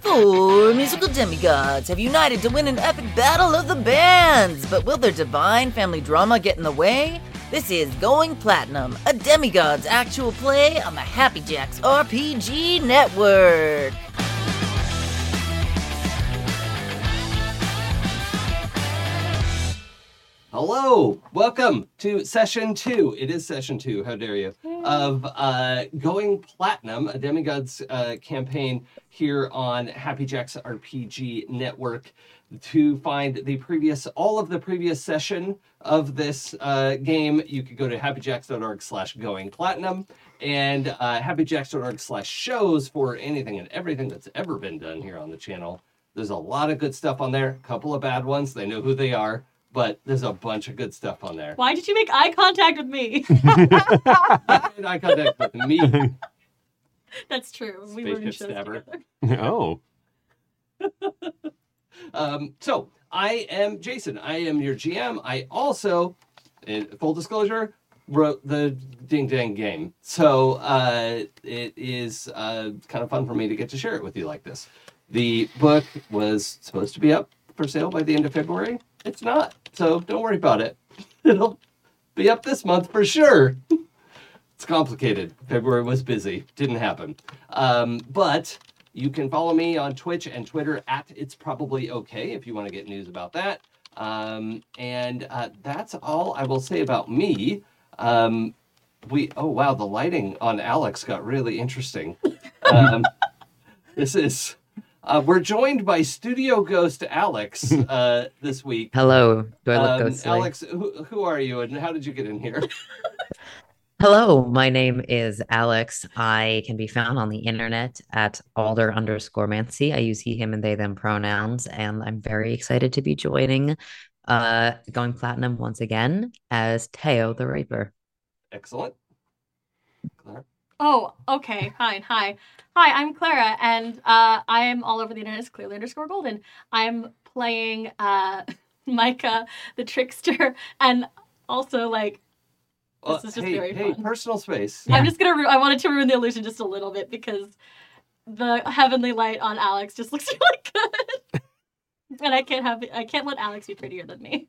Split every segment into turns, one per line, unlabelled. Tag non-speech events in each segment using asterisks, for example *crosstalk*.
Four musical demigods have united to win an epic battle of the bands, but will their divine family drama get in the way? This is Going Platinum, a demigod's actual play on the Happy Jacks RPG Network.
Hello, welcome to session two. It is session two. How dare you? Of uh, going platinum, a demigods uh, campaign here on Happy Jacks RPG Network to find the previous all of the previous session of this uh, game. You could go to happyjacks.org/slash going platinum and uh, happyjacks.org/slash shows for anything and everything that's ever been done here on the channel. There's a lot of good stuff on there. A couple of bad ones. They know who they are. But there's a bunch of good stuff on there.
Why did you make eye contact
*laughs*
with me?
And I contact with me.
That's true. We were in
Spaceship
shows
stabber.
together.
oh,
Um, so I am Jason. I am your GM. I also, in full disclosure, wrote the Ding Dang game. So uh, it is uh, kind of fun for me to get to share it with you like this. The book was supposed to be up for sale by the end of February. It's not, so don't worry about it. *laughs* It'll be up this month for sure. It's complicated. February was busy. Didn't happen. Um, but you can follow me on Twitch and Twitter at It's Probably Okay if you want to get news about that. Um, and uh, that's all I will say about me. Um, we oh wow, the lighting on Alex got really interesting. Um, *laughs* this is uh, we're joined by Studio Ghost Alex uh, this week.
Hello. Do I look
Um,
ghostly?
Alex, who, who are you and how did you get in here? *laughs*
Hello, my name is Alex. I can be found on the internet at alder underscore Mancy. I use he, him, and they, them pronouns, and I'm very excited to be joining uh going platinum once again as Teo the Raper.
Excellent. Claire?
Oh, okay. Fine. Hi. Hi, I'm Clara, and uh, I am all over the internet as clearly underscore golden. I'm playing uh, *laughs* Micah the trickster, and also, like,
Uh,
is just
hey,
very
hey,
fun.
personal space.
*laughs* I'm just gonna. Ru- I wanted to ruin the illusion just a little bit because the heavenly light on Alex just *laughs* looks really good, and I can't have. I can't let Alex be prettier than me.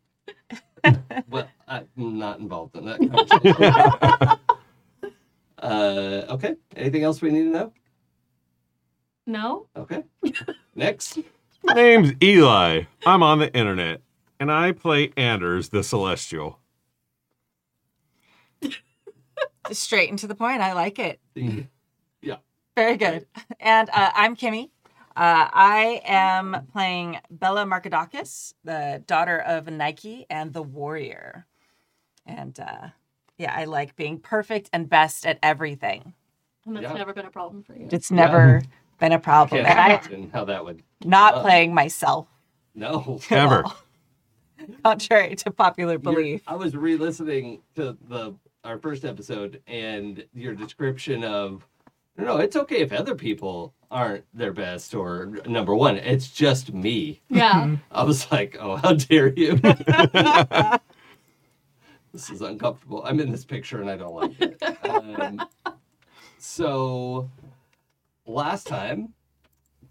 well, I'm not involved in that *laughs* conversation. uh, okay. Anything else we need to know?
No.
Okay. Next.
my name's Eli. I'm on the internet, and I play Anders the Celestial.
Straight and to the point. I like it.
The-
Very good. And uh, I'm Kimmy. Uh, I am playing Bella Markadakis, the daughter of Nike and the warrior. And uh, yeah, I like being perfect and best at everything.
And that's
Yeah.
never been a problem for you.
It's never been a problem.
Can't
And I'm
imagine how that would.
not
Uh,
playing myself, *laughs*
No.
at
Ever.
all. contrary to popular
You're-
belief.
I was re-listening to the our first episode and your description of no, no, it's okay if other people aren't their best or number one. It's just me. *laughs*
Yeah.
I was like, oh, how dare you? this is uncomfortable. I'm in this picture and I don't like it. Um, so, last time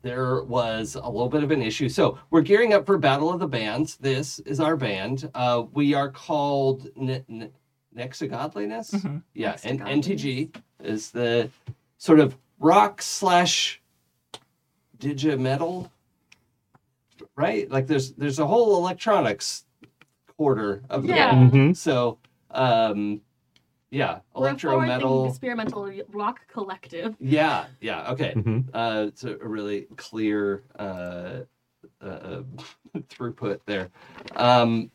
there was a little bit of an issue. So, we're gearing up for Battle of the Bands. This is our band. Uh, we are called ne- ne- Next to Godliness.
Mhm.
Yeah,
Next to
and NTG is the sort of rock slash digimetal, right? Like there's there's a whole electronics quarter of the
Yeah.
band.
Mm-hmm.
So, um, yeah,
We're a
electro
forward-thinking
metal.
experimental rock collective.
Yeah, yeah, okay.
hmm
Uh, it's a really clear uh, uh, *laughs* throughput there. Um,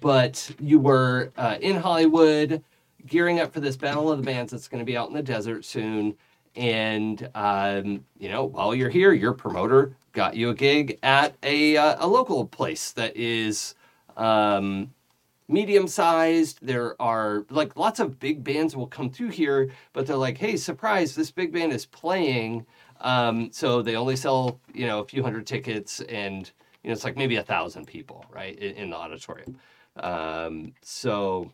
but you were uh, in Hollywood, gearing up for this Battle of the Bands that's going to be out in the desert soon. And um, you know, while you're here, your promoter got you a gig at a uh, a local place that is um, medium sized. There are like lots of big bands will come through here, but they're like, hey, surprise, this big band is playing. Um, so they only sell, you know, a few hundred tickets and, you know, it's like maybe a thousand people, right, in, in the auditorium. Um, so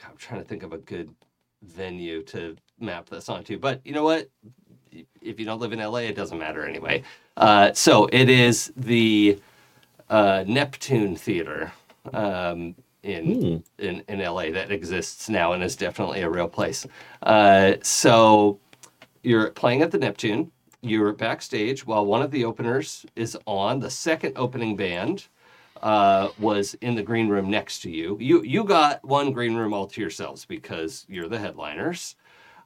God, I'm trying to think of a good venue to map this onto, but you know what? if you don't live in LA, it doesn't matter anyway. Uh, so it is the uh, Neptune Theater um, in, in in LA that exists now and is definitely a real place. Uh, so you're playing at the Neptune. You're backstage while one of the openers is on. The second opening band uh, was in the green room next to you. You you got one green room all to yourselves because you're the headliners.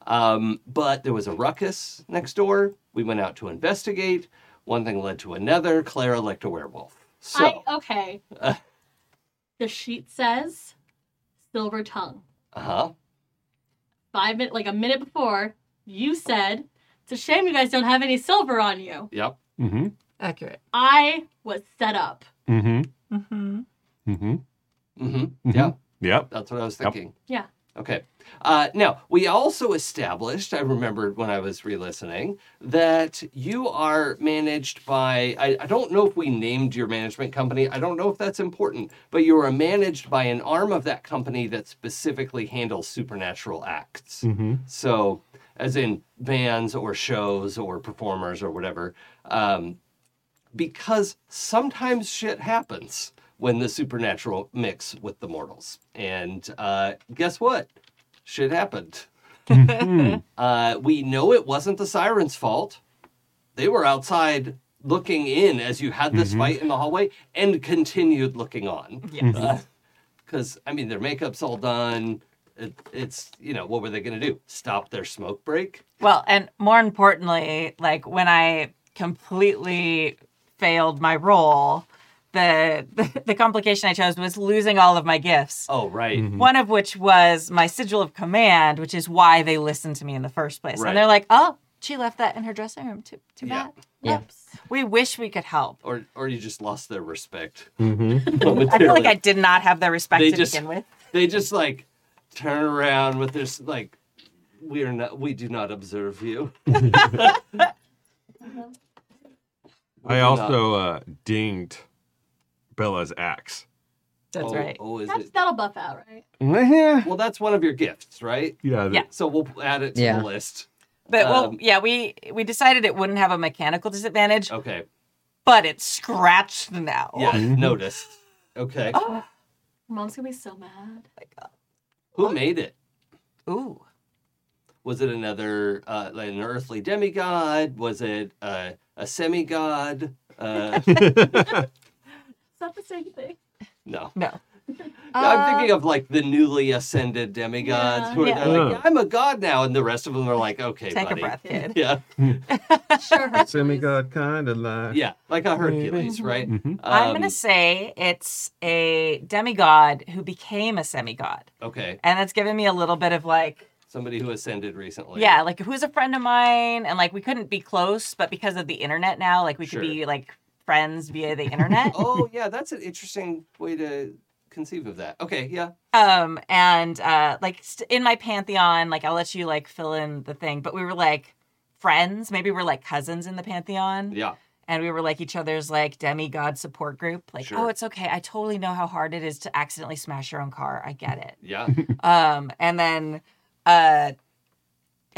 Um, but there was a ruckus next door. We went out to investigate. One thing led to another. Clara licked a werewolf. So *laughs*
I okay.
Uh.
the sheet says silver tongue.
uh huh.
Five minutes, like a minute before, you said it's a shame you guys don't have any silver on you.
Yep.
Mm-hmm.
Accurate.
I was set up.
Mm-hmm.
Mm-hmm.
Mm-hmm.
hmm Yeah.
Yep.
That's what I was
Yep.
thinking.
Yeah.
Okay. Uh, now, we also established, I remembered when I was re listening, that you are managed by, I, I don't know if we named your management company. I don't know if that's important, but you are managed by an arm of that company that specifically handles supernatural acts.
Mm-hmm.
So, as in bands or shows or performers or whatever, um, because sometimes shit happens when the supernatural mix with the mortals. And uh, guess what? Shit happened. *laughs* Uh, we know it wasn't the siren's fault. They were outside looking in as you had this fight in the hallway and continued looking on
Yes.
because I mean their makeup's all done. It, it's you know what were they gonna do? Stop their smoke break?
Well, and more importantly, like when I completely failed my role, the the, the complication I chose was losing all of my gifts.
Oh right,
One of which was my sigil of command, which is why they listened to me in the first place.
Right.
And they're like, "Oh, she left that in her dressing room. Too too
Yeah.
bad.
Yeah.
Oops. We wish we could help.
or or you just lost their respect.
Mm-hmm.
I feel like I did not have their respect
They
to
just-
begin with.
*laughs* they just like turn around with this like we are not we do not observe you. *laughs* We
I
do not.
also uh, dinged Bella's axe.
That's
oh,
right.
Oh, is
That's,
it?
that'll buff out, right?
Yeah.
Well, that's one of your gifts, right?
Yeah.
Yeah.
So we'll add it to
Yeah.
the list.
But well,
Um, Oh.
yeah, we we decided it wouldn't have a mechanical disadvantage,
Okay.
but it's scratched now.
Yeah. Noticed. Okay.
Oh.
Mom's gonna be so mad.
Who made it?
*gasps* Ooh.
Was it another uh, like an earthly demigod? Was it uh, a semigod? Uh,
It's not the same
*laughs*
thing.
no.
No.
No, I'm thinking of like the newly ascended demigods
Yeah.
who are
Uh, Yeah.
they're like,
Yeah.
"Yeah, I'm a god now, and the rest of them are like, okay,
Take
buddy.
a breath, kid.
*laughs* Yeah,
Sure. hurts.
*laughs* Semigod kind of like.
yeah, like a Hercules, right?
Mhm.
I'm
Um,
gonna say it's a demigod who became a semigod,
okay,
and that's given me a little bit of like,
somebody who ascended recently.
yeah, like who's a friend of mine, and like we couldn't be close, but because of the internet now, like we
Sure.
could be like friends
*laughs*
via the internet. *laughs*
Oh, yeah, that's an interesting way to conceive of that. Okay, yeah,
um, and uh, like st- in my pantheon, like I'll let you like fill in the thing, but we were like friends. Maybe we're like cousins in the pantheon.
yeah,
and we were like each other's like demigod support group like
Sure.
oh it's okay i totally know how hard it is to accidentally smash your own car i get
yeah.
it um and then uh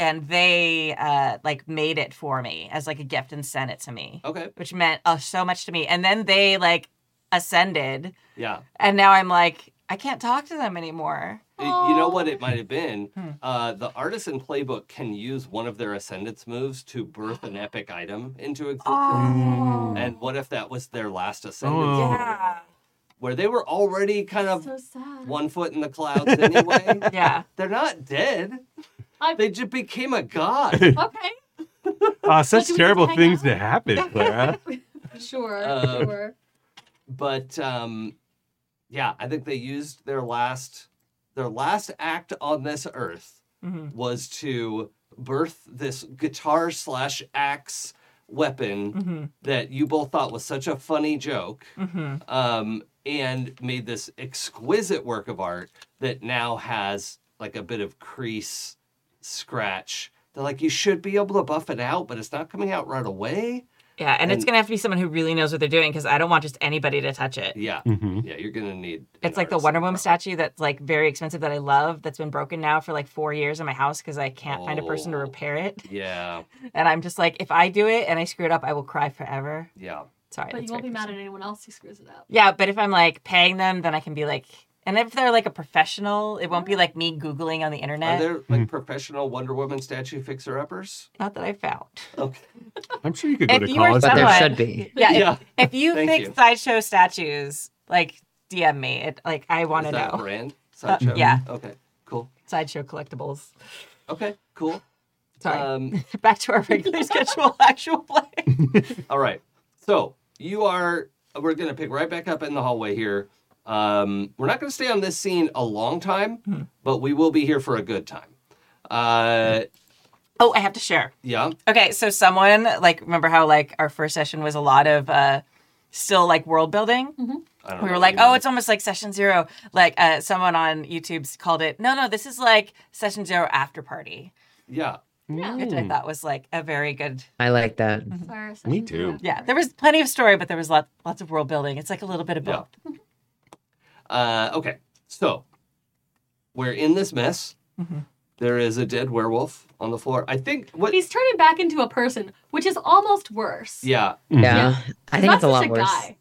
and they uh like made it for me as like a gift and sent it to me
Okay,
which meant uh, so much to me and then they like ascended
yeah.
and now i'm like i can't talk to them anymore
Y- You know what it might have been? Uh, the artisan playbook can use one of their ascendance moves to birth an epic item into existence.
Mm.
And what if that was their last ascendance?
Oh.
move,
yeah
Where they were already kind of
So sad.
one foot in the clouds anyway.
yeah
They're not dead.
I'm-
They just became a
*laughs*
god.
okay.
Uh, such
do we
terrible
hang
things
out?
to happen, Clara.
Sure.
*laughs* Um,
sure.
but um, yeah, I think they used their last their last act on this earth
Mhm.
was to birth this guitar slash axe weapon
Mhm.
that you both thought was such a funny joke.
Mhm.
um, and made this exquisite work of art that now has like a bit of crease scratch. They're like, you should be able to buff it out, but it's not coming out right away.
Yeah, and, it's
And-
gonna have to be someone who really knows what they're doing because I don't want just anybody to touch it.
Yeah,
Mm-hmm.
yeah, you're gonna need. an
It's like the
artist.
Wonder Woman statue that's like very expensive that I love that's been broken now for like four years in my house because I can't find a person to
Oh.
repair it.
Yeah,
And I'm just like, if I do it and I screw it up, I will cry forever.
yeah,
Sorry,
But
that's
you won't
very
be mad at
personal.
anyone else who screws it up.
Yeah, but if I'm like paying them, then I can be like, and if they're like a professional, it won't be like me googling on the
Are
internet.
there like professional Wonder Woman statue fixer uppers?
Not that *laughs* I found.
Okay.
I'm sure you could go
If
to
you were
college.
But
and-
there
Someone-
should be.
Yeah,
*laughs*
if,
yeah.
if you
Thank
fix
you.
sideshow statues, like DM me. It like I want to
Is that a
know Uh,
brand? Sideshow?
yeah.
Okay. Cool.
sideshow collectibles.
Okay. Cool.
Sorry,
Um,
*laughs* back to our
*laughs*
regular schedule actual play.
all right. So you are. We're gonna pick right back up in the hallway here. Um, we're not gonna stay on this scene a long time, but we will be here for a good time. Uh,
Oh, I have to share.
yeah.
Okay, so someone like remember how like our first session was a lot of uh still like world building.
I don't
We
know
were
what
like,
you
oh,
mean.
it's almost like session zero. Like uh, someone on YouTube's called it. No, no, this is like session zero after party,
yeah.
which
Oh.
I thought was like a very good.
I like that.
Sorry,
Me
session
too.
zero.
Yeah, there was plenty of story, but there was lot, lots of world building. It's like a little bit of
Yeah.
both.
Uh, okay, so we're in this mess.
Mhm.
There is a dead werewolf on the floor. I think what?
He's turning back into a person, which is almost worse.
yeah,
Mhm.
Yeah. I think
Not
it's a
such
lot worse. *laughs*
guy.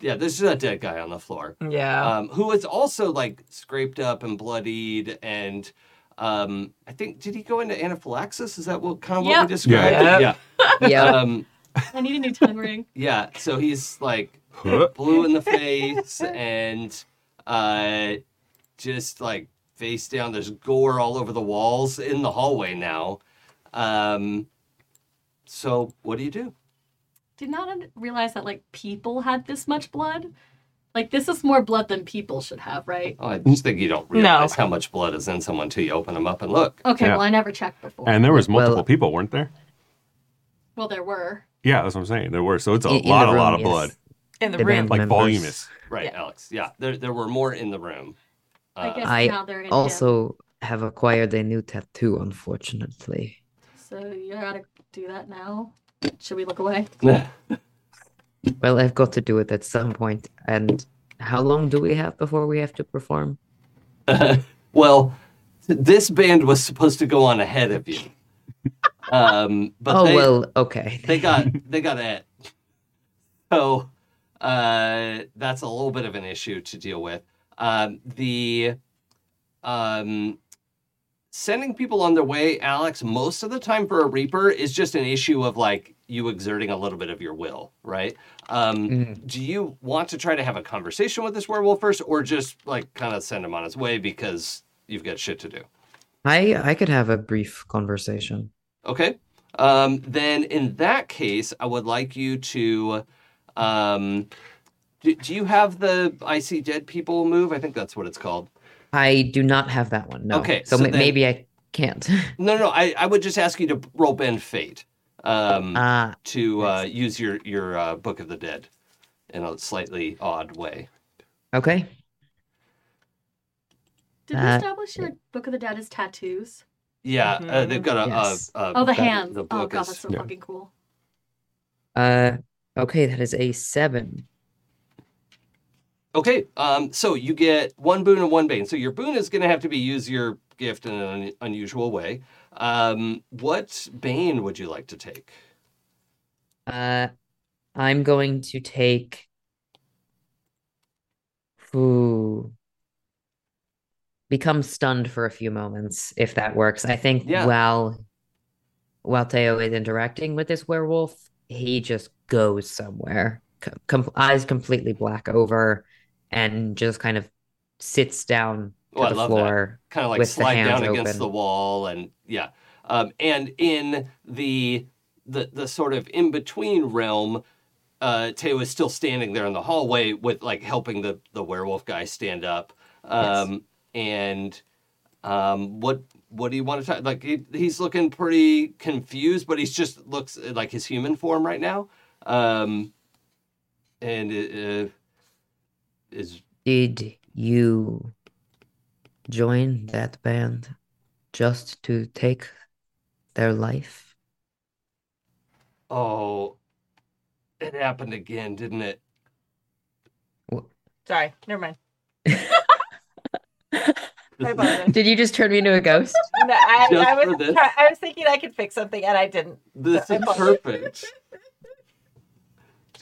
yeah. There's just a dead guy on the floor,
Yeah.
um, who is also like scraped up and bloodied, and um, I think did he go into anaphylaxis? Is that what kind of what
Yep.
we described?
Yeah.
Yeah,
*laughs*
Yeah.
Um,
I need a new tongue ring. *laughs*
yeah. So he's like
Huh.
blue in the face and uh, just like face down. There's gore all over the walls in the hallway now. Um, so what do you do?
Did not un- realize that like people had this much blood. Like this is more blood than people should have, right?
Oh, I just think you don't realize how much blood is in someone till you open them up and look.
Okay,
Yeah.
well I never checked before.
And there was multiple
Well-
people, weren't there?
well, there were.
Yeah, that's what I'm saying. There were. So it's a
In- in the
lot, a
room,
lot of
yes.
blood.
in the,
the
room.
band-
Like
Members.
voluminous.
Right, Alex. Yeah, there, there were more in the room. Uh,
I guess
I
now they're in jail.
Also have acquired a new tattoo, unfortunately.
So you gotta do that now. Should we look away?
Well, I've got to do it at some point. And how long do we have before we have to perform?
*laughs* well, this band was supposed to go on ahead of you. Um, but
oh
they,
well, okay.
*laughs* they got they got it. So uh, that's a little bit of an issue to deal with. Um, the um, sending people on their way, Alex, most of the time for a Reaper is just an issue of like you exerting a little bit of your will, right? Um,
Mhm.
Do you want to try to have a conversation with this werewolf first, or just like kind of send him on his way because you've got shit to do?
I I could have a brief conversation.
Okay. Um, then in that case, I would like you to. Um, do, do you have the I see dead people move? I think that's what it's called.
I do not have that one. No.
Okay,
So,
so
ma-
then-
maybe I can't.
No, no, no. I, I would just ask you to roll bend fate
*laughs*
um,
Ah,
to uh, use your your uh, book of the dead in a slightly odd way.
okay.
Did we
Uh,
establish your Book of the Dead is tattoos?
Yeah, uh,
Mhm.
they've got a,
Yes.
a, a
Oh, the
that-
hands.
The
oh
book
god,
is
that's so
yeah.
fucking cool.
Uh, okay. That is a seven.
Okay, um, so you get one boon and one bane. So your boon is going to have to be use your gift in an un- unusual way. Um, what bane would you like to take?
Uh, I'm going to take. Ooh. Become stunned for a few moments, if that works. I think
Yeah.
while while Teo is interacting with this werewolf, he just goes somewhere, com- com- eyes completely black over, and just kind of sits down to
Oh, I
the
love that.
floor.
Kind of like
With the
slide down
hands
against
open.
the wall, and yeah. Um, and in the the the sort of in between realm, uh, Teo is still standing there in the hallway with like helping the the werewolf guy stand up. Um, And um, what what do you want to talk? Like he, he's looking pretty confused, but he's just looks like his human form right now. Um, and uh, is
Did you join that band just to take their life?
Oh, It happened again, didn't it?
Sorry, never
*laughs*
mind.
This
I
is-
apologize.
Did you just turn me into a
*laughs*
ghost?
No, I,
Just
I,
for
was
this?
try- I was thinking I could fix something and I didn't.
This
I
is perfect.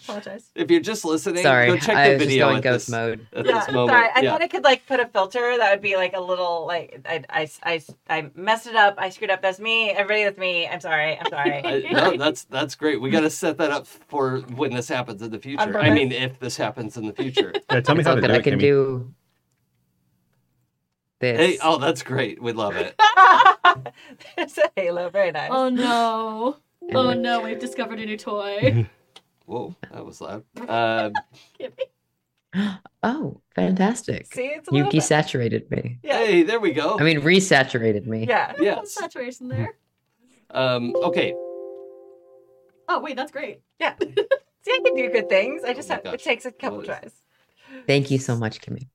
Apologize.
If you're just listening,
Sorry,
go check
I
the
was just
video
going
at
ghost
this,
mode.
at
Yeah,
this moment.
sorry. I
yeah.
thought I could like put a filter that would be like a little like I, I, I, I messed it up. I screwed up. That's me. Everybody, that's me. I'm sorry. I'm sorry.
*laughs* I- no, that's that's great. We got to set that up for when this happens in the future. I
purpose?
mean, if this happens in the future.
Yeah, tell me
*laughs* It's
how
all
to
good.
do
Oh, I
it,
can
Kimmy.
do this.
hey, oh, that's great. We love it.
*laughs* There's a halo. Very nice.
Oh no. Oh no, we've discovered a new
*laughs*
toy.
Whoa, that was loud. Uh,
Oh, fantastic.
See, it's a little
Yuki
bit-
saturated me.
*laughs* Yeah.
Hey, there we go.
I mean, resaturated me.
Yeah.
yes.
*laughs* Saturation there.
Um, okay.
Oh wait, that's great.
See, I can do good things. I just
Oh my
have
gosh.
it takes a couple
What is-
tries.
Thank you so much, Kimmy.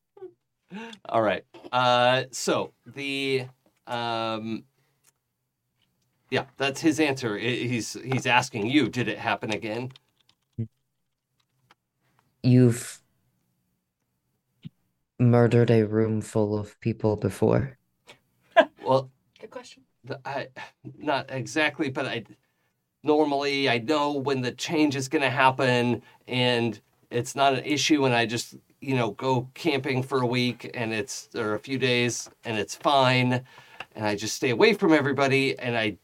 All right. Uh, so the um, yeah, that's his answer. I- He's he's asking you, did it happen again?
You've murdered a room full of people before.
Well,
Good question.
th- I not exactly, but I normally I know when the change is going to happen, and it's not an issue, and I just you know go camping for a week and it's or a few days and it's fine, and I just stay away from everybody, and I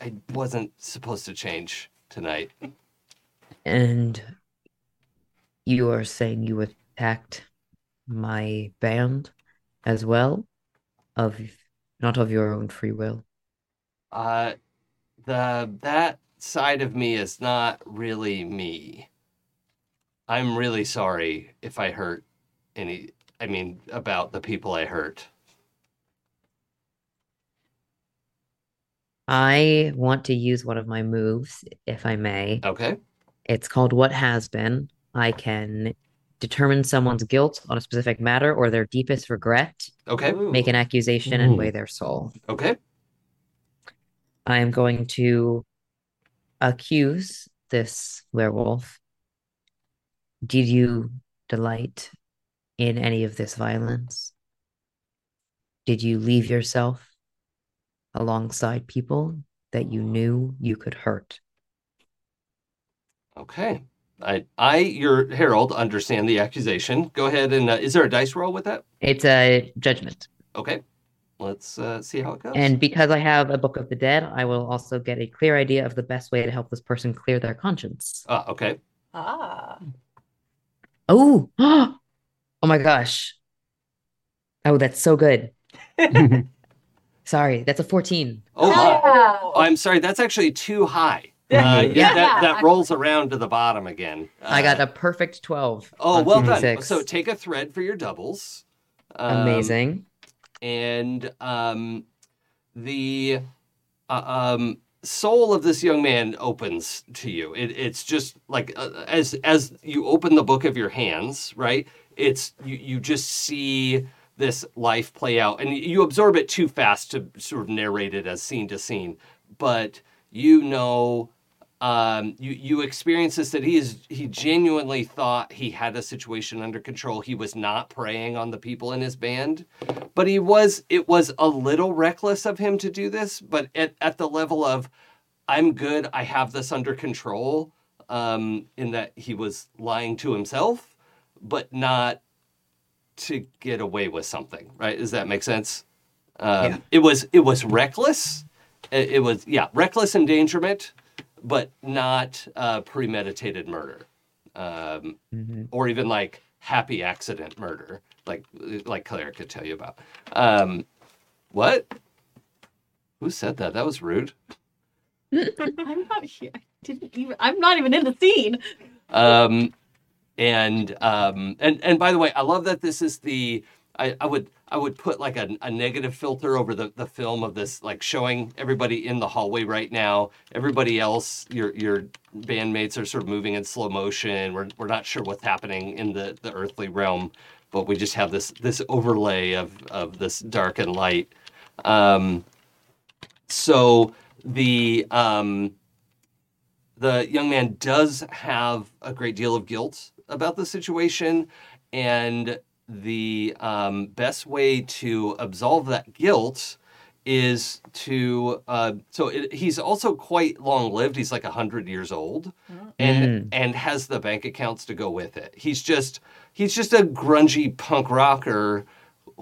I wasn't supposed to change tonight.
And you are saying you attacked my band as well? Of not of your own free will.
Uh, the that side of me is not really me. I'm really sorry if I hurt any. I mean, about the people I hurt.
I want to use one of my moves, if I may.
Okay.
It's called What Has Been. I can determine someone's guilt on a specific matter or their deepest regret,
Okay.
make an accusation, and weigh their soul.
Okay.
I am going to accuse this werewolf. Did you delight in any of this violence? Did you leave yourself alongside people that you knew you could hurt?
Okay. I, I, your herald, understand the accusation. Go ahead and uh, is there a dice roll with that?
It's a judgment.
Okay. Let's uh, see how it goes.
And because I have a Book of the Dead, I will also get a clear idea of the best way to help this person clear their conscience.
Ah, okay.
Ah.
*gasps*
Oh, oh my gosh. Oh, that's so good.
*laughs*
Sorry, that's a 14.
Oh, my.
Oh.
Oh, I'm sorry. That's actually too high.
Yeah.
Uh, yeah,
Yeah.
that, that
I-
rolls around to the bottom again.
I got
Uh,
a perfect 12.
Oh,
on
well done.
56.
So take a thread for your doubles. Um,
Amazing.
And um, the uh, um, soul of this young man opens to you. It, it's just like uh, as as you open the book of your hands, right? It's you, you just see this life play out, and you absorb it too fast to sort of narrate it as scene to scene. But you know um, you you experience this that he is he genuinely thought he had a situation under control. He was not preying on the people in his band, but he was. It was a little reckless of him to do this, but at at the level of, I'm good. I have this under control. Um, in that he was lying to himself, but not to get away with something. Right? Does that make sense? Um,
Yeah.
It was it was reckless. It, it was yeah reckless endangerment but not uh, premeditated murder, um,
Mhm.
or even like happy accident murder, like like Claire could tell you about. Um, what? Who said that? That was rude.
I'm not here. I didn't even I'm not even in the scene.
Um, and um, and and by the way, I love that this is the. I, I would I would put like a, a negative filter over the, the film of this like showing everybody in the hallway right now. Everybody else, your your bandmates are sort of moving in slow motion. We're, we're not sure what's happening in the, the earthly realm, but we just have this this overlay of of this dark and light. Um, so the um, the young man does have a great deal of guilt about the situation, and the um, best way to absolve that guilt is to uh, so it, he's also quite long lived. He's like hundred years old, and and has the bank accounts to go with it. He's just he's just a grungy punk rocker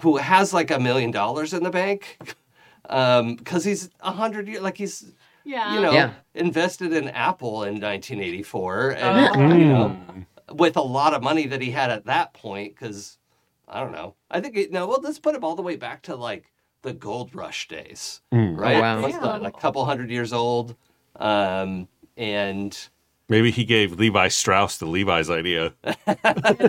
who has like a million dollars in the bank *laughs* because he's a hundred years like he's
Yeah.
Oh.
you know
Yeah.
invested in Apple in 1984
Uh-huh.
and
Oh.
you know
Mm-hmm.
with a lot of money that he had at that point because I don't know I think it, no well let's put him all the way back to like the gold rush days
Mm.
right
Oh, wow.
What's that, like a couple hundred years old um, and
Maybe he gave Levi Strauss the Levi's *laughs* idea.
He
And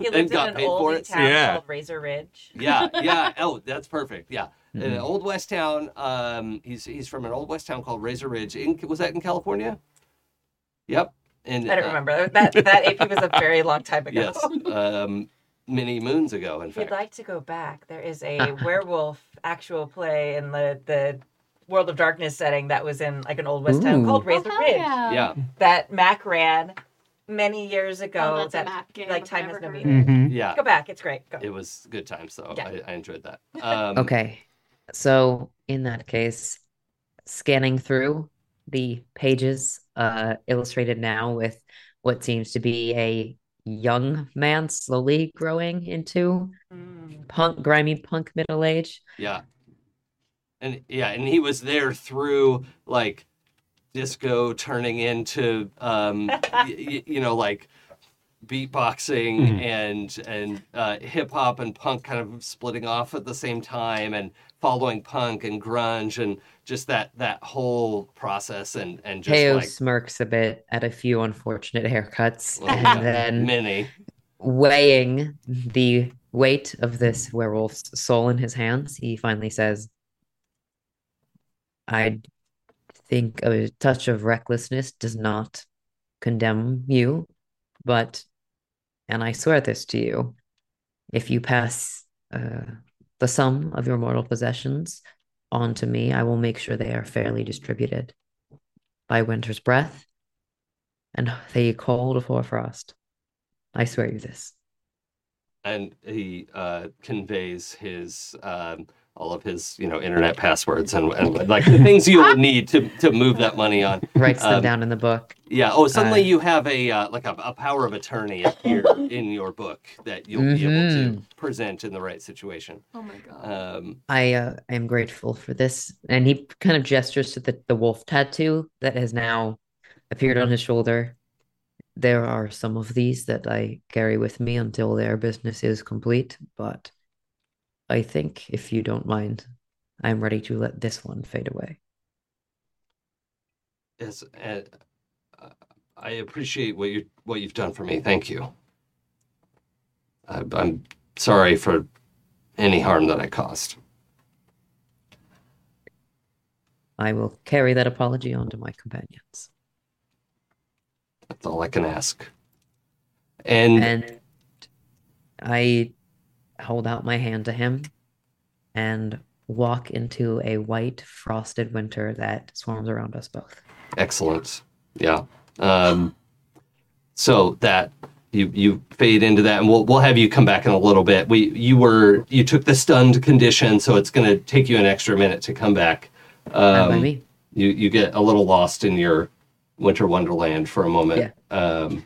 lived in
got
an
paid
old
for
wee
it.
town
Yeah.
called Razor Ridge.
yeah,
*laughs*
yeah. Oh, that's perfect. Yeah, an
Mhm.
old west town. Um, he's he's from an old west town called Razor Ridge. In, was that in California? Yep. And
I don't
uh,
remember. That that AP was a very long time ago. *laughs*
Yes, um, many moons ago. In
If you'd
fact,
like to go back, there is a werewolf actual play in the the World of Darkness setting that was in like an old west town
Ooh.
called
Oh,
Razor
hell
Ridge
yeah.
yeah,
that Mac ran many years ago.
Oh, that's a
that
map game.
like
I've
time has
never
no
heard of
meaning.
Mm-hmm.
yeah.
Go back. It's great. Go.
It was good times though.
Yeah.
I, I enjoyed that. Um,
Okay. So in that case, scanning through the pages uh, illustrated now with what seems to be a young man slowly growing into
Hmm.
punk, grimy punk middle age.
Yeah. And yeah, and he was there through like disco turning into um y- y- you know like beatboxing
Mm-hmm.
Mhm.
and and uh hip hop and punk kind of splitting off at the same time and following punk and grunge and just that that whole process and and just
Teo
like
smirks a bit at a few unfortunate haircuts
well, yeah,
and
*laughs*
then
mini
weighing the weight of this werewolf's soul in his hands, he finally says, I think a touch of recklessness does not condemn you, but, and I swear this to you, if you pass uh, the sum of your mortal possessions on to me, I will make sure they are fairly distributed by winter's breath and they cold before frost. I swear you this.
and he uh, conveys his um, all of his you know internet passwords and, and like the things you'll need to to move that money on.
Writes them
Um,
down in the book.
Yeah. Oh, suddenly
Uh,
you have a uh, like a, a power of attorney appear in your book that you'll be able to present in the right situation.
Oh my god.
Um,
I uh, am grateful for this. And he kind of gestures to the, the wolf tattoo that has now appeared on his shoulder. There are some of these that I carry with me until their business is complete, but I think if you don't mind, I'm ready to let this one fade away.
yes, uh, I appreciate what you what you've done for me. Thank you. I, I'm sorry for any harm that I caused.
I will carry that apology on to my companions.
That's all I can ask. And,
and I hold out my hand to him and walk into a white frosted winter that swarms around us both.
excellent. Yeah. Um, so that you you fade into that, and we'll we'll have you come back in a little bit. We you were you took the stunned condition, so it's going to take you an extra minute to come back.
Not by
Um,
me.
you you get a little lost in your winter wonderland for a moment. Um,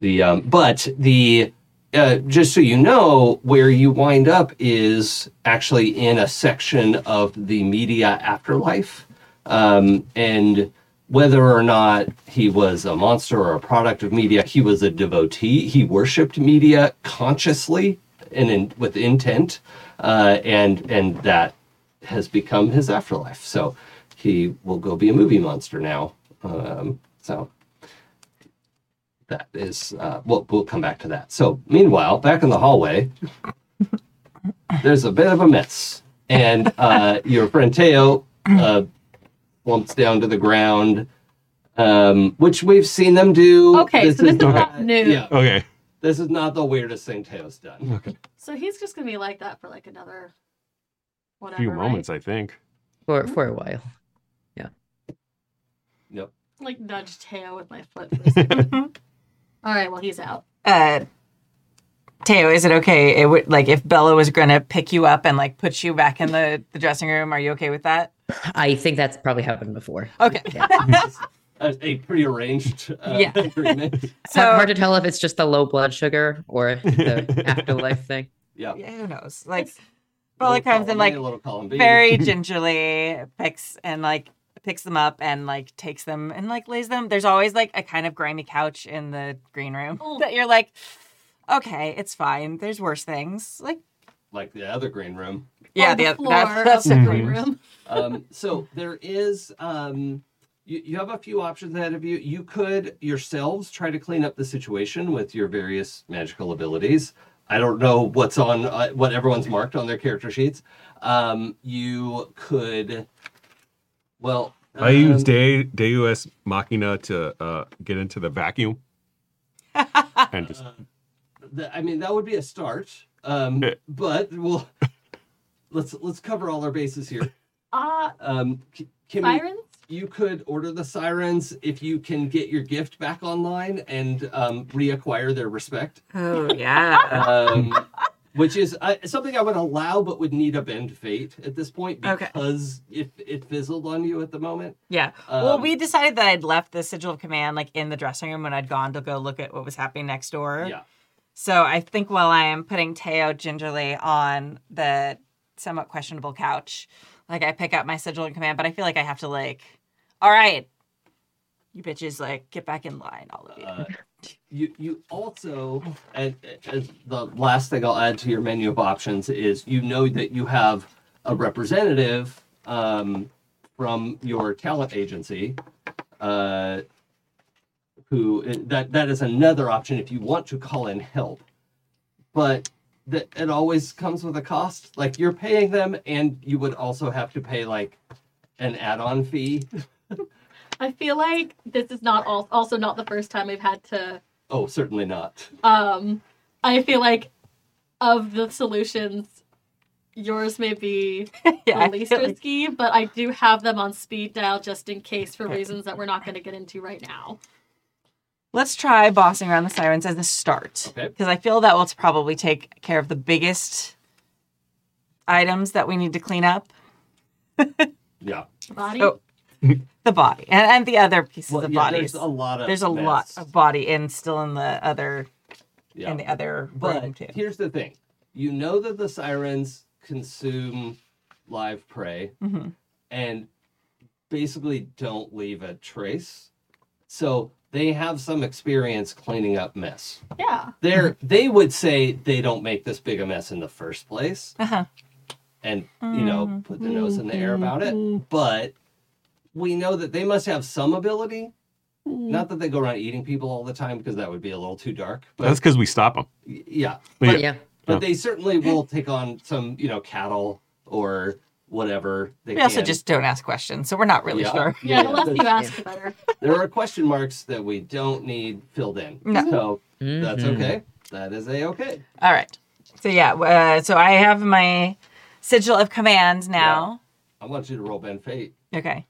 the um, but the uh, just so you know, where you wind up is actually in a section of the media afterlife, um, and whether or not he was a monster or a product of media, he was a devotee. He worshipped media consciously and in, with intent, uh, and and that has become his afterlife. So he will go be a movie monster now. Um, so that is, uh, we'll, we'll come back to that. So meanwhile, back in the hallway, there's a bit of a mess. And uh, your friend Teo uh, lumps down to the ground, um, which we've seen them do.
Okay, so this is not new.
Yeah,
Okay.
this is not the weirdest thing Teo's done.
So he's just gonna be like that for like another
A
whatever.
few
right?
moments, I think.
For for a while.
Yep.
like nudge Teo with my foot. For a second. All right, well he's out.
Uh, Teo, is it okay? It would like if Bella was gonna pick you up and like put you back in the, the dressing room. Are you okay with that?
I think that's probably happened before.
Okay.
Yeah.
*laughs* a, a prearranged uh,
Yeah.
agreement.
So,
*laughs* So
hard to tell if it's just the low blood sugar
*laughs*
or the afterlife thing.
Yeah.
yeah, who knows? Like
It's-
Bella
Little
comes
column
in
A,
like
little column B.
*laughs*
very gingerly picks and like picks them up and like takes them and like lays them. There's always like a kind of grimy couch in the green room
Oh.
that you're like, okay, it's fine. There's worse things. Like
like the other green room.
yeah,
on the,
oth-
floor
that-
of the
different.
green room.
Um, so there is um, you, you have a few options ahead of you. You could yourselves try to clean up the situation with your various magical abilities. I don't know what's on uh, what everyone's marked on their character sheets. Um, you could, well,
I use
um,
De- Deus Machina to uh, get into the vacuum *laughs* and just
th- I mean, that would be a start. Um,
Yeah.
but we'll let's let's cover all our bases here.
Ah,
Um, K- Kimmy,
sirens.
you could order the sirens if you can get your gift back online and um, reacquire their respect,
Oh yeah.
um, which is uh, something I would allow, but would need a bend fate at this point
Okay.
because if it fizzled on you at the moment.
Yeah.
Um,
well, we decided that I'd left the sigil of command like in the dressing room when I'd gone to go look at what was happening next door.
yeah,
So I think while I am putting Teo gingerly on the somewhat questionable couch, like I pick up my sigil and command, but I feel like I have to like, all right, you bitches, like get back in line, all of you.
uh, you you also and, and the last thing I'll add to your menu of options is you know that you have a representative um, from your talent agency uh, who that that is another option if you want to call in help but that it always comes with a cost like you're paying them and you would also have to pay like an add-on
*laughs*
fee
I feel like this is not all, also not the first time we've had to.
oh certainly not
Um, I feel like of the solutions, yours may be
*laughs* *laughs* yeah, I
the least
feel like-
risky, but I do have them on speed dial just in case for reasons that we're not going to get into right now.
let's try bossing around the sirens as a start
Okay.
because I feel that will probably take care of the biggest items that we need to clean up.
yeah
Body.
So- The body and, and the other pieces
Well,
of
yeah,
bodies.
there's a lot of
There's a lot
mess.
of body in still in the other
yeah.
in the other room
But
too.
here's the thing: you know that the sirens consume live prey
Mhm.
and basically don't leave a trace, so they have some experience cleaning up mess.
yeah.
They're they would say they don't make this big a mess in the first place,
Uh-huh.
and you know put their nose in the air about it. But we know that they must have some ability. Not that they go around eating people all the time because that would be a little too dark. But
that's because we stop them.
y- yeah,
Yeah.
Yeah.
but
Yeah.
they certainly will take on some you know cattle or whatever they
We also
can.
just don't ask questions, so we're not
*laughs*
really
Yeah.
sure.
Yeah, the
*laughs*
less
there's-
you ask, the better.
there are question marks that we don't need filled in
No.
so that's
Mhm.
okay that is a okay
All right. So yeah, uh, so I have my sigil of command now.
i want you to roll ben fate
Okay.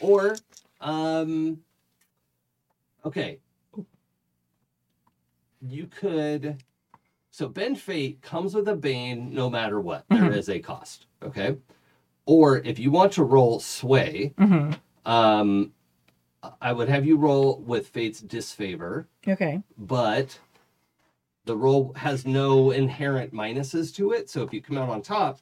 or um okay you could so ben fate comes with a bane no matter what There is a cost okay or if you want to roll sway
hmm
Um, I would have you roll with fate's disfavor,
Okay.
but the roll has no inherent minuses to it. So if you come out on top,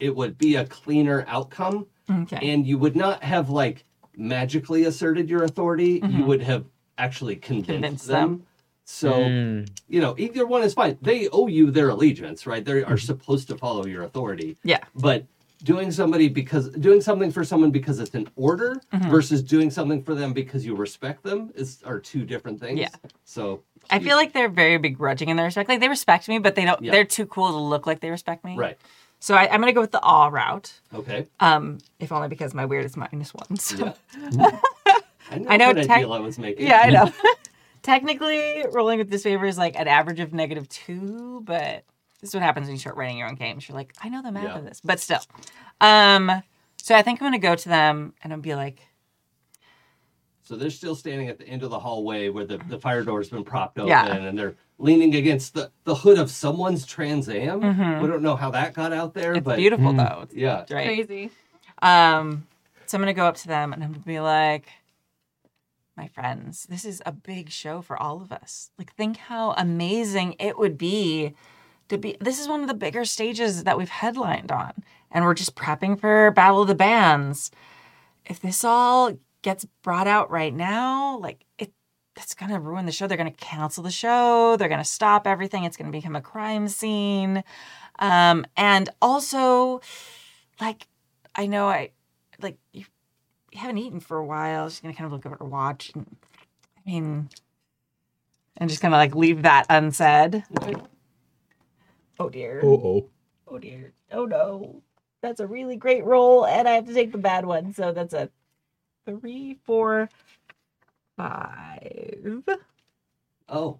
it would be a cleaner outcome,
Okay.
and you would not have like magically asserted your authority. You
Mhm.
would have actually convinced,
Convinced
them.
them.
So
Mm.
you know, either one is fine. They owe you their allegiance, right? They are supposed to follow your authority.
Mm-hmm. Yeah.
But doing somebody because doing something for someone because it's an order
Mhm.
versus doing something for them because you respect them is are two different things.
Yeah.
So
I feel like they're very begrudging in their respect. Like they respect me, but they don't.
Yeah.
They're too cool to look like they respect me.
right.
So I, I'm gonna go with the all route. *laughs*
Okay.
Um, if only because my weird is minus one. So.
Yeah.
I know
what a
tech-
deal I was making.
Yeah, I
*laughs*
know. *laughs* Technically, rolling with disfavor is like an average of negative two, but this is what happens when you start writing your own games. You're like, I know the math
Yeah.
of this, but still. Um, so I think I'm gonna go to them and I'll be like,
So they're still standing at the end of the hallway where the, the fire door's been propped open
Yeah.
and they're leaning against the, the hood of someone's Trans Am.
Mhm.
We don't know how that got out there,
It's
but mm-hmm.
beautiful
Mm.
though. It's
yeah.
great.
Crazy.
Um, so I'm gonna go up to them and I'm gonna be like, my friends, this is a big show for all of us. Like, think how amazing it would be to be. This is one of the bigger stages that we've headlined on, and we're just prepping for Battle of the Bands. If this all gets brought out right now, like it, that's gonna ruin the show. They're gonna cancel the show. They're gonna stop everything. It's gonna become a crime scene. Um, and also, like, I know I like you, you haven't eaten for a while. She's gonna kind of look over her watch. And, I mean, I'm just gonna like leave that unsaid.
Oh dear. Oh.
oh.
dear. Oh no. That's a really great roll, and I have to take the bad one. So that's a three, four, five.
Oh,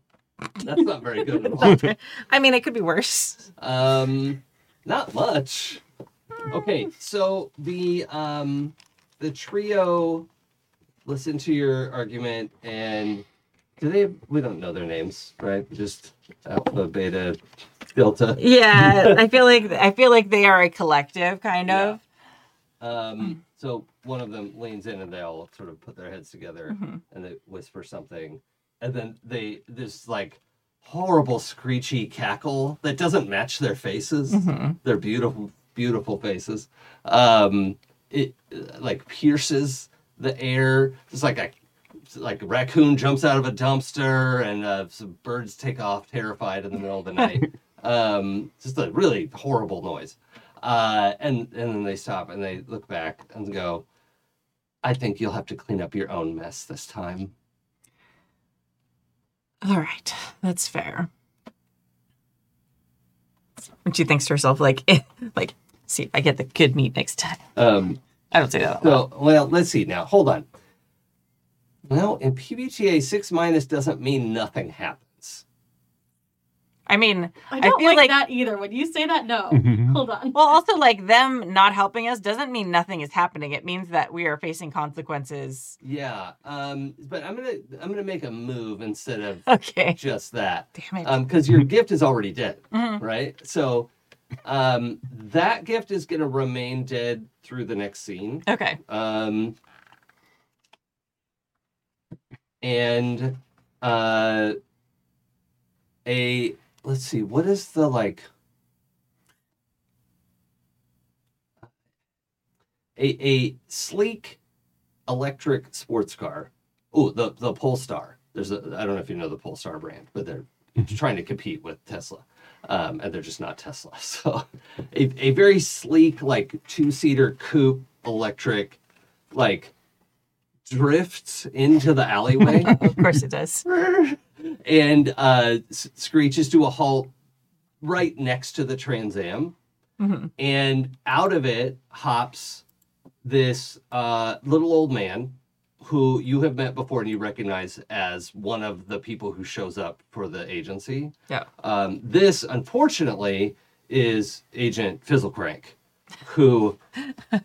that's not very good at all.
I mean, it could be worse. *laughs*
Um, not much. Okay, so the um, the trio listen to your argument and do they? We don't know their names, right? Just alpha, beta, delta.
*laughs* Yeah, I feel like I feel like they are a collective kind
Yeah.
of.
Um, so one of them leans in and they all sort of put their heads together
Mhm.
and they whisper something, and then they this like horrible screechy cackle that doesn't match their faces.
Mhm.
They're beautiful, beautiful faces. Um, it uh, like pierces the air. It's like a like a raccoon jumps out of a dumpster, and uh, some birds take off terrified in the middle of the night. um, just a really horrible noise. Uh, and and then they stop and they look back and go, "I think you'll have to clean up your own mess this time."
All right, that's fair. And she thinks to herself, like, *laughs* like, see if I get the good meat next time.
Um,
I don't say that. out loud.
So, well, let's see now. Hold on. Well, in PBTA, six minus doesn't mean nothing happens.
I mean,
I
I
don't
feel
like,
like-
that either. When you say that,
*laughs*
no.
Mm-hmm.
Hold on.
Well, also like them not helping us doesn't mean nothing is happening. It means that we are facing consequences. *laughs*
Yeah. Um, but I'm gonna I'm gonna make a move instead of
Okay.
just that.
Damn it.
Um, because your gift is already dead, *laughs*
Mhm.
right? So um that gift is gonna remain dead through the next scene.
okay.
Um, and uh, a let's see, what is the like a a sleek electric sports car? Oh, the the Polestar. There's a I don't know if you know the Polestar brand, but they're trying to compete with Tesla. Um, and they're just not Tesla. *laughs* So a, a very sleek, like two seater coupe electric, like drifts into the alleyway
Of course it does.
and uh, s- screeches to a halt right next to the Trans Am.
Mhm.
And out of it hops this uh, little old man who you have met before and you recognize as one of the people who shows up for the agency.
Yeah.
Um, this, unfortunately, is Agent Fizzlecrank, who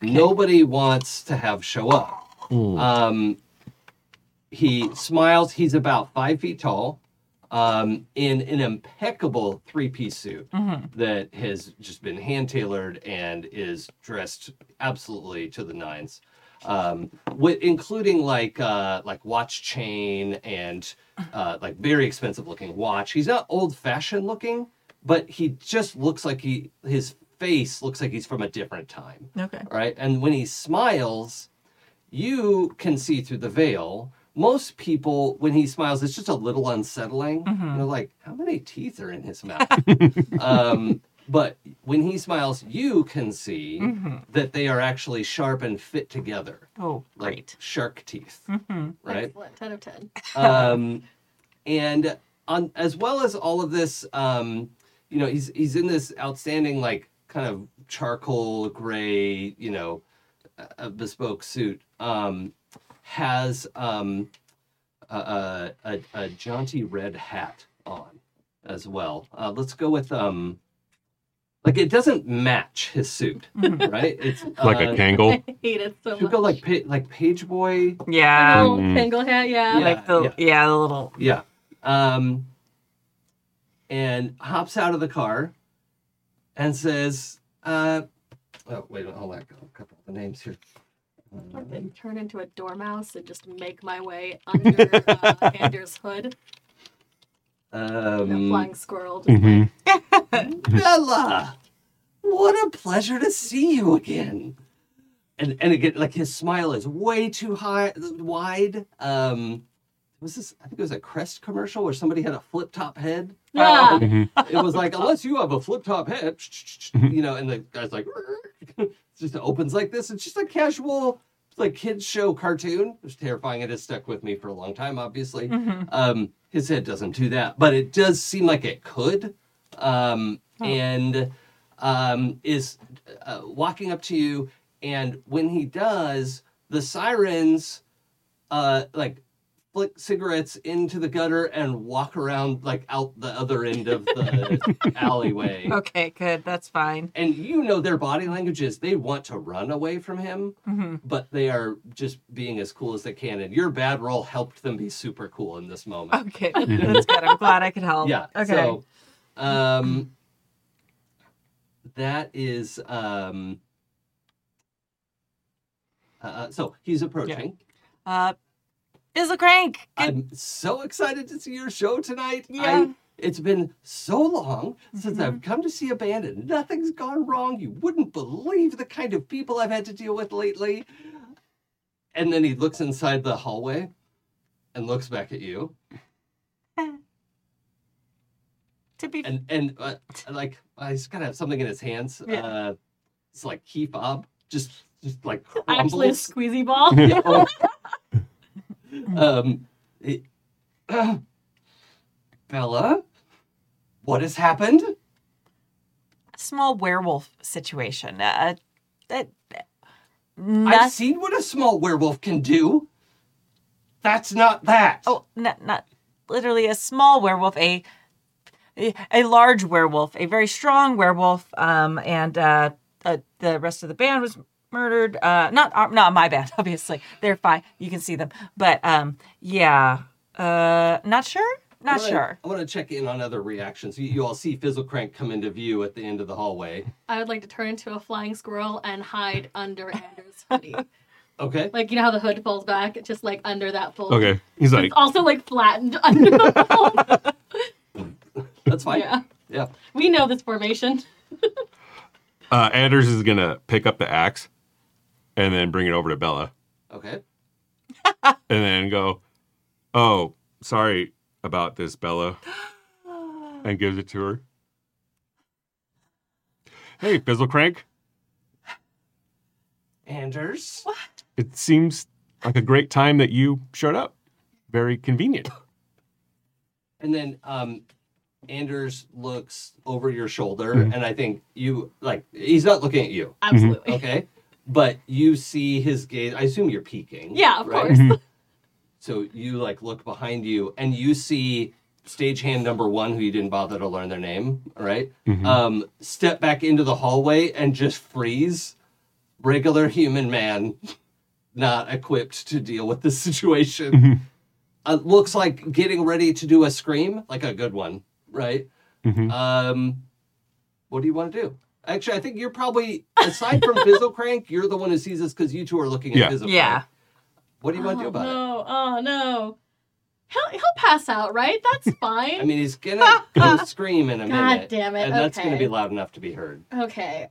nobody wants to have show up. Um, he smiles. He's about five feet tall, um, in an impeccable three-piece suit
Mhm.
that has just been hand tailored and is dressed absolutely to the nines, um, with including like uh, like watch chain and uh, like very expensive looking watch. He's not old-fashioned looking, but he just looks like he his face looks like he's from a different time
*laughs* Okay.
right? And when he smiles, you can see through the veil. Most people, when he smiles, it's just a little unsettling.
Mhm.
They're like, how many teeth are in his mouth? um, but when he smiles, you can see
Mhm.
that they are actually sharp and fit together,
Oh,
like
great.
shark teeth,
hmm
right?
Excellent. 10 of 10.
um, and on as well as all of this, um, you know, he's he's in this outstanding like kind of charcoal gray, you know, uh, uh, bespoke suit. Um, has um, a, a, a, a jaunty red hat on as well. Uh, let's go with um, Like it doesn't match his suit,
Mhm.
right? It's
like a
uh,
kangle.
*laughs* I hate it so
should
much.
go like pa- like page boy.
The
Yeah.
little
Mm.
Tangle hat, yeah.
Yeah.
like the yeah. the little
Yeah. Um, and hops out of the car and says, uh, oh, wait, hold on. I got a couple of the names here.
I'm
Uh,
gonna turn into a dormouse and just make my way under
*laughs*
uh, Anders' hood. the
Um,
flying squirrel. Just
Mm-hmm.
Bella, what a pleasure to see you again. And and again, like his smile is way too high, wide. Um, was this? I think it was a Crest commercial where somebody had a flip top head.
Yeah.
it was like unless you have a flip top head, *laughs* you know, and the guy's like, just opens like this. It's just a casual, like kids show cartoon. It was terrifying. It has stuck with me for a long time, obviously.
Mhm.
Um, his head doesn't do that, but it does seem like it could. Um, And um, is uh, walking up to you, and when he does, the sirens, uh, like flick cigarettes into the gutter and walk around like out the other end of the alleyway.
Okay, good. That's fine.
And you know their body language is they want to run away from him,
*laughs* Mhm.
but they are just being as cool as they can. And your bad roll helped them be super cool in this moment.
Okay, that's good. I'm glad I could help.
Yeah.
Oh, Okay.
So, um, that is um. Uh, so he's approaching.
Uh, Bizzle Crank. Good.
I'm so excited to see your show tonight.
Yeah. Mm-hmm.
I, it's been so long since I've come to see a band and nothing's gone wrong. You wouldn't believe the kind of people I've had to deal with lately. And then he looks inside the hallway and looks back at you.
to be *laughs*
and and uh, like uh, he's kind of something in his hands.
Yeah.
Uh, it's like key fob, just just like
Actually, a
crumbles.
squeezy ball.
Yeah, oh. *laughs* um, it- *clears throat* Bella, what has happened?
a small werewolf situation. Uh, that,
I've
not,
seen what a small werewolf can do. That's not that.
oh, not, not literally a small werewolf, a, a a large werewolf, a very strong werewolf. Um, and uh, uh, the rest of the band was murdered. Uh, not our, not my band, *laughs* obviously. They're fine. You can see them, but um, yeah. Uh, not sure. Not sure.
I want to check in on other reactions. You, you all see Fizzle Crank come into view at the end of the hallway.
I would like to turn into a flying squirrel and hide under Anders' hoodie.
Okay.
Like you know how the hood falls back, It's just like under that fold.
Okay. He's like,
*laughs*
It's also like flattened under the fold. *laughs*
That's fine.
yeah.
yeah.
We know this formation.
Mm-hmm. uh, Anders is going to pick up the axe and then bring it over to Bella
Okay.
and then go, oh, sorry about this, Bella, and gives it to her. Hey, Bizzle Crank,
Anders.
it seems like a great time that you showed up. Very convenient.
And then um Anders looks over your shoulder
Mhm.
and I think you like he's not looking at you,
Absolutely.
okay? but you see his gaze. I assume you're peeking.
Yeah, of
right?
course. Mm-hmm.
Mm-hmm.
So you like look behind you and you see stagehand number 1 who you didn't bother to learn their name, all right?
Mhm.
Um step back into the hallway and just freeze. Regular human man not equipped to deal with this situation
Mhm.
uh, looks like getting ready to do a scream, like a good one, right?
Mhm.
Um, what do you want to do? Actually, I think you're probably aside from Fizzle Crank, *laughs* you're the one who sees this because you two are looking at
Yeah.
Fizzle
Yeah.
Crank. What do you want to do
oh,
about it?
no. Oh no. He'll he'll pass out, right?
*laughs*
That's fine.
I mean, he's gonna
*laughs*
go scream in a
God
minute,
damn it.
and
okay.
that's gonna be loud enough to be heard.
Okay.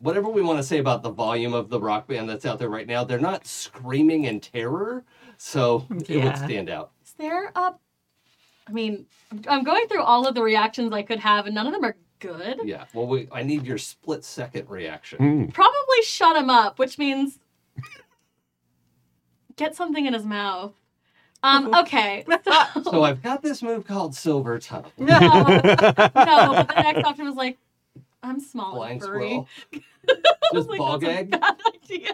Whatever we want to say about the volume of the rock band that's out there right now, they're not screaming in terror, so it would
Yeah.
stand out.
Is there a I mean, I'm- I'm going through all of the reactions I could have and none of them are good.
Yeah. Well, we, I need your split second reaction.
Mm.
Probably shut him up, which means get something in his mouth.
*laughs*
Um, okay.
So uh, I've got this move called Silver Tongue.
*laughs* No,
*laughs*
no. But the next option was like, I'm small
Blind
and furry. *laughs*
squirrel.
I was
Just
like,
ball
that's
gag.
A bad *laughs* idea.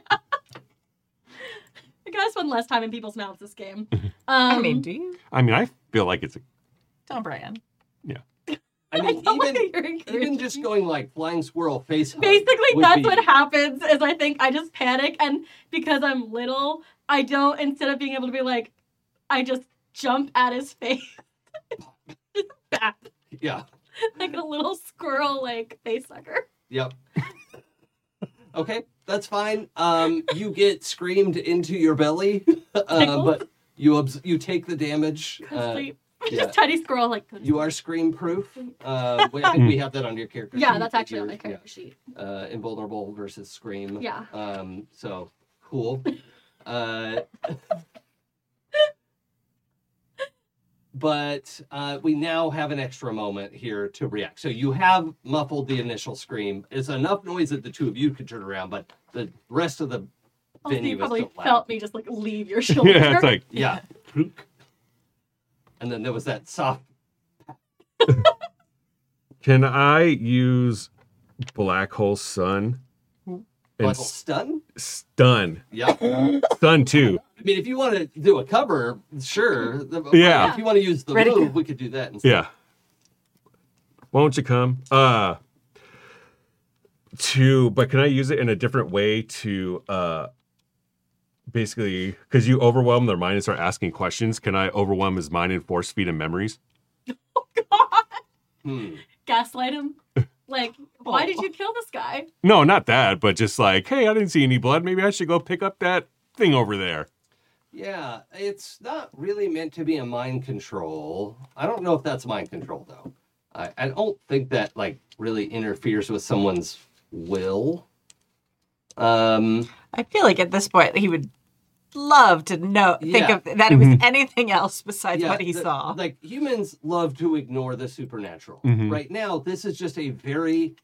I gotta spend less time in people's mouths this game. Um,
*laughs*
I mean, do you?
I mean, I feel like it's a
Don't, Brian.
I mean,
don't like
even
that you're
even just
encouraging.
going like flying squirrel face. hug
Basically,
would
that's
be-
what happens. Is I think I just panic, and because I'm little, I don't. Instead of being able to be like, I just jump at his *laughs* face. Bat,
Yeah.
like a little squirrel, like face sucker.
Yep. okay, that's fine. Um, you get screamed into your belly, uh,
Pickles.
but you abs- you take the damage.
Go to
Uh,
sleep. *laughs*
yeah.
Just tiny squirrel, like. Go to
you
sleep.
are scream proof.
*laughs*
Uh, wait, I think we have that on your character.
Yeah,
sheet,
that's
that
actually on
you're-
my character sheet.
yeah, uh, invulnerable versus scream.
Yeah.
Um, so cool. Uh, but uh, we now have an extra moment here to react. So you have muffled the initial scream. It's enough noise that the two of you could turn around, but the rest of the
Also,
venue
you
is
probably
still loud.
felt me just like leave
*laughs*
your shoulder.
yeah, it's like
yeah, Plook. and then there was that soft.
Can I use Black Hole Sun and
Like,
s-
stun?
stun?
Yeah.
Stun too.
I mean, if you want to do a cover, sure. The-
Yeah.
If you want to use the
Ready to
move, we could do that. Instead.
Yeah. Won't you come? Uh to but can I use it in a different way to uh basically because you overwhelm their mind and start asking questions, can I overwhelm his mind and force feed him memories?
Hmm.
gaslight
*laughs*
him. Like, why did you kill this guy?
No, not that, but just like, hey, I didn't see any blood. Maybe I should go pick up that thing over there.
Yeah, it's not really meant to be a mind control. I don't know if that's mind control though. I, I don't think that like really interferes with someone's will. Um,
I feel like at this point he would love to know, think
Yeah.
of that it was
Mhm.
anything else besides
yeah,
what he
the-
saw.
Like humans love to ignore the supernatural.
Mhm.
Right now, this is just a very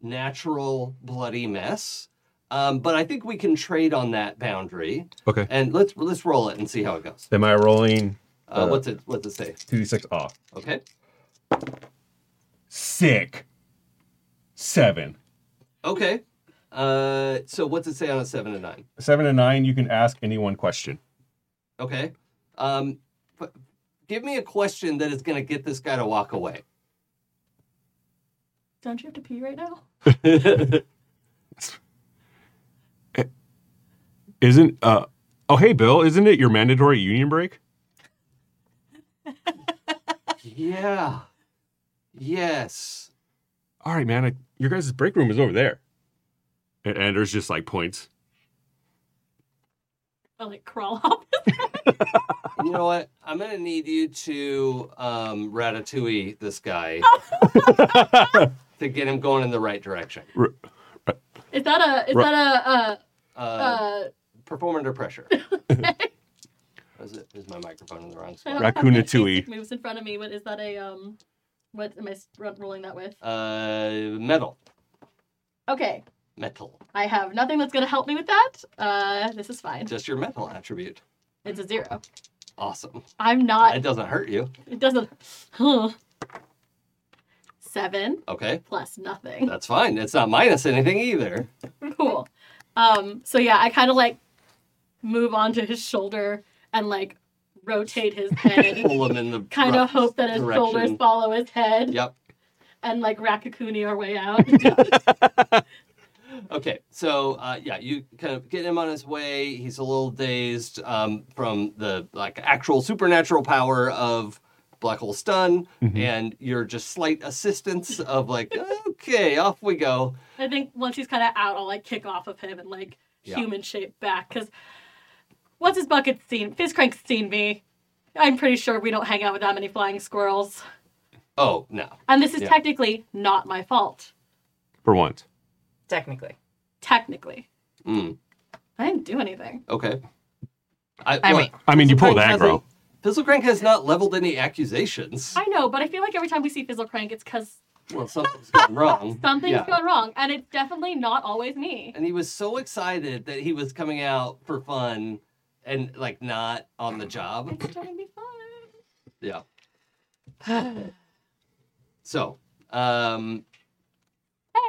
natural bloody mess. Um, but I think we can trade on that boundary,
Okay.
and let's let's roll it and see how it goes.
Am I rolling
Uh,
Uh,
what's it what's it say?
2d6 off?
Okay.
Sick. Seven.
Okay. Uh, so what's it say on a seven to nine?
Seven and nine, you can ask any one question.
Okay. Um, but give me a question that is going to get this guy to walk away.
Don't you have to pee right now?
Isn't uh oh hey Bill, isn't it your mandatory union break?
yeah. Yes.
All right, man, I, your guys' break room is over there. And Anders just like points.
Or like crawl *laughs* up.
You know what? I'm going to need you to um, ratatouille this guy to get him going in the right direction.
Is that a is
Right.
that
Uh,
a uh,
perform under pressure. is, it, is my microphone in the wrong
uh
spot?
Rakunatui.
basic moves in front of me? What is that a um? What am I s- ro- rolling that with?
Uh, metal.
Okay,
Metal.
I have nothing that's gonna help me with that. Uh, this is fine.
Just your metal attribute.
It's a zero.
Awesome.
I'm not.
It doesn't hurt you.
It doesn't. Huh. Seven
Okay.
plus nothing.
That's fine. It's not minus anything either.
*laughs* cool. Um, so yeah, I kind of like move onto his shoulder and like rotate his
*laughs*
head,
Pull him in
*laughs*
the
kind of
rough
hope that his
direction.
shoulders follow his head,
Yep.
and like Rakakuni our
*laughs*
way out.
Okay. So uh, yeah, you kind of get him on his way. He's a little dazed um, from the like actual supernatural power of black hole stun,
Mm-hmm.
and your just slight assistance of like, okay, off we go.
I think once he's kind of out, I'll like kick off of him and like
Yeah.
human shape back because once his bucket's seen, Fizzcrank's seen me. I'm pretty sure we don't hang out with that many flying squirrels,
Oh no.
and this is
Yeah.
technically not my fault.
For once.
Technically,
Technically,
Mm,
I didn't do anything.
okay. I,
I
what?
mean-
I mean, you
Pistol
pulled
Crank
aggro. *laughs*
hasn't- Pistol Crank has not leveled any accusations.
I know, but I feel like every time we see Fizzlecrank, it's because
Well, something's gone wrong.
something's
Yeah.
gone wrong, and it's definitely not always me.
and he was so excited that he was coming out for fun and like not on the job.
It's gonna be fun.
Yeah. *sighs* So, um,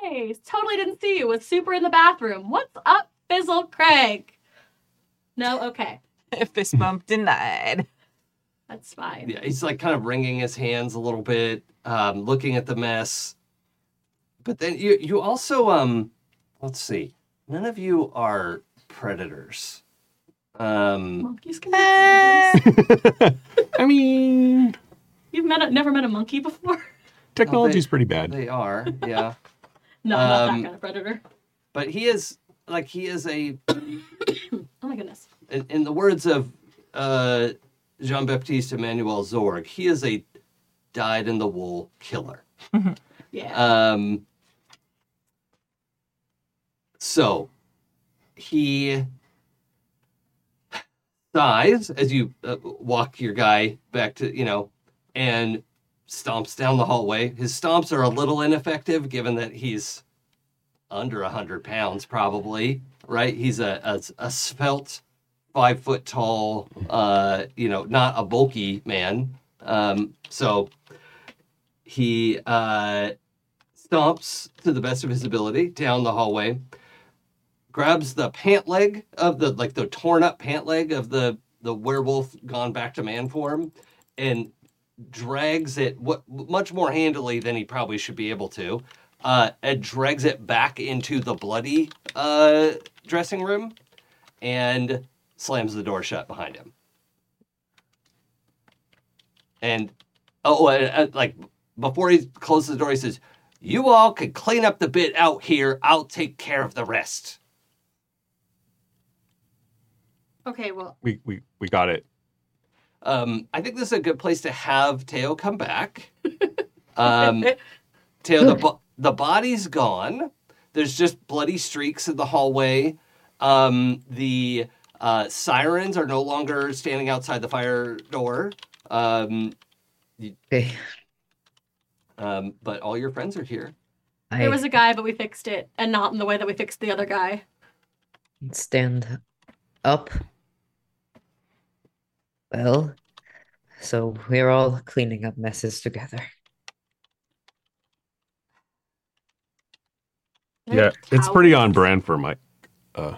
Hey, totally didn't see you. Was super in the bathroom. What's up, Fizzle Crank? No, okay.
fist bump denied.
That's fine.
Yeah, he's like kind of wringing his hands a little bit, um, looking at the mess. But then you you also um, let's see, none of you are predators. Um,
Monkeys can be predators.
I mean,
You've met a, never met a monkey before? *laughs*
technology's pretty bad.
they are, yeah.
No, not
Um,
that kind of predator.
But he is like he is a
Oh my goodness.
in, in the words of uh, Jean Baptiste Emmanuel Zorg, he is a dyed in the wool killer.
Yeah.
Um, so he sighs as you uh, walk your guy back to, you know, and stomps down the hallway. His stomps are a little ineffective given that he's under 100 pounds, probably, right? He's a, a, a svelte, five foot tall, uh, you know, not a bulky man. Um, so he uh, stomps to the best of his ability down the hallway, grabs the pant leg of the like the torn up pant leg of the the werewolf gone back to man form, and drags it what much more handily than he probably should be able to, uh, and drags it back into the bloody uh, dressing room, and slams the door shut behind him. And oh, and, uh, like before he closes the door, he says, "You all can clean up the bit out here. I'll take care of the rest."
okay, well,
We we we got it.
Um, I think this is a good place to have Teo come back. Um, Teo, the, bo- the body's gone. There's just bloody streaks in the hallway. Um, the uh, sirens are no longer standing outside the fire door. Um,
Okay.
um, but all your friends are here.
I
there was a guy, but we fixed it, and not in the way that we fixed the other guy.
stand up. Well, so we're all cleaning up messes together.
Yeah, it's pretty on brand for Mike. Uh,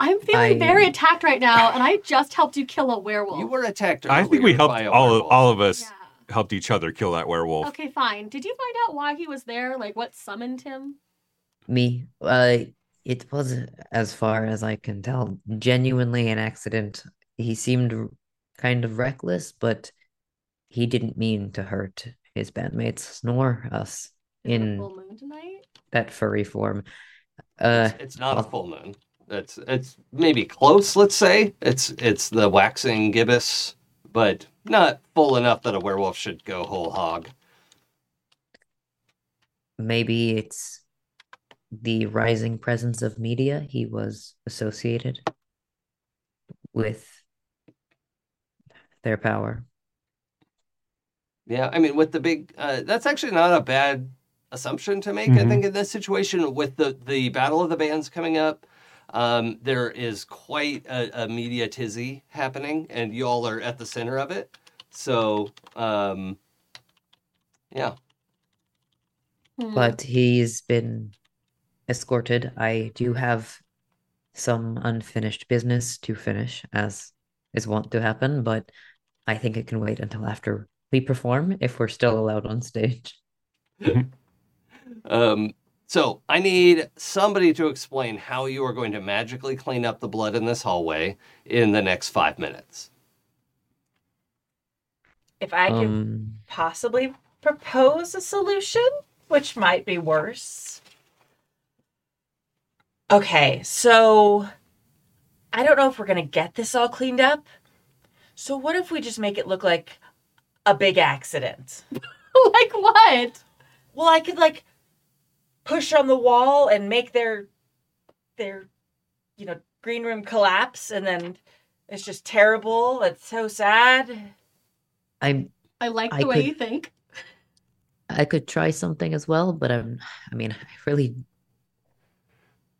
I'm feeling
I-
very attacked right now, and I just helped you kill a werewolf.
You were attacked.
I think we
earlier
helped
by a
all of,
werewolf.
all of us
Yeah.
helped each other kill that werewolf.
Okay, fine. Did you find out why he was there? Like, what summoned him?
Me, uh, it was, as far as I can tell, genuinely an accident. He seemed r- kind of reckless, but he didn't mean to hurt his bandmates nor us
Is it a
in
full moon tonight?
that furry form. Uh,
It's- it's not a
well-
full moon. It's it's maybe close. Let's say it's it's the waxing gibbous, but not full enough that a werewolf should go whole hog.
maybe it's the rising presence of media. He was associated with their power.
Yeah, I mean with the big. Uh, that's actually not a bad assumption to make. I
Mm-hmm.
Mhm.
think in this situation with the the battle of the bands coming up. Um, there is quite a, a media tizzy happening, and y'all are at the center of it. So, um, yeah,
Hmm.
but he's been escorted. I do have some unfinished business to finish, as is wont to happen, but I think it can wait until after we perform if we're still allowed on stage.
Um, so I need somebody to explain how you are going to magically clean up the blood in this hallway in the next five minutes.
If I could
Um,
possibly propose a solution, which might be worse. Okay, so I don't know if we're going to get this all cleaned up. So, what if we just make it look like a big accident?
*laughs* like what?
Well, I could like push on the wall and make their their you know green room collapse and then it's just terrible. It's so sad.
I
I like the
I
way
could-
you think.
I could try something as well, but I'm I mean, I really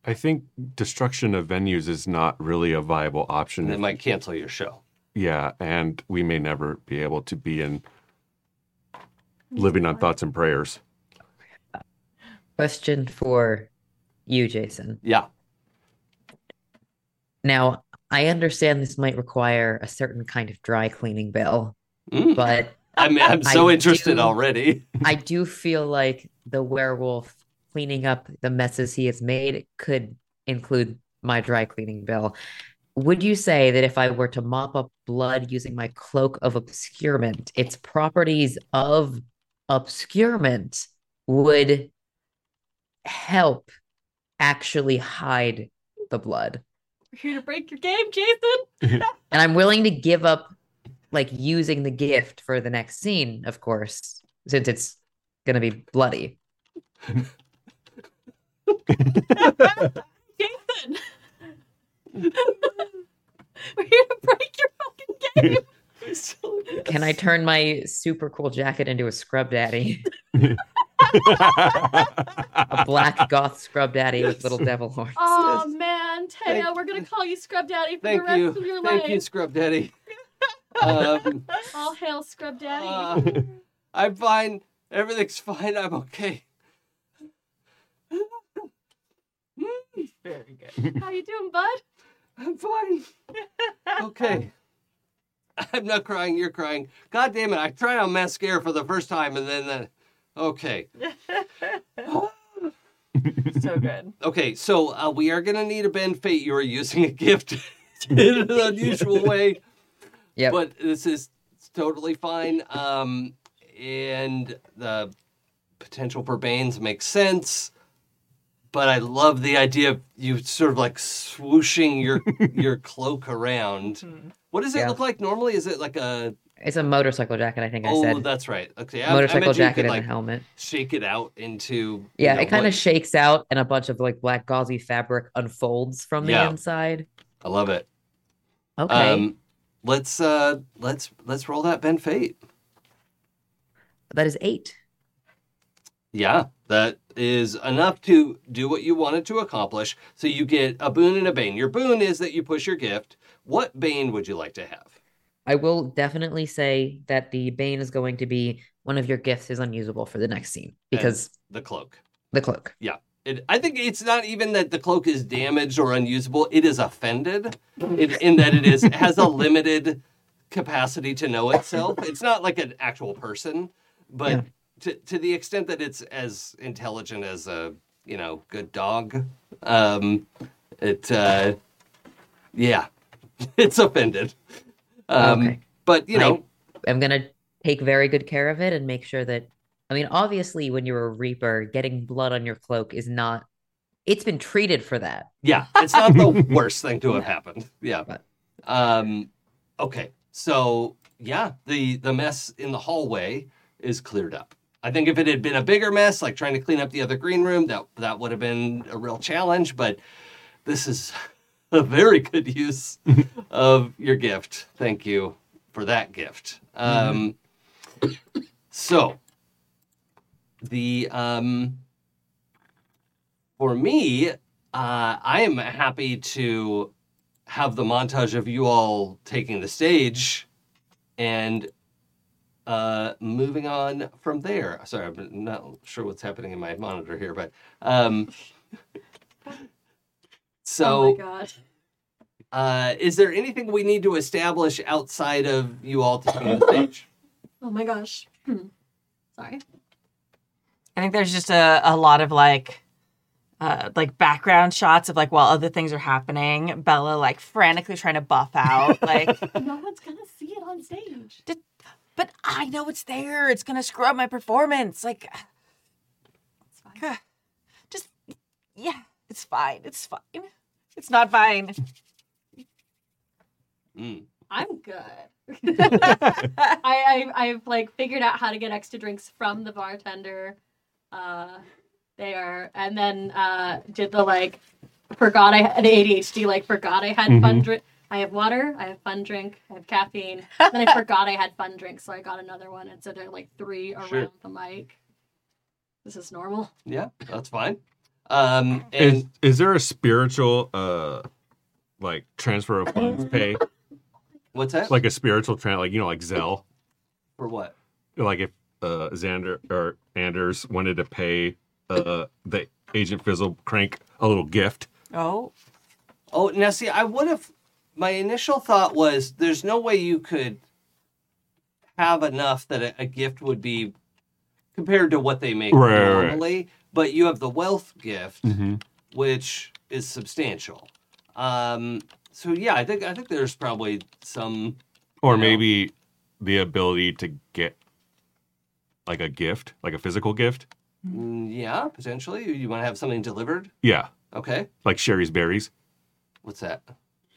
I think destruction of venues is not really a viable option.
And they might cancel your show.
yeah, and we may never be able to be in living on thoughts
*laughs*
and prayers.
question for you, Jason.
Yeah.
Now, I understand this might require a certain kind of dry cleaning bill,
Mm.
but
I'm, I'm so
I
interested
do-
already.
I do feel like the werewolf cleaning up the messes he has made could include my dry cleaning bill. Would you say that if I were to mop up blood using my cloak of obscurement, its properties of obscurement would help actually hide the blood?
We're here to break your game, Jason.
And I'm willing to give up like using the gift for the next scene, of course, since it's going to be bloody.
Jason. *laughs* We're here to break your fucking game.
Can I turn my super cool jacket into a scrub daddy? A
*laughs*
black goth scrub daddy with little devil horns.
Oh
Um,
Yes.
man, Taya,
Thank-
we're gonna call you Scrub Daddy for
Thank
the rest
you.
of your
Thank
life.
you, Scrub
*laughs*
Daddy. Um,
All hail Scrub Daddy.
uh, I'm fine. Everything's fine. I'm okay.
Very good.
How you doing, bud?
I'm fine. Okay. I'm not crying. You're crying. God damn it. I tried on mascara for the first time and then, then okay.
*laughs* so good.
Okay, so uh, we are going to need a bend fate. You are using a gift *laughs* in an unusual way.
Yep.
But this is totally fine. Um, and the potential for Banes makes sense. But I love the idea of you sort of like swooshing
*laughs*
your your cloak around. What does it
Yeah.
look like normally? Is it like a
It's a motorcycle jacket, I think I
oh
said.
that's right. Okay, I, I
motorcycle
imagine you
jacket
could
and
like
a helmet.
shake it out into you
Yeah,
know,
it kind
what-
of shakes out and a bunch of like black gauzy fabric unfolds from the
Yeah.
inside.
I love it.
Okay.
Um, let's uh, let's let's roll that Ben Fate.
that is eight.
Yeah, that is enough to do what you wanted to accomplish. So you get a boon and a bane. Your boon is that you push your gift. What bane would you like to have?
I will definitely say that the Bane is going to be one of your gifts is unusable for the next scene because
The cloak.
the cloak.
It, I think it's not even that the cloak is damaged or unusable. It is offended, in, in that it is it has a limited capacity to know itself. It's not like an actual person, but
Yeah.
to to the extent that it's as intelligent as a you know good dog, um, it uh, yeah, *laughs* it's offended. Um,
Okay.
But you
I-
know,
I'm gonna take very good care of it and make sure that I mean, obviously when you're a reaper, getting blood on your cloak is not it's been treated for that.
Yeah, it's not the worst thing to have happened. Yeah.
But-
Um, okay, so yeah, the the mess in the hallway is cleared up. I think if it had been a bigger mess, like trying to clean up the other green room, that that would have been a real challenge. But this is *laughs* a very good use of your gift. Thank you for that gift. Um, so the um, for me, uh, I am happy to have the montage of you all taking the stage and uh, moving on from there. Sorry, I'm not sure what's happening in my monitor here, but
*laughs*
um,
oh
so
my god.
uh, is there anything we need to establish outside of you all taking the stage?
Oh my gosh. Hmm. Sorry.
I think there's just a, a lot of like uh, like background shots of like while other things are happening, Bella like frantically trying to buff out. Like,
*laughs* No one's gonna see it on stage.
but I know it's there. It's gonna screw up my performance. Like,
It's fine.
God. just yeah, it's fine. It's fine. It's not fine.
Mm.
I'm good. I, I I've like figured out how to get extra drinks from the bartender. Uh there and then uh did the like forgot I had ADHD like forgot I had fun drink. I have water, I have fun drink, I have caffeine. then I forgot I had fun drink, so I got another one and so there are like three around
Sure.
the mic. This is normal.
Yeah, that's fine. Um, and
Is is there a spiritual uh like transfer of funds pay?
what's that?
Like a spiritual tran like you know, like Zell.
for what?
Like if uh Xander or Anders wanted to pay uh the Agent Fizzle crank a little gift.
Oh,
Oh, now see, I would have my initial thought was there's no way you could have enough that a, a gift would be compared to what they make
Right, right, right.
normally, but you have the wealth gift,
Mhm.
which is substantial. Um, so yeah, I think I think there's probably some
Or
know?
maybe the ability to get like a gift, like a physical gift.
mm, yeah potentially you, want to have something delivered.
Yeah,
Okay,
like Sherry's berries.
what's that?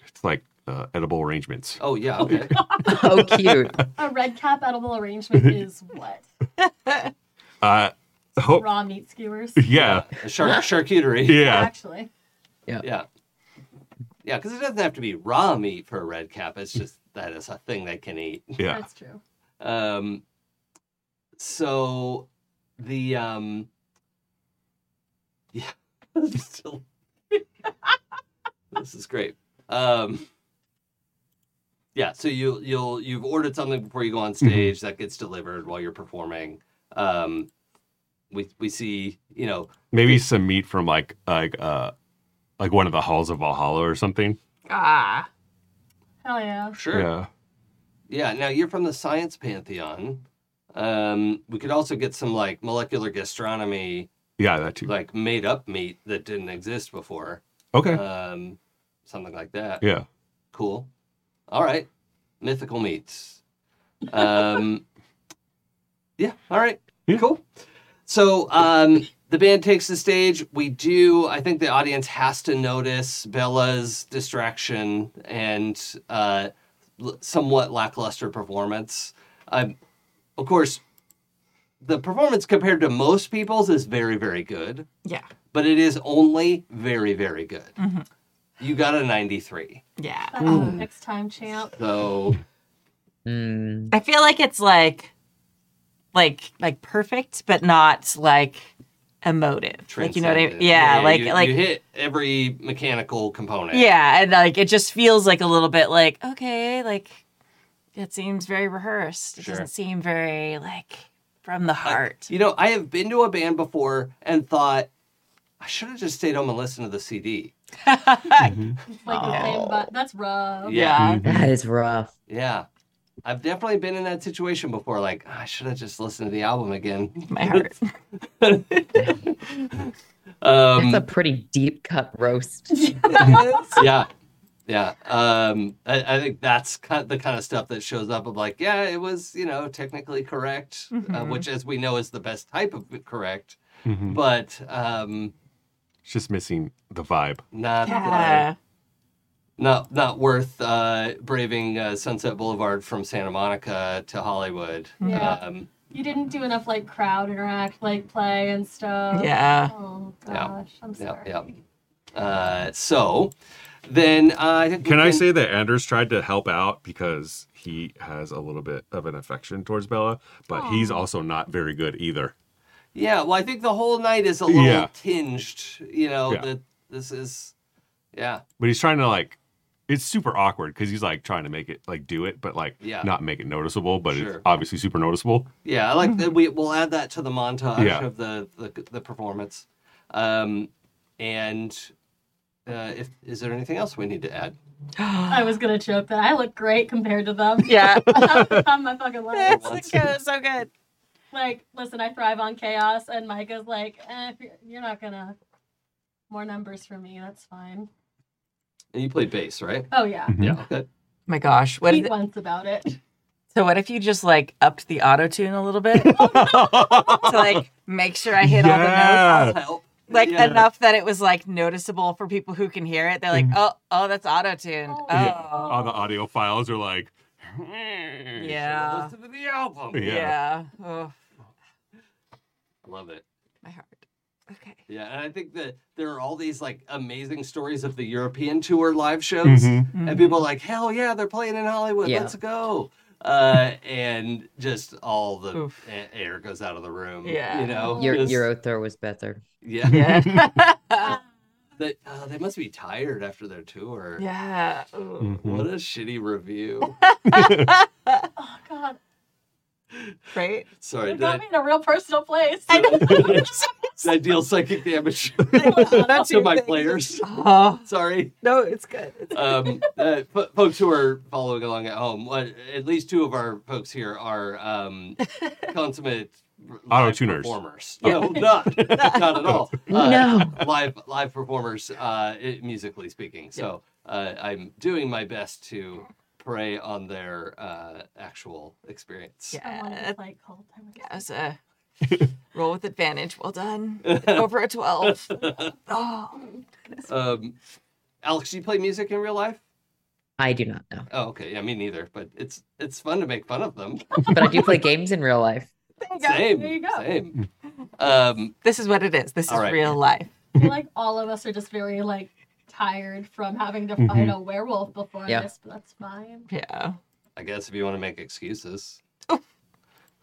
It's like uh, edible arrangements.
Oh yeah, okay.
Oh, cute.
A red cap edible arrangement is what?
Uh,
Oh.
ho-
Raw
*laughs*
meat skewers.
yeah,
A char- charcuterie.
yeah.
Actually.
Yeah. Yeah, because it doesn't have to be raw meat for a red cap. It's just that is a thing they can eat.
Yeah.
That's true.
Um, so the um, *laughs* yeah, Still- *laughs* this is great. Um, yeah, so you you'll you've ordered something before you go on stage that gets delivered while you're performing. Um, we we see you know
Maybe some meat from like like uh like one of the halls of Valhalla or something.
Ah.
Hell yeah.
sure
Yeah.
Yeah, now you're from the science pantheon. Um, we could also get some like molecular gastronomy,
Yeah, that too.
like made up meat that didn't exist before.
okay.
Um, something like that.
yeah.
Cool. All right. Mythical meats. Um, *laughs* yeah. All right.
Yeah.
Cool. So um, the band takes the stage. We do. I think the audience has to notice Bella's distraction and uh, l- somewhat lackluster performance. Um, of course, the performance compared to most people's is very, very good,
Yeah.
but it is only very, very good.
Mhm.
You got a 93.
Yeah. Mm.
Uh, next time, champ.
So
Mm.
I feel like it's like like like perfect, but not like emotive. Like you know what I mean?
transcendent.
Yeah, like
you,
like
you hit every mechanical component.
Yeah, and like it just feels like a little bit like, okay, like it seems very rehearsed. It
Sure.
doesn't seem very like from the
I-
heart.
you know, I have been to a band before and thought I should have just stayed home and listened to the CD.
It's like the same, but that's rough.
Yeah.
That is rough.
Yeah. I've definitely been in that situation before. Like, "Ah, I should have just listened to the album again. *laughs*
My heart.
Um,
It's a pretty deep cut roast.
yeah. Yeah. Um, I, I think that's kind the kind of stuff that shows up of like, yeah, it was, you know, technically correct, uh,
Mhm.
Mm-hmm.
which, as we know, is the best type of correct,
Mhm.
but um,
It's just missing the vibe.
not. uh,
Yeah.
not not worth uh, braving uh, Sunset Boulevard from Santa Monica to Hollywood.
Yeah.
Um,
You didn't do enough like crowd interact, like play and stuff.
Yeah.
Oh gosh,
Yeah.
I'm
Yeah,
sorry.
yeah. uh, so then uh, I think we
Can I say that Anders tried to help out because he has a little bit of an affection towards Bella, but he's also not very good either.
Yeah, well, I think the whole night is a little
Yeah.
tinged. You know
Yeah.
that this is, yeah,
But he's trying to like it's super awkward because he's like trying to make it like do it, but like
Yeah.
not make it noticeable, but
Sure.
it's obviously super noticeable.
yeah. I like that. We we'll add that to the montage
Hmm. Yeah.
of the the, the performance. Um, and uh, if is there anything else we need to add?
*gasps*
I was gonna joke that I look great compared to them.
*laughs*
*laughs*
Yeah.
I'm my fucking
*laughs*
level.
It's good, so good.
Like, listen, I thrive on chaos, and Micah's like, eh, if you're- you're not gonna more numbers for me. That's fine.
And you play bass, right?
Oh yeah,
Yeah. Okay.
Oh My gosh. What is
tweet
it?
once about it.
So what if you just like upped the auto tune a little *laughs* bit to like make sure I hit all the notes?
*laughs* Yeah.
That'll help.
Like
Yeah.
enough that it was like noticeable for people who can hear it. They're
Mm-hmm.
like, oh, oh, that's auto tuned.
Oh.
Oh,
Yeah.
All the audio files are like
Yeah.
Listen to the album.
Yeah.
yeah. Oh,
Love it.
my heart. Okay.
Yeah, and I think that there are all these like amazing stories of the European tour live shows,
Mhm.
Mm-hmm.
and people are like, "Hell yeah, they're playing in Hollywood.
Yeah.
Let's go!" Uh, and just all the
Oof.
a- air goes out of the room.
Yeah.
you know,
Your
just-
Euro throw was better.
yeah.
Yeah. *laughs*
They, uh, they must be tired after their tour.
yeah. Ooh.
What a shitty
*laughs*
review.
Oh god,
Right?
Sorry,
you
did I-
*laughs*
got me in a real personal place.
*laughs* did I- that deals psychic damage *laughs*
That's
to my
*laughs*
players.
Oh,
Sorry.
no, it's good. It's
um, uh, fo- folks who are following along at home, what, at least two of our folks here are
*laughs*
um, consummate r- live
Auto-tuners.
performers. No, not not at all. Uh,
No.
live live performers, uh, i- musically speaking. So uh, I'm doing my best to prey on their uh, actual experience.
I wanted
yeah.
to play cold. I was-
That was a
*laughs*
roll with advantage. Well done. Over a twelve. Oh,
Um, Alex, do you play music in real life?
I do not know,
Oh, okay. Yeah, me neither. But it's it's fun to make fun of
*laughs*
them.
but I do play games in real life.
there you go.
same.
There you go.
Same. Um,
This is what it is. This is
All right.
real life.
I feel like all of us are just very like tired from having to
Mm-hmm.
fight a werewolf before
Yeah.
this, but that's fine.
Yeah.
I guess if you want to make excuses.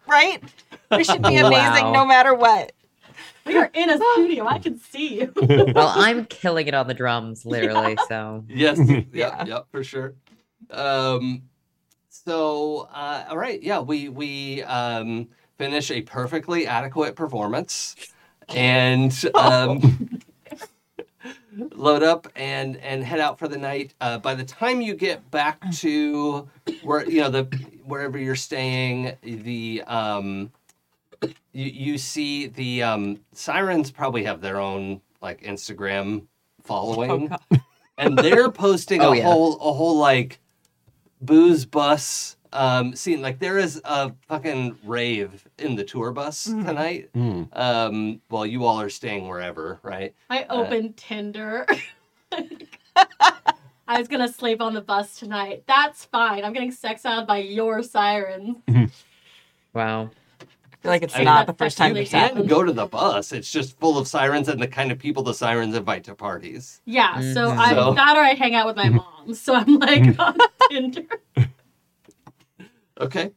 Right? We should be amazing
Wow.
no matter what.
We are
*laughs*
in a studio. I can see you.
Well, I'm killing it on the drums, literally. So
Yes. yep,
Yeah.
yep, for sure. Um so uh all right, yeah, we we um finish a perfectly adequate performance and um load up and and head out for the night. Uh by the time you get back to where you know the wherever you're staying, the um you, you see the um sirens probably have their own like Instagram following *laughs* and they're posting
Oh,
a
yeah.
whole a whole like booze bus um scene like there is a fucking rave in the tour bus tonight
Hmm.
Mm.
um while you all are staying wherever right
I
Uh,
opened
*laughs*
Tinder. *laughs* I was gonna sleep on the bus tonight. That's fine. I'm getting sex out by your sirens.
wow.
I feel like it's
I mean,
not the first time
you
it's
that's
can
happened.
go to the bus it's just full of sirens and the kind of people the sirens invite to parties
Yeah,
Mm,
so
Mhm.
I'm
So-
that or I hang out with
Mm-hmm.
my mom. So I'm like on *laughs* Tinder.
okay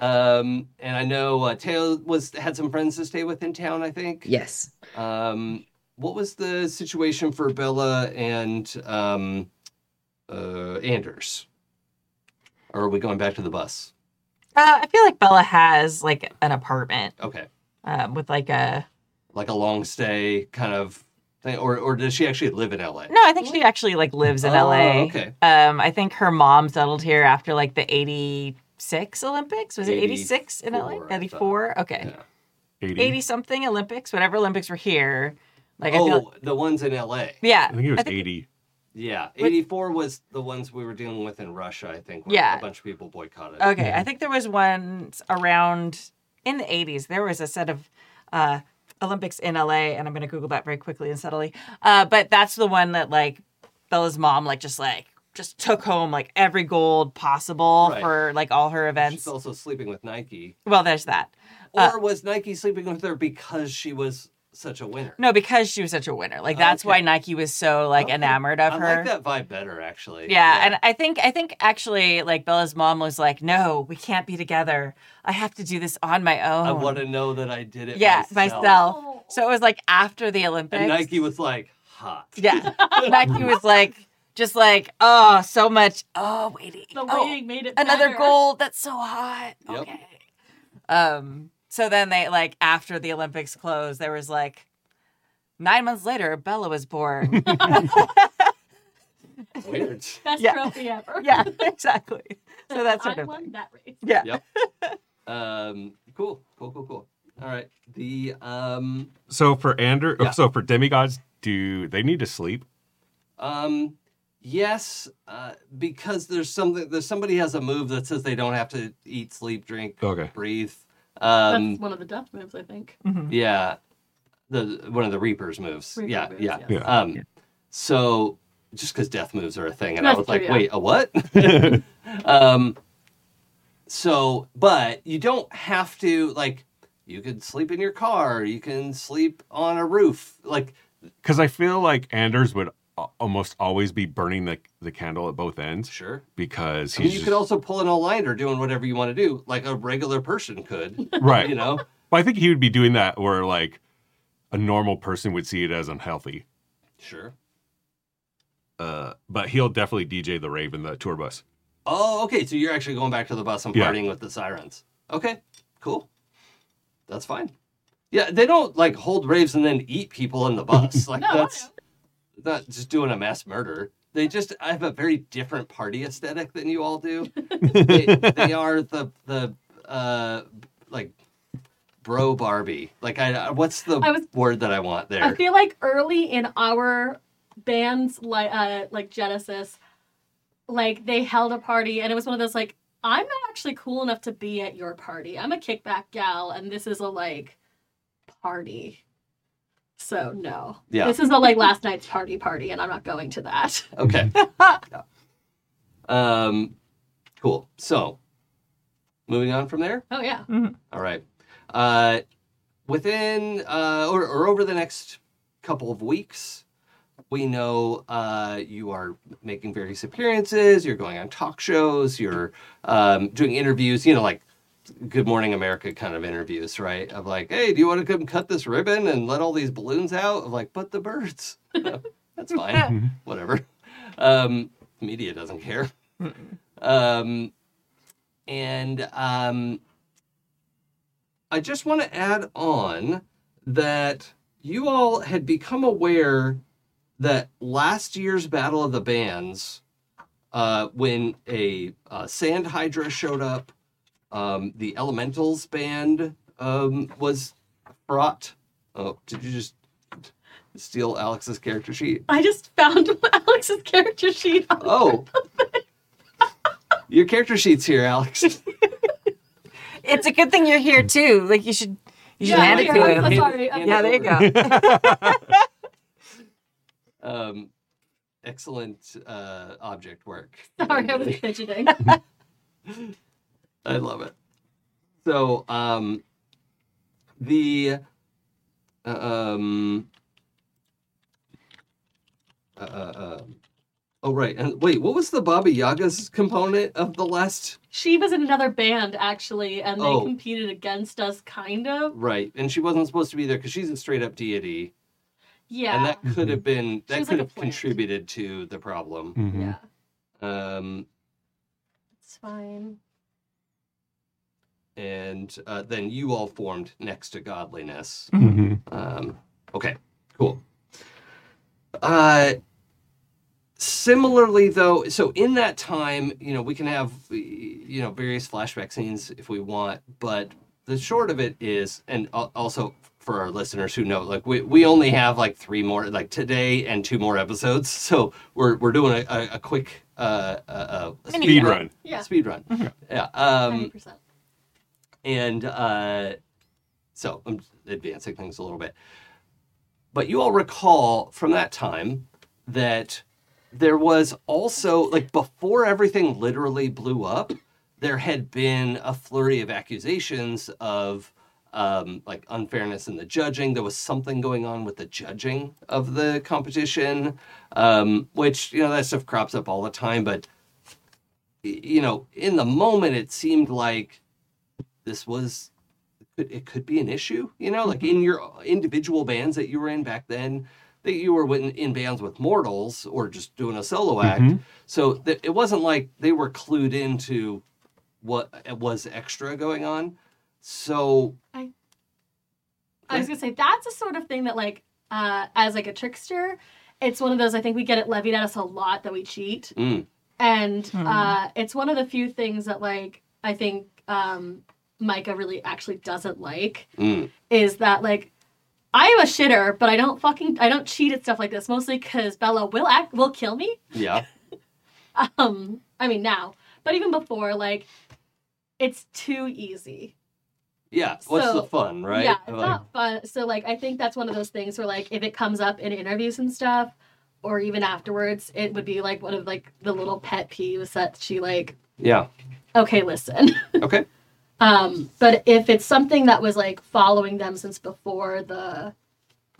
um and i know uh, taylor was had some friends to stay with in town i think
Yes.
Um, what was the situation for Bella and um, uh, Anders? Or are we going back to the bus?
Uh, I feel like Bella has like an apartment
Okay,
um, with like a.
like a long stay kind of thing, or or does she actually live in LA?
No, I think she actually like lives in
Oh,
LA.
okay.
Um, I think her mom settled here after like the '86 Olympics. Was it '86 in LA?
84, I thought.
'84. Okay.
Yeah.
80.
'80 something Olympics, whatever Olympics were here. Like I
oh,
feel.
the ones in LA.
yeah.
I think it was 80.
Yeah, eighty four was the ones we were dealing with in Russia. I think. where
Yeah.
a bunch of people boycotted.
Okay, I think there was one around in the 80s. There was a set of uh, Olympics in LA, and I'm going to Google that very quickly and subtly. Uh, but that's the one that like Bella's mom like just like just took home like every gold possible
Right.
for like all her
She's
events.
also sleeping with Nike,
Well, there's that. Uh,
or was Nike sleeping with her because she was such a winner?
No, because she was such a winner. Like that's
Okay.
why Nike was so like
Okay.
enamored of
I
her.
like that vibe better, actually.
Yeah, and I think I think actually like Bella's mom was like, "No, we can't be together. I have to do this on my own."
I want to know that I did it.
yeah, oh. myself.
myself.
So it was like after the Olympics.
And Nike was like, hot. *laughs*
Yeah, Nike was like, just like, oh, so much. Oh, waiting.
The
Oh,
waiting made it
another
better.
gold. That's so hot.
Yep.
Okay. Um. So then they like after the Olympics closed, there was like nine months later, Bella was born. *laughs*
Weird.
Best
Yeah.
trophy ever.
*laughs* yeah, exactly. So that sort
I
of
won
thing.
that race.
Yeah.
Yep. Um, cool, cool, cool, cool. All right. The um,
So for Ander,
Yeah.
so for demigods, do they need to sleep?
um, yes, uh, because there's something. There's somebody has a move that says they don't have to eat, sleep, drink,
Okay.
breathe.
That's
Um,
one of the death moves, I think.
yeah, the one of the Reapers moves.
Reaper
yeah,
moves,
yeah,
yes.
Yeah.
Um, so just because death moves are a thing, and I
That's
was
true,
like, wait,
yeah.
a what?
*laughs*
*laughs* um, so, but you don't have to like. You could sleep in your car. You can sleep on a roof. Like,
Because I feel like Anders would a- almost always be burning the, the candle at both ends
sure.
because
I mean,
he's
you
just,
could also pull an all-nighter doing whatever you want to do, like a regular person could.
*laughs*
*laughs*
right.
You know,
But I think he would be doing that where like a normal person would see it as unhealthy.
sure.
Uh, but he'll definitely DJ the rave in the tour bus.
Oh, okay. So you're actually going back to the bus and
Yeah.
partying with the sirens. Okay, cool. That's fine. Yeah, they don't like hold raves and then eat people in the bus. Like
No, I
that's not just doing a mass murder. They just I have a very different party aesthetic than you all do. they, they are the the uh like bro Barbie. Like I what's the
I was-
word that I want there?
I feel like early in our band's like uh, like Genesis, like they held a party and it was one of those like I'm not actually cool enough to be at your party. I'm a kickback gal and this is a like party. So no,
Yeah.
this is a like last night's party party and I'm not going to that. *laughs*
Okay. *laughs* um, cool. So, moving on from there.
Oh yeah,
All right. Uh, within uh, or, or over the next couple of weeks, we know uh, you are making various appearances. You're going on talk shows. You're um, doing interviews. You know, like Good Morning America kind of interviews, right? Of like, hey, do you want to come cut this ribbon and let all these balloons out? Of like, but the birds. That's fine. Whatever. Um, media doesn't care. Um, and um, I just want to add on that you all had become aware that last year's Battle of the Bands, uh, when a uh, Sand Hydra showed up, um, the Elementals band um, was brought. Oh, did you just steal Alex's character sheet?
I just found *laughs* Alex's character sheet. *laughs*
Oh, your character sheet's here, Alex.
It's a good thing you're here too. Like you should, you should
Yeah,
hand it
here,
to
I'm-
him.
I'm
Hand-
sorry.
hand
*laughs* Yeah,
it
there you
over.
*laughs* go.
um, excellent uh, object work.
*laughs* Sorry, I was fidgeting.
*laughs* I love it. So, um, the uh, um, uh, uh, um, oh right, and wait, what was the Baba Yaga's component of the last?
She was in another band actually, and they
Oh.
competed against us, kind of.
Right, and she wasn't supposed to be there because she's a straight up deity,
Yeah.
and that could have been
She
that
was like
could
a
have
plant.
contributed to the problem.
Mm-hmm.
Mhm.
Yeah,
Um,
it's fine.
and uh, then you all formed next to godliness.
Mm-hmm.
Mhm.
Um, okay, cool. Uh, similarly, though, so in that time, you know, we can have you know various flashback scenes if we want, but the short of it is, and al- also for our listeners who know, like we, we only have like three more, like today and two more episodes, *laughs* so we're we're doing a, a, a quick uh, uh, uh,
Mini
Speed run.
Yeah,
speed run, yeah. Um,
hundred percent.
and uh, so I'm advancing things a little bit. But you all recall from that time that there was also, like, before everything literally blew up, there had been a flurry of accusations of. Um, like unfairness in the judging, there was something going on with the judging of the competition, um, which you know that stuff crops up all the time. But y- you know, in the moment, it seemed like this was it could, it could be an issue you know like in your uh, individual bands that you were in back then that you were in, in bands with mortals or just doing a solo act so that it wasn't like they were clued into what uh, was extra going on so
I was gonna say that's the sort of thing that like uh, as like a trickster, it's one of those I think we get it levied at us a lot that we cheat,
mm,
and uh, it's one of the few things that like I think um, Micah really actually doesn't like
mm,
is that like. I am a shitter, but I don't fucking I don't cheat at stuff like this mostly because Bella will act will kill me *laughs*
yeah
um i mean now but even before like it's too easy
yeah what's the
So,
fun right
yeah it's
Like,
not fun so like i think that's one of those things where like if it comes up in interviews and stuff or even afterwards it would be like one of like the little pet peeves that she like
yeah
okay listen *laughs*
okay
um but if it's something that was like following them since before the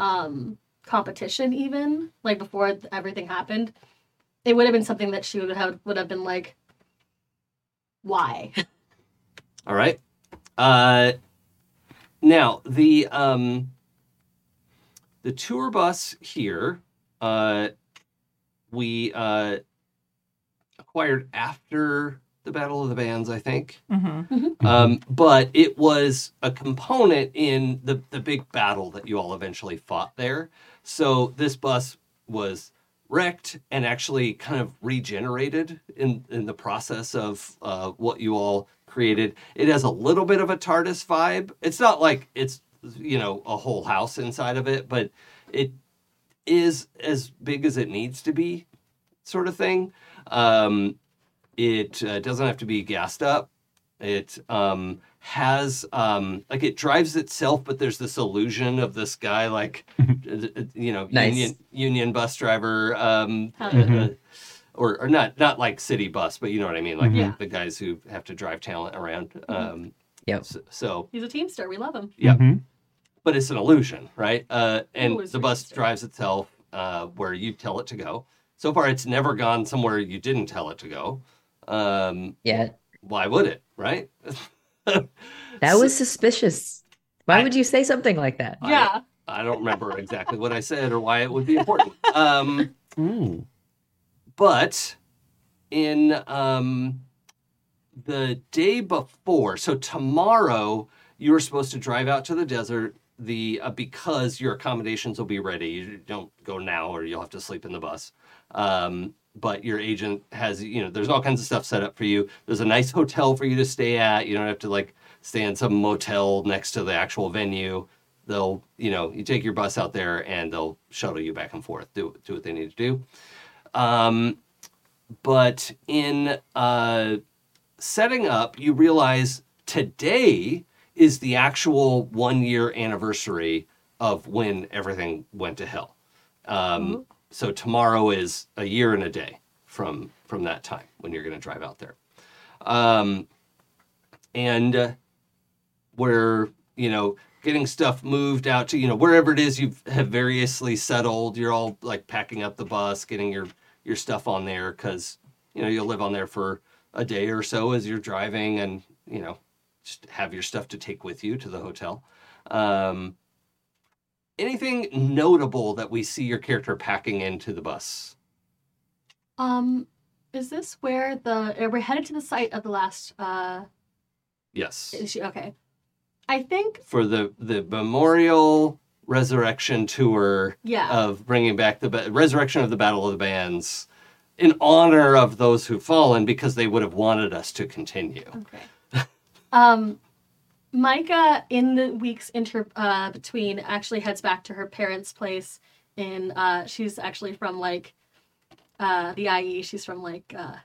um competition even like before th- everything happened it would have been something that she would have would have been like why *laughs*
all right uh now the um the tour bus here uh we uh acquired after the Battle of the Bands, I think.
Mm-hmm.
Um, but it was a component in the, the big battle that you all eventually fought there. So this bus was wrecked and actually kind of regenerated in, in the process of uh, what you all created. It has a little bit of a TARDIS vibe. It's not like it's, you know, a whole house inside of it, but it is as big as it needs to be, sort of thing. Um, it uh, doesn't have to be gassed up. It um, has um, like it drives itself, but there's this illusion of this guy, like you know,
Nice.
union union bus driver, um,
Huh.
uh, or or not not like city bus, but you know what I mean, like
Yeah.
the guys who have to drive talent around. Um,
Yep.
So, so
He's a teamster. We love him.
Yeah.
Mhm.
Mm-hmm.
but it's an illusion, right? Uh, and
Always
the bus
register.
drives itself uh, where you tell it to go. So far, it's never gone somewhere you didn't tell it to go. Um,
Yeah.
why would it, right?
That was suspicious. Why
I-
would you say something like that?
I-
yeah.
I don't remember exactly what I said or why it would be important. Um,
Ooh.
but in um, the day before, so tomorrow, you were supposed to drive out to the desert. The uh, because your accommodations will be ready. You don't go now, or you'll have to sleep in the bus. Um, but your agent has, you know, there's all kinds of stuff set up for you. There's a nice hotel for you to stay at. You don't have to like stay in some motel next to the actual venue. They'll, you know, you take your bus out there and they'll shuttle you back and forth. Do do what they need to do. Um, but in uh, setting up, you realize today is the actual one year anniversary of when everything went to hell. Um, So tomorrow is a year and a day from from that time when you're going to drive out there, um, and uh, we're you know getting stuff moved out to you know wherever it is you have variously settled. You're all like packing up the bus, getting your your stuff on there because you know you'll live on there for a day or so as you're driving and you know just have your stuff to take with you to the hotel um anything notable that we see your character packing into the bus
Um, is this where the uh, we're headed to the site of the last? Uh,
yes
is she okay? I think
for the the memorial resurrection tour
yeah.
of bringing back the ba- resurrection of the battle of the bands in honor of those who've fallen because they would have wanted us to continue
Okay. um, Micah, in the weeks inter uh, between, actually heads back to her parents' place. In uh, she's actually from like uh, the IE. She's from like uh,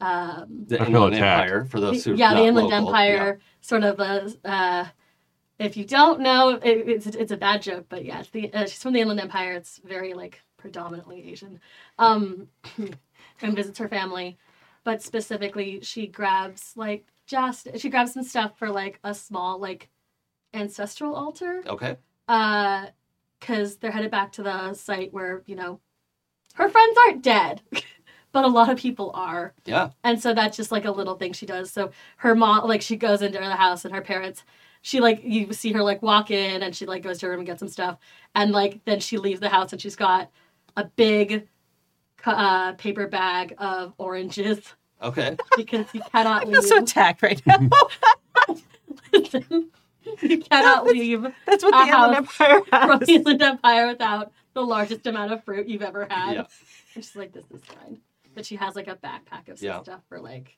um,
the
I feel
inland
attacked.
empire for those who
yeah, the
not
Inland
local. Yeah.
Empire. Sort of a. Uh, if you don't know, it, it's it's a bad joke, but yeah, it's the uh, she's from the Inland Empire. It's very like predominantly Asian, um, *clears throat* and visits her family, but specifically she grabs like just she grabs some stuff for like a small like ancestral altar,
okay
uh, because they're headed back to the site where you know her friends aren't dead, *laughs* but a lot of people are.
yeah
And so that's just like a little thing she does. So her mom, like, she goes into the house and her parents, she like, you see her like walk in and she like goes to her room and gets some stuff. And like, then she leaves the house and she's got a big uh, paper bag of oranges *laughs*
okay
because you cannot
I feel so
leave.
attacked right now. *laughs*
*laughs* you cannot leave
That's what
Our
the Inland *laughs* Empire
from
has.
the Inland Empire without the largest amount of fruit you've ever had.
Yeah.
And she's like, this is fine. But she has like a backpack of some
Yeah.
stuff for like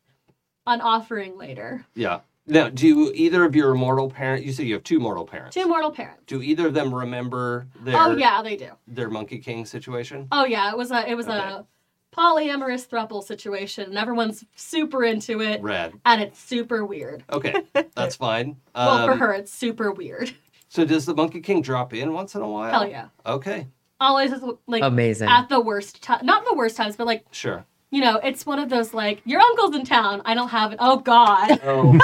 an offering later.
Yeah. Now, do either of your mortal parents? You say you have two mortal parents.
Two mortal parents.
Do either of them remember their
Oh yeah, they do.
their Monkey King situation?
Oh yeah, it was a it was
Okay.
a polyamorous throuple situation, and everyone's super into it,
Red.
and it's super weird.
Okay, that's fine.
*laughs* well, for
Um,
her, it's super weird.
So does the Monkey King drop in once in a while?
Hell yeah,
Okay,
always is, like
Amazing.
at the worst time, not the worst times, but like
sure.
you know, it's one of those like your uncle's in town. I don't have it. Oh God,
Oh,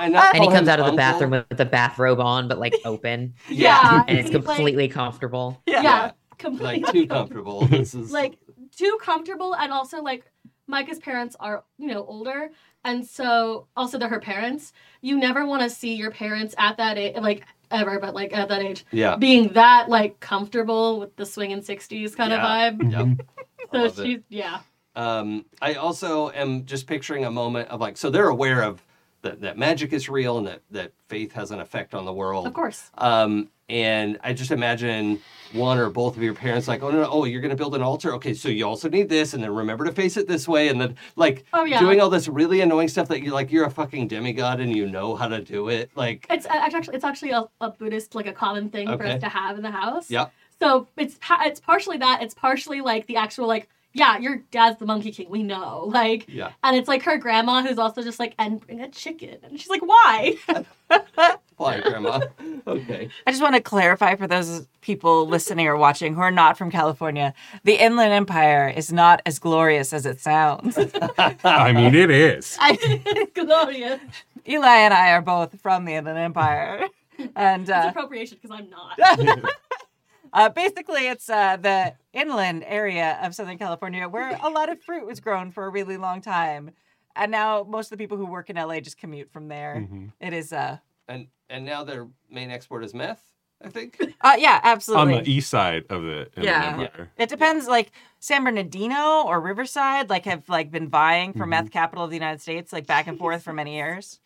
And he comes out of the bathroom with the bathrobe on, but like open,
*laughs* Yeah,
Yeah.
and it's
He's like-
completely comfortable.
yeah,
Yeah.
completely
like
*laughs*
too comfortable. This is
like too comfortable and also like Micah's parents are, you know, older and so also they're her parents. You never want to see your parents at that age like ever but like at that age
yeah,
*laughs* being that like comfortable with the swinging 60s kind
Yeah.
of vibe.
yeah. I
So
love it.
she's yeah.
Um, I also am just picturing a moment of like, so they're aware of that, that magic is real and that, that faith has an effect on the world.
Of course.
Um, and I just imagine one or both of your parents like, oh no, no oh you're gonna build an altar. Okay, so you also need this, and then remember to face it this way, and then like
Oh, yeah.
doing all this really annoying stuff that you like you're a fucking demigod and you know how to do it. Like
It's a- actually it's actually a, a Buddhist like a common thing for
Okay.
us to have in the house.
Yep.
So it's pa- it's partially that. It's partially like the actual like yeah, your dad's the Monkey King. We know like.
yeah.
And it's like her grandma who's also just like, and bring a chicken. And she's like, why? *laughs*
Why, grandma? okay.
I just want to clarify for those people listening or watching who are not from California the Inland Empire is not as glorious as it sounds.
I mean, it is.
I, it's glorious.
Eli and I are both from the Inland Empire. And
It's
uh,
appropriation because I'm not.
uh, basically, it's uh, the inland area of Southern California where a lot of fruit was grown for a really long time. And now most of the people who work in LA just commute from there.
Mhm.
It is, uh,
And and now their main export is meth, I think.
*laughs* uh, yeah,
On
absolutely.
the east side of the Inland
Yeah.
Empire.
It depends. Like San Bernardino or Riverside, like have like been vying for meth capital of the United States, like back and forth for many years.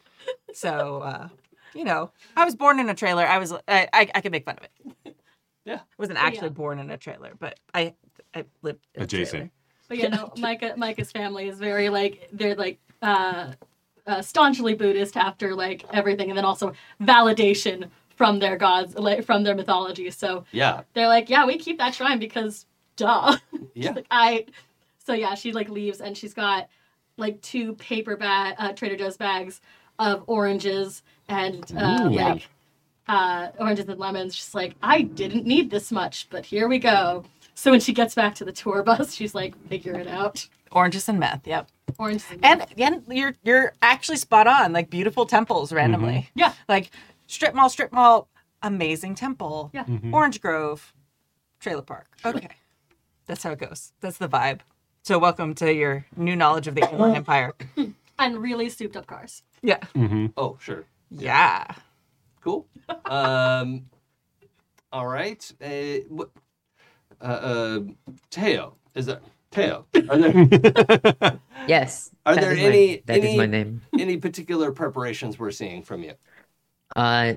So, uh, you know, I was born in a trailer. I was I I, I could make fun of it.
Yeah.
wasn't
Yeah.
actually born in a trailer, but I I lived in a
Adjacent.
But you know, Micah, Micah's family is very like they're like uh, uh, staunchly Buddhist after like everything, and then also validation from their gods, like, from their mythology. So
Yeah.
they're like, yeah, we keep that shrine because, duh. *laughs*
Yeah.
Like, I. So yeah, she like leaves, and she's got like two paper bag uh, Trader Joe's bags of oranges and uh,
Ooh.
like uh, oranges and lemons. She's like, I didn't need this much, but here we go. So when she gets back to the tour bus, *laughs* she's like, figure it out.
Oranges and meth. Yep.
Orange.
And and you're you're actually spot on. Like beautiful temples randomly.
Yeah.
Like strip mall, strip mall, amazing temple.
Yeah.
Orange Grove, Trailer Park. Okay. That's how it goes. That's the vibe. So welcome to your new knowledge of the Inland Empire.
and really souped up cars.
Yeah.
Oh, sure.
Yeah.
Cool. Um, *laughs* all right. Uh, what, uh, uh, Teo, is that Teo? Are there
*laughs* Yes.
Are
that
there
is my-
any-
That is my
any-
name.
any particular preparations we're seeing from you?
Uh,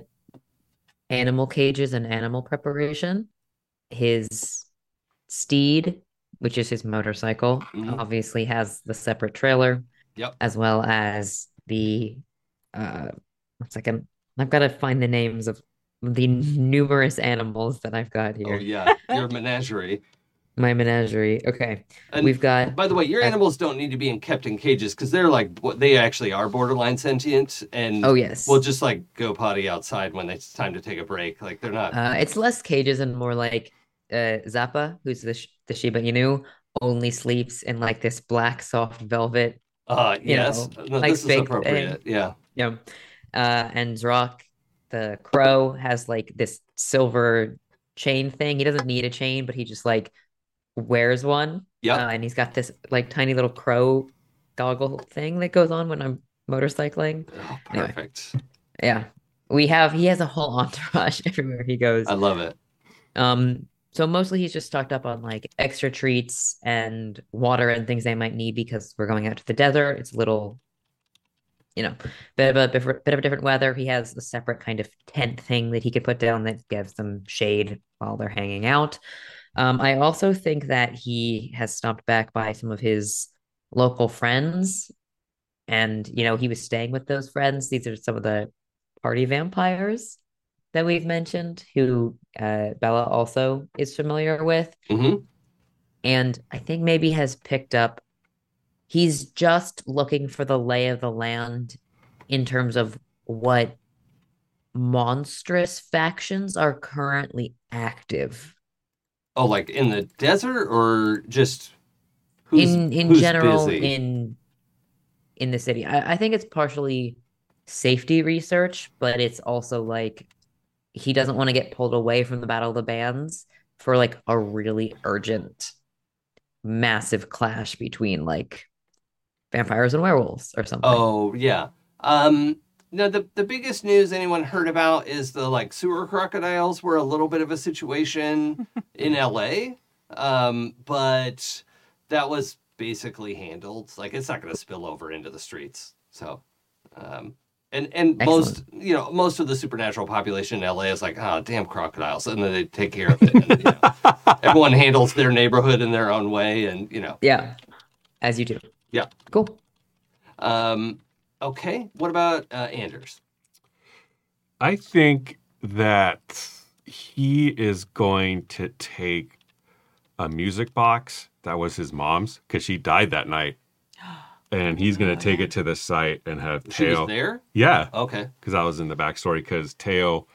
animal cages and animal preparation. His steed, which is his motorcycle,
Mhm.
obviously has the separate trailer,
Yep.
as well as the uh, one second. I've got to find the names of the numerous animals that I've got
Oh
here.
yeah,
*laughs*
your menagerie.
My menagerie. Okay,
And
we've got
by the way, your
uh,
animals don't need to be in kept in cages because they're like bo- they actually are borderline sentient, and
oh yes.
will just like go potty outside when it's time to take a break. Like they're not.
Uh, it's less cages and more like uh, Zappa, who's the sh- the Shiba Inu, only sleeps in like this black soft velvet.
Uh,
you
yes,
know,
no,
like
this is
fake
appropriate. Yeah.
Yeah. Uh, and Zrock, the crow, has like this silver chain thing. He doesn't need a chain, but he just like wears one.
Yep.
Uh, and he's got this like tiny little crow goggle thing that goes on when I'm motorcycling.
Oh,
Anyway.
perfect.
Yeah. We have he has a whole *laughs* entourage everywhere he goes.
I love it.
Um, so mostly he's just stocked up on like extra treats and water and things they might need because we're going out to the desert. It's a little, you know, bit of a bif- bit of a different weather. He has a separate kind of tent thing that he could put down that gives them shade while they're hanging out. Um, I also think that he has stopped back by some of his local friends, and you know, he was staying with those friends. These are some of the party vampires that we've mentioned, who uh, Bella also is familiar with.
hmm
And I think maybe has picked up, he's just looking for the lay of the land in terms of what monstrous factions are currently active
Oh, like in the desert or just who's
in in
who's
general
busy?
in in the city. I, I think it's partially safety research, but it's also like he doesn't want to get pulled away from the Battle of the Bands for like a really urgent, massive clash between like vampires and werewolves or something.
Oh yeah. Um now the the biggest news anyone heard about is the like sewer crocodiles were a little bit of a situation in LA. Um but that was basically handled. Like it's not going to spill over into the streets. So, um, and and most you know most of the supernatural population in LA is like, ah, damn crocodiles, and then they take care of it. And, you know, everyone handles their neighborhood in their own way, and you know,
Yeah. As you do.
Yeah.
Cool.
um, okay. What about uh, Anders?
I think that he is going to take a music box that was his mom's because she died that night, and he's going to take it to the site and have
She
Teo.
was there.
Yeah,
Okay.
because I was in the backstory because Teo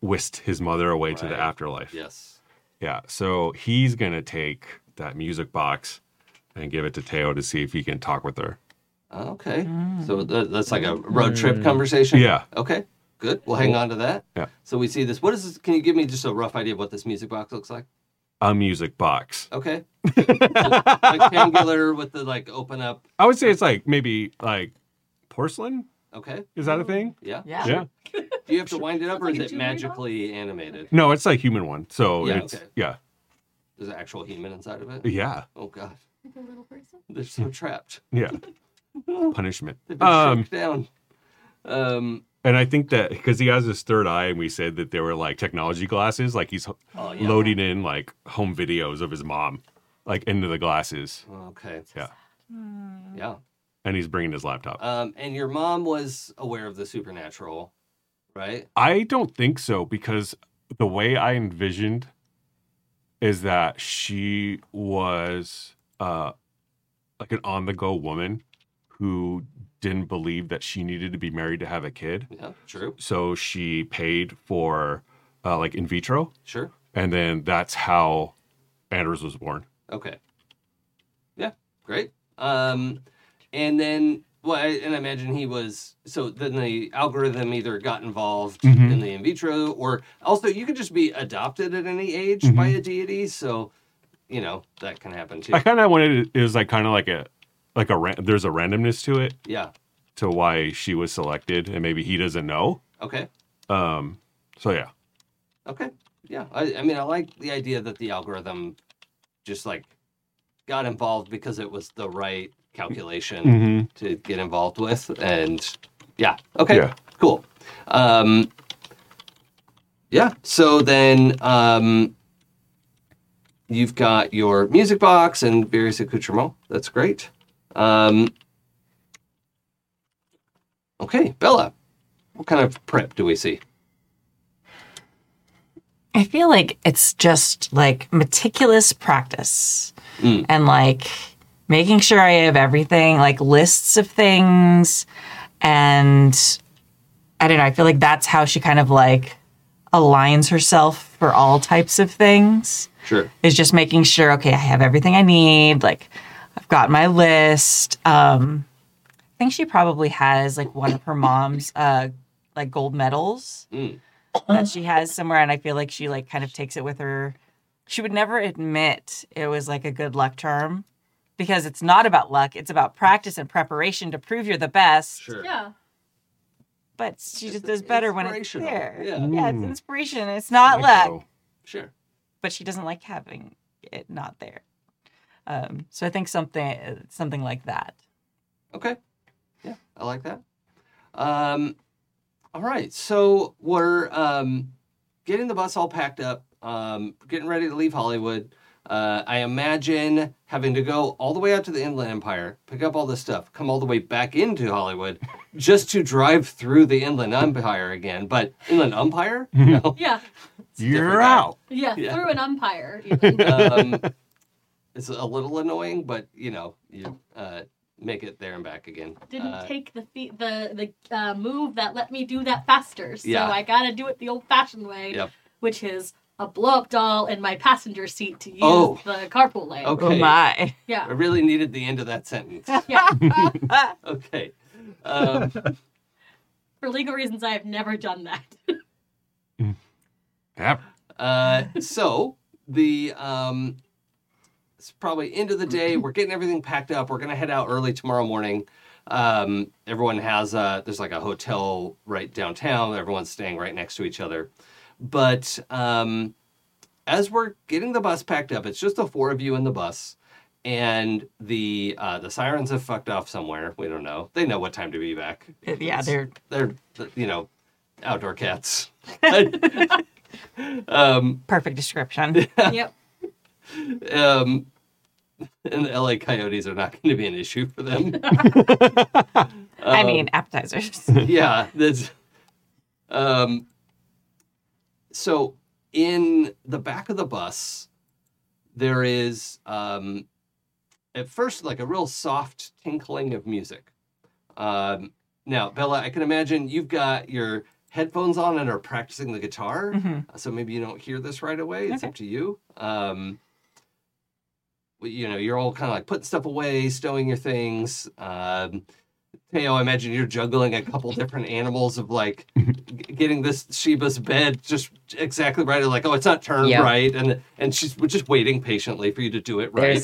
whisked his mother away to the
Right.
afterlife.
Yes.
Yeah, so he's gonna take that music box and give it to Teo to see if he can talk with her.
Okay.
Mm.
So th- that's like a road trip conversation.
Yeah.
Okay. Good. We'll hang on to that.
Yeah.
So we see this. What is this? Can you give me just a rough idea of what this music box looks like?
A music box.
*laughs*
Okay.
I
Rectangular with the like open up.
would say it's like maybe like porcelain.
Okay.
Is that a thing?
Yeah.
Yeah.
Yeah.
Do you have to wind it up or
Sounds
is
like
it
a jewelry box.
magically animated?
No, it's like human one. So
Yeah,
it's
okay.
yeah,
There's an actual human inside of it?
yeah,
Oh, God.
Like a little person.
They're so trapped. *laughs*
yeah.
They've
Punishment.
been
Um,
shook down. Um,
and I think that because he has his third eye, and we said that they were like technology glasses, like he's
oh, yeah.
loading in like home videos of his mom, like into the glasses,
Okay.
Yeah.
Hmm.
Yeah.
and he's bringing his laptop.
Um, and your mom was aware of the supernatural, right?
I don't think so because the way I envisioned is that she was uh, like an on the go woman who didn't believe that she needed to be married to have a kid.
Yeah. True.
So she paid for uh, like in vitro.
Sure.
And then that's how Anders was born.
Okay. Yeah, great. Um, and then, well, I, and I imagine he was. So then the algorithm either got involved
Mhm.
in the in vitro, or also you could just be adopted at any age by a deity. So, you know, that can happen too.
I kind of wanted it, it was like kind of like a like a ran- there's a randomness to it
Yeah.
to why she was selected and maybe he doesn't know.
Okay.
Um, so yeah.
Okay. Yeah. I, I mean, I like the idea that the algorithm just like got involved because it was the right calculation.
Mm-hmm.
to get involved with and yeah okay
Yeah.
cool um yeah so then um you've got your music box and various accoutrements that's great um okay bella what kind of prep do we see
I feel like it's just like meticulous practice
Mm.
and like making sure I have everything, like lists of things. And I don't know, I feel like that's how she kind of like aligns herself for all types of things
sure
is just making sure, okay, I have everything I need. Like I've got my list. Um, I think she probably has like one of her mom's uh, like gold medals
Mm.
that she has somewhere and i feel like she like kind of takes it with her she would never admit it was like a good luck charm because it's not about luck it's about practice and preparation to prove you're the best
sure
Yeah.
but she
It's
just does better when it's
inspirational.
there
Yeah.
it's
Mm.
inspiration it's not luck
Micro.
sure
but she doesn't like having it not there um, so i think something something like that
Okay. Yeah, I like that. Um, all right. So we're um, getting the bus all packed up, um, getting ready to leave Hollywood. Uh, I imagine having to go all the way out to the Inland Empire, pick up all this stuff, come all the way back into Hollywood just to drive through the Inland Empire again. But Inland Empire? No.
Yeah.
You're
different
out.
Yeah.
Yeah.
Through
*laughs*
an umpire. even.
Um, it's a little annoying, but you know, you uh, make it there and back again.
Didn't
Uh,
take the fe- the the uh, move that let me do that faster. So
Yeah.
I gotta do it the old-fashioned way,
Yep.
which is a blow-up doll in my passenger seat to use
Oh.
the carpool lane.
Okay.
oh my *laughs*
I
Yeah.
really needed the end of that sentence.
Yeah.
*laughs* Okay. Um,
For legal reasons, I have never done that.
Yep.
uh, so the um, it's probably end of the day. We're getting everything packed up. We're gonna head out early tomorrow morning. Um, everyone has uh there's like a hotel right downtown. Everyone's staying right next to each other. But um, as we're getting the bus packed up, it's just the four of you in the bus, and the uh, the sirens have fucked off somewhere. We don't know. They know what time to be back.
Yeah, they're
They're you know outdoor
*laughs*
cats. um,
perfect description.
Yep.
um, and the LA Coyotes are not going to be an issue for them.
*laughs* I mean, appetizers.
*laughs* yeah, that's. Um, so in the back of the bus, there is um, at first like a real soft tinkling of music. Um, now, Bella, I can imagine you've got your headphones on and are practicing the guitar,
Mhm.
Uh, so maybe you don't hear this right away. It's
Okay.
up to you. Um, well, you know, you're all kind of like putting stuff away, stowing your things. Um, Teo, I imagine you're juggling a couple different animals of like g- getting this Sheba's bed just exactly right. Like, oh, it's not turned
Yeah.
right, and and she's we're just waiting patiently for you to do it right.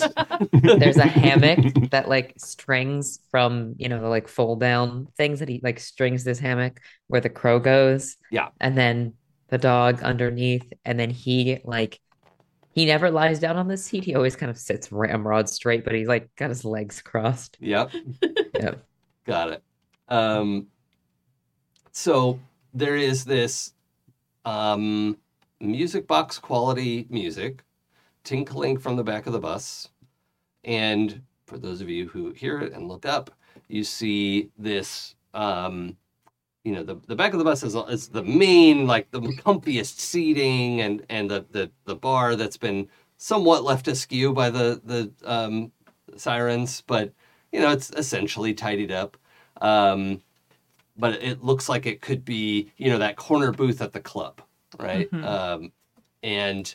There's there's *laughs* a
*laughs*
hammock that like strings from you know the like fold down things that he like strings this hammock where the crow goes.
Yeah.
And then the dog underneath, and then he like he never lies down on the seat. He always kind of sits ramrod straight, but he's like got his legs crossed.
Yep.
Yep.
Got it. Um, so there is this um, music box quality music tinkling from the back of the bus. And for those of you who hear it and look up, you see this. Um, you know, the, the back of the bus is, is the main, like the comfiest seating and, and the, the, the bar that's been somewhat left askew by the, the um, sirens, but you know, it's essentially tidied up. Um, but it looks like it could be, you know, that corner booth at the club, right?
Mhm.
Um, and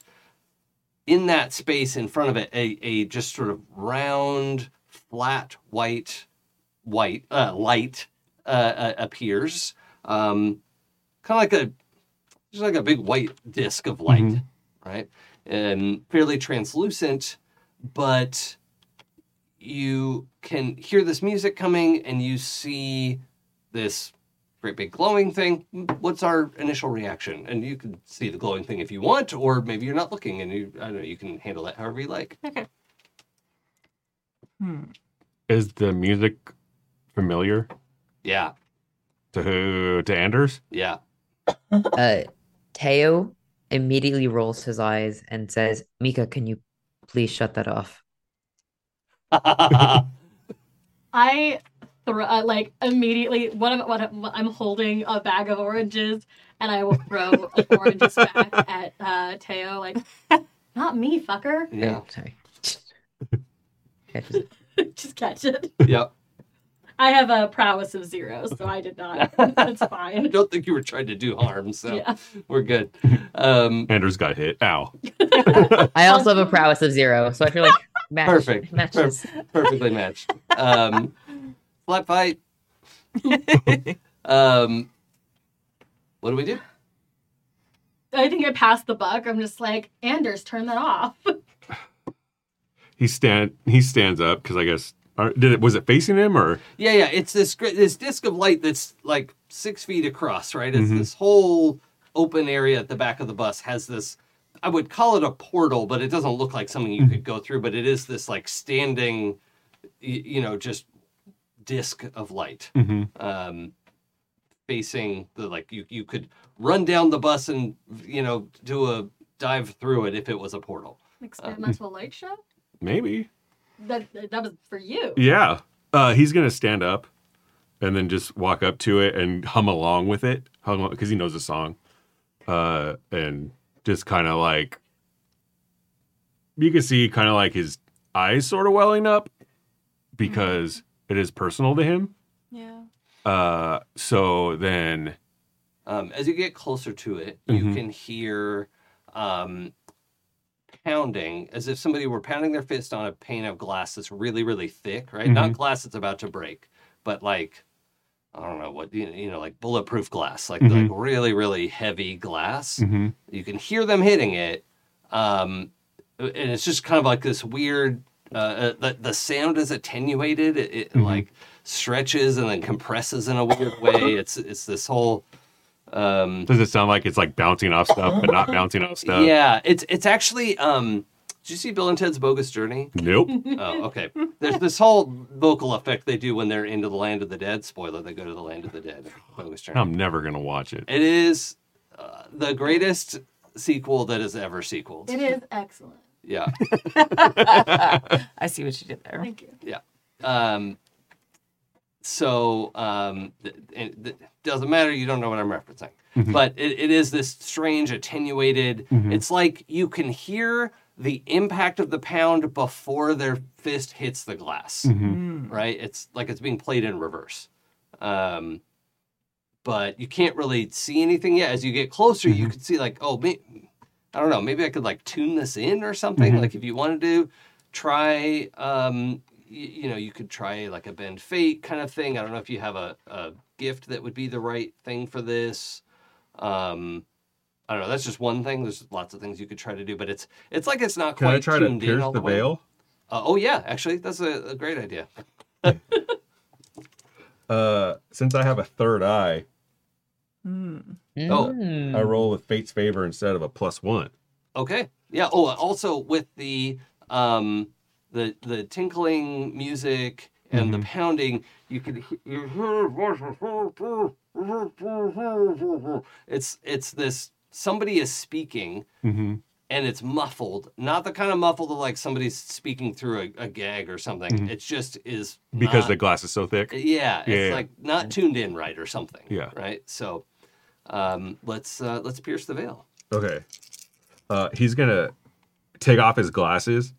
in that space in front of it, a, a just sort of round, flat, white, white uh, light uh, uh, appears, um, kind of like a just like a big white disc of light,
Mhm.
right? And um, fairly translucent, but you can hear this music coming and you see this great big glowing thing. What's our initial reaction? And you can see the glowing thing if you want, or maybe you're not looking and you I don't know, you can handle that however you like.
Hmm.
Is the music familiar
Yeah,
to who? To Anders?
yeah. *laughs*
Uh, Teo immediately rolls his eyes and says, "Mika, can you please shut that off?"
I throw uh, like immediately one of what I'm holding a bag of oranges and I will throw an oranges back at uh, Teo like not me
*laughs*
fucker
yeah.
Oh, sorry. *laughs* Catches it.
just catch it.
Yep.
I have a prowess of zero so I did not. That's
I
fine.
don't think you were trying to do harm, so
Yeah.
we're good. Um
Anders got hit. Ow.
I also have a prowess of zero, so I feel like
*laughs*
match,
Perfect.
matches.
perfectly matched. Um, flat fight. um, what do we do?
I think I passed the buck. I'm just like Anders, turn that off. *laughs*
He stand. He stands up because I guess or did it. Was it facing him or?
Yeah, yeah. It's this gr- this disc of light that's like six feet across, right? It's
Mhm.
this whole open area at the back of the bus has this. I would call it a portal, but it doesn't look like something you could go through. But it is this like standing, y- you know, just disc of light
Mm-hmm.
um, facing the like. You you could run down the bus and you know do a dive through it if it was a portal.
Experimental light show.
Maybe.
That that was for you.
Yeah. Uh, he's gonna stand up, and then just walk up to it and hum along with it, hum because he knows the song, uh, and just kind of like you can see kind of like his eyes sort of welling up because it is personal to him.
Yeah.
Uh, so then,
Um, as you get closer to it, you
Mhm.
can hear um, pounding, as if somebody were pounding their fist on a pane of glass that's really, really thick, right? Not glass that's about to break, but like, I don't know what, you you know, like bulletproof glass, like, like really, really heavy glass.
Mm-hmm.
Mhm.
You can hear them hitting it. Um, and it's just kind of like this weird. Uh, uh, the, the sound is attenuated. It, it like stretches and then compresses in a weird way. It's it's this whole um,
does it sound like it's like bouncing off stuff, but not bouncing off stuff?
yeah, it's it's actually um Did you see Bill and Ted's Bogus Journey?
*laughs*
Nope.
Oh, okay. There's this whole vocal effect they do when they're into the land of the dead. Spoiler: they go to the land of the dead. Bogus Journey.
I'm never gonna watch it.
It is uh, the greatest sequel that is ever sequeled.
It is excellent.
Yeah.
I see what you did there.
Thank you.
Um, so um, th- and th- doesn't matter. You don't know what I'm referencing,
Mhm.
but it, it is this strange, attenuated.
Mhm.
It's like you can hear the impact of the pound before their fist hits the glass
Mhm.
right? It's like it's being played in reverse. Um, but you can't really see anything yet. As you get closer,
Mm-hmm.
you can see like, oh, may- I don't know, maybe I could like tune this in or something.
Mm-hmm.
Mhm.
Like if you wanted to try, um, y- you know, you could try like a bend fate kind of thing. I don't know if you have a, a gift that would be the right thing for this. Um, I don't know. That's just one thing. There's lots of things you could try to do, but it's it's like it's not
Can
quite
I try to
tuned in
pierce
all
the
the way.
veil?
Uh, oh yeah, actually, that's a, a great idea.
Uh, since I have a third eye,
Mm-hmm.
Oh,
Hmm.
I roll with Fate's favor instead of a plus one.
Okay. Yeah. Oh, uh, also with the um the the tinkling music and
Mm-hmm.
the pounding, you can he- you hear- it's it's this somebody is speaking
Mhm.
and it's muffled, not the kind of muffled of like somebody's speaking through a, a gag or something.
Mhm.
It's just is
Because
not-
the glass is so thick.
yeah, it's
Yeah.
like not tuned in right or something.
Yeah.
Right. So um let's uh let's pierce the veil.
Okay. Uh, he's gonna take off his glasses,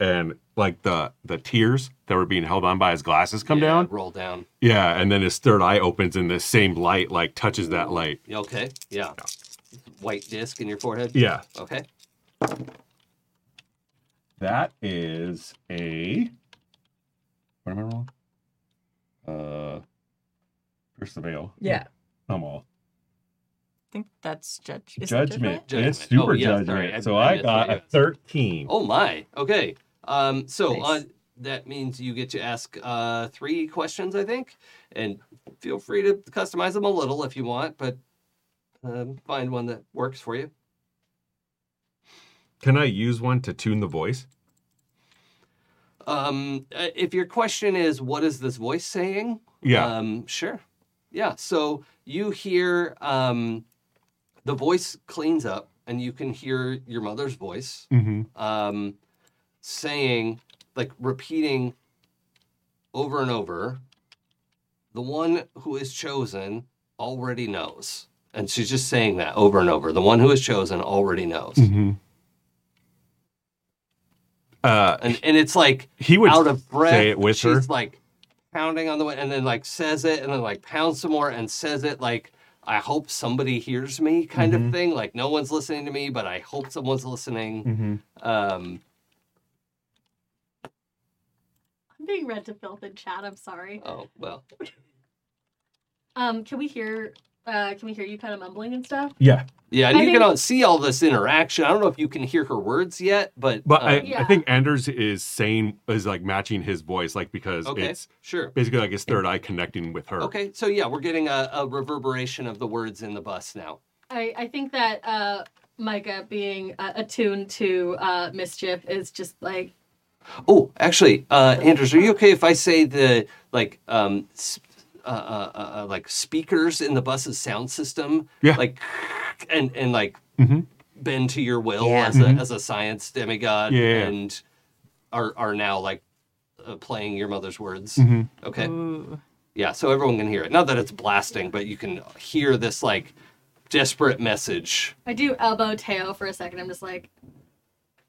and like the the tears that were being held on by his glasses come
Yeah,
down.
Roll down.
Yeah, and then his third eye opens, and the same light like touches that light.
Yeah, Okay. Yeah. White disc in your forehead.
Yeah.
Okay.
That is a. What am I wrong? Uh, pierce the veil.
Yeah.
I'm all
I think that's judge. is that
judgment.
Judgment.
It's super
Oh, yeah, sorry,
judgment.
I-
so
I
I,
missed
got
that,
a
yeah.
thirteen.
Oh my. Okay. Um. So
Nice.
on that means you get to ask uh three questions, I think, and feel free to customize them a little if you want, but um, find one that works for you.
Can I use one to tune the voice?
Um. uh, If your question is what is this voice saying,
Yeah.
Um, sure. Yeah. So you hear um, the voice cleans up, and you can hear your mother's voice
hmm
um, saying, like repeating over and over, the one who is chosen already knows. And she's just saying that over and over. The one who is chosen already knows.
hmm Uh,
And and it's like
he would
out of breath.
say it with her.
she's like pounding on the way, and then like says it, and then like pounds some more, and says it like I hope somebody hears me, kind of
Mhm.
thing. Like no one's listening to me, but I hope someone's listening.
Mhm.
Um,
I'm being read to filth in chat. I'm sorry.
oh well,
Um, can we hear? Uh, can we hear you kind of mumbling and stuff?
Yeah,
yeah. And
I
you
think-
can all see all this interaction. I don't know if you can hear her words yet, but
But I,
um,
Yeah.
I think Anders is saying is like matching his voice, like because
okay,
it's
sure.
basically like his third eye connecting with her.
Okay, so yeah, we're getting a, a reverberation of the words in the bus now.
I I think that uh, Micah being uh, attuned to uh, mischief is just like
Oh, actually, uh, Anders, are you okay if I say the like um, s- uh, uh, uh, uh, like speakers in the bus's sound system?
Yeah.
Like, and and like
Mhm.
bend to your will
Yeah.
as a as a science demigod,
Mm-hmm. Yeah, yeah, yeah.
and are are now like uh, playing your mother's words.
Mhm.
Okay. Yeah, so everyone can hear it. Not that it's blasting, but you can hear this like desperate message.
I do elbow Teo for a second. I'm just like,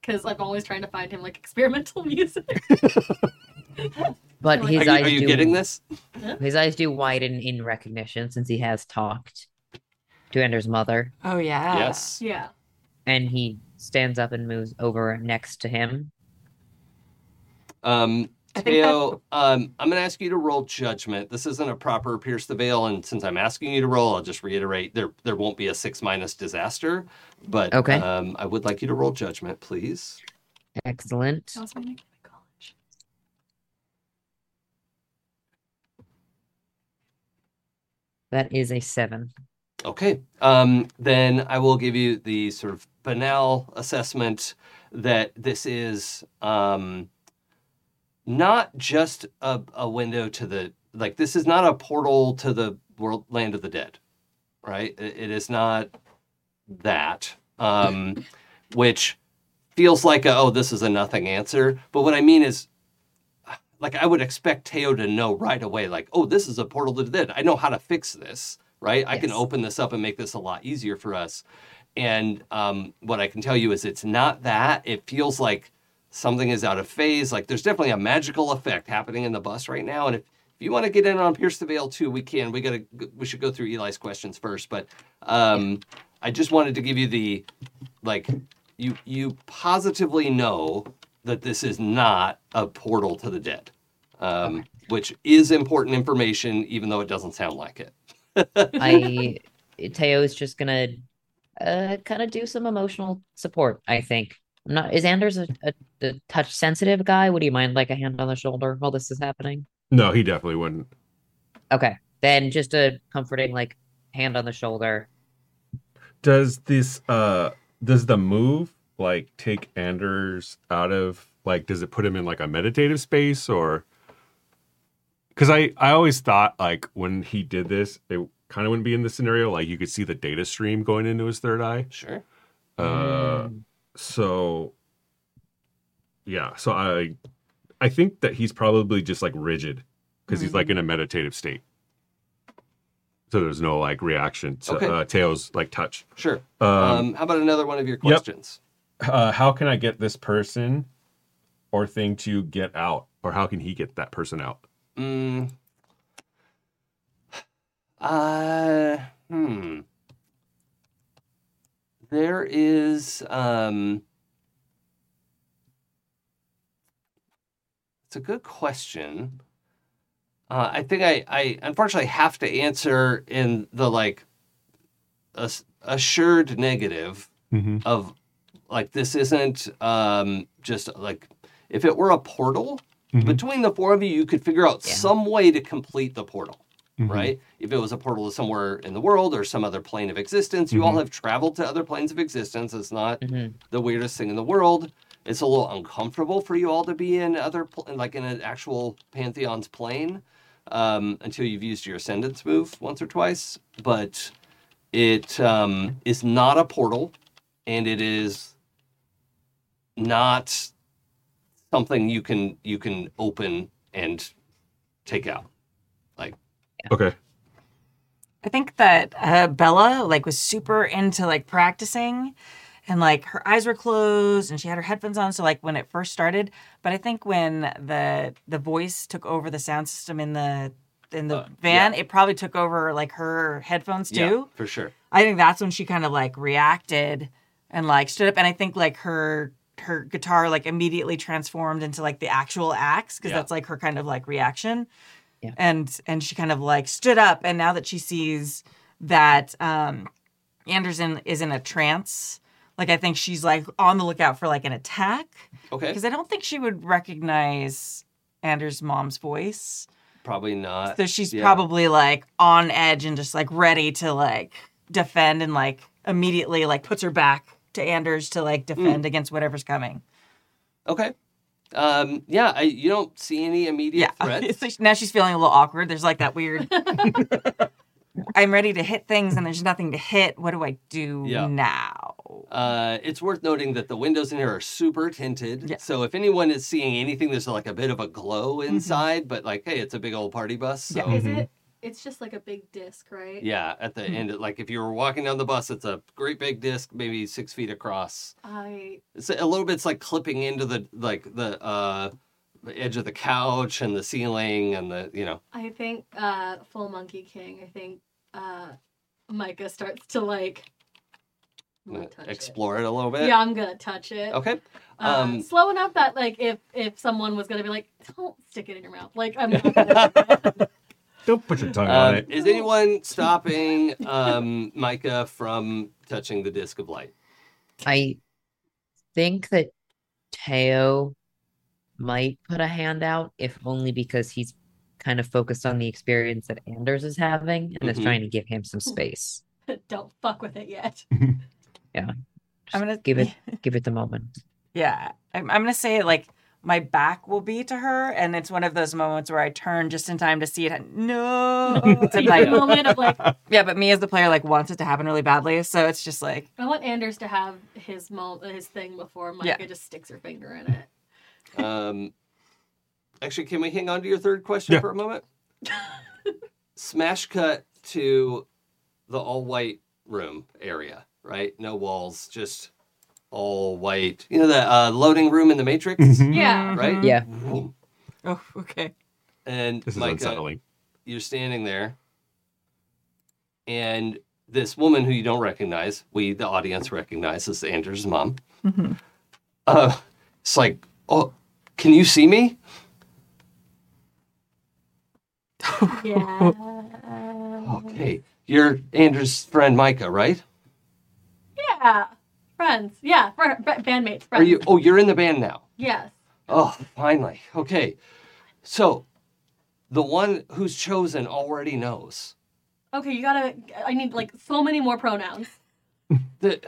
because I'm always trying to find him like experimental *laughs* music.
But
Are
his
Are you,
eyes
are you
do
getting this?
his eyes do widen in recognition since he has talked to Ender's mother,
Oh yeah.
Yes.
yeah.
and he stands up and moves over next to him.
Um,
I think that-
Teo, um, I'm going to ask you to roll judgment. This isn't a proper pierce the veil, and since I'm asking you to roll, I'll just reiterate there there won't be a six minus disaster, but
Okay.
um, I would like you to roll judgment, please.
Excellent.
Oh.
That was my nickname in college.
*laughs*
That is a seven.
Okay. Um, then I will give you the sort of banal assessment that this is um, not just a, a window to the, like, this is not a portal to the world land of the dead, right? I- it is not that, um, which feels like, a, oh, this is a nothing answer. But what I mean is, like I would expect Teo to know right away, like, oh, this is a portal to the dead. I know how to fix this, right? I can
Yes.
open this up and make this a lot easier for us. And um, what I can tell you is it's not that. It feels like something is out of phase. Like there's definitely a magical effect happening in the bus right now. And if, if you want to get in on Pierce the Veil too, we can. We gotta we should go through Eli's questions first. But um, I just wanted to give you the like you you positively know that this is not a portal to the dead, um, which is important information, even though it doesn't sound like it.
I Teo is just gonna uh kind of do some emotional support, I think. I'm not is Anders a, a, a touch sensitive guy? Would you mind like a hand on the shoulder while this is happening?
No, he definitely wouldn't.
Okay. Then just a comforting like hand on the shoulder.
Does this uh does the move like take Anders out of like does it put him in like a meditative space or cuz I I always thought like when he did this it kind of wouldn't be in this scenario like you could see the data stream going into his third eye.
Sure.
Uh so yeah, so I I think that he's probably just like rigid because he's like in a meditative state. So there's no like reaction to
Okay.
uh, Teo's like touch.
Sure.
Um,
Um, how about another one of your questions?
uh, how can I get this person or thing to get out, or how can he get that person out?
Mm. Uh, hmm. There is um It's a good question. Uh, I think I, I unfortunately have to answer in the like ass- assured negative
Mm-hmm.
of like this isn't um just like if it were a portal
Mhm.
between the four of you you could figure out
Yeah.
some way to complete the portal
mm-hmm.
right if it was a portal to somewhere in the world or some other plane of existence you all have traveled to other planes of existence it's not
Mhm.
the weirdest thing in the world it's a little uncomfortable for you all to be in other pl- like in an actual pantheon's plane um, until you've used your ascendance move once or twice but it um, is not a portal and it is not something you can you can open and take out
Okay.
I think that uh, Bella like was super into like practicing and like her eyes were closed and she had her headphones on so like when it first started but I think when the the voice took over the sound system in the in the
Uh,
van it probably took over like her headphones too.
yeah for sure
I think that's when she kind of like reacted and like stood up and I think like her her guitar like immediately transformed into like the actual axe because
Yeah.
that's like her kind of like reaction.
Yeah.
And and she kind of like stood up and now that she sees that um Anderson is in a trance, like I think she's like on the lookout for like an attack
okay
because I don't think she would recognize Anders' mom's voice.
probably not
So she's
yeah.
probably like on edge and just like ready to like defend and like immediately like puts her back to Anders to
Mm.
like defend against whatever's coming.
okay um yeah I, you don't see any immediate
yeah. *laughs*
threats
So she- now she's feeling a little awkward. There's like that
*laughs*
weird. I'm ready to hit things and there's nothing to hit. What do I do
Yeah.
now?
Uh, it's worth noting that the windows in here are super tinted.
Yeah. Mm-hmm.
So if anyone is seeing anything, there's like a bit of a glow inside, but like, hey, it's a big old party bus. So
Yeah.
yeah,
Is it? It's just like a big disc, right?
at
Mm-hmm.
the end, like if you were walking down the bus, it's a great big disc, maybe six feet across.
I
It's a little bit's like clipping into the like the uh the edge of the couch and the ceiling and the you know
I think uh Full Monkey King, I think uh Micah starts to like I'm gonna touch it.
explore it. a little bit.
Yeah, I'm gonna touch it.
Okay.
Uh,
um,
slow enough that like if if someone was gonna be like, don't stick it in your mouth. Like I'm not gonna do it.
Don't put your tongue on
Um,
it.
is anyone stopping um, Micah from touching the disc of light?
I think that Teo might put a hand out, if only because he's kind of focused on the experience that Anders is having and is
Mhm.
trying to give him some space.
Don't fuck with it yet.
I'm gonna
give it give it the moment.
*laughs* Yeah, I'm, I'm gonna say like my back will be to her, and it's one of those moments where I turn just in time to see it.
*laughs*
and- No,
So
and,
you have a
like,
moment of like,
yeah, but me as the player like wants it to happen really badly, so it's just like
I want Anders to have his mul- his thing before Micah just sticks her finger in it.
Um, actually, can we hang on to your third question
Yeah.
for a moment? *laughs* Smash cut to the all white room area, right? No walls, just all white. You know the uh, loading room in the Matrix, *laughs*
Mhm.
Yeah.
right?
Yeah.
Vroom.
Mm-hmm. oh okay,
And
This is
Micah,
unsettling.
you're standing there, and this woman who you don't recognize, we the audience recognize as Anders' mom. Uh, it's like, oh, can you see me?
Yeah.
*laughs* Okay, you're Andrew's friend Micah, right?
Yeah. Friends. Yeah. Fr- fr- bandmates. Friends.
Are you? Oh, you're in the band now.
Yes.
Oh, finally. Okay, so the one who's chosen already knows.
Okay, you gotta. I need like so many more pronouns.
The,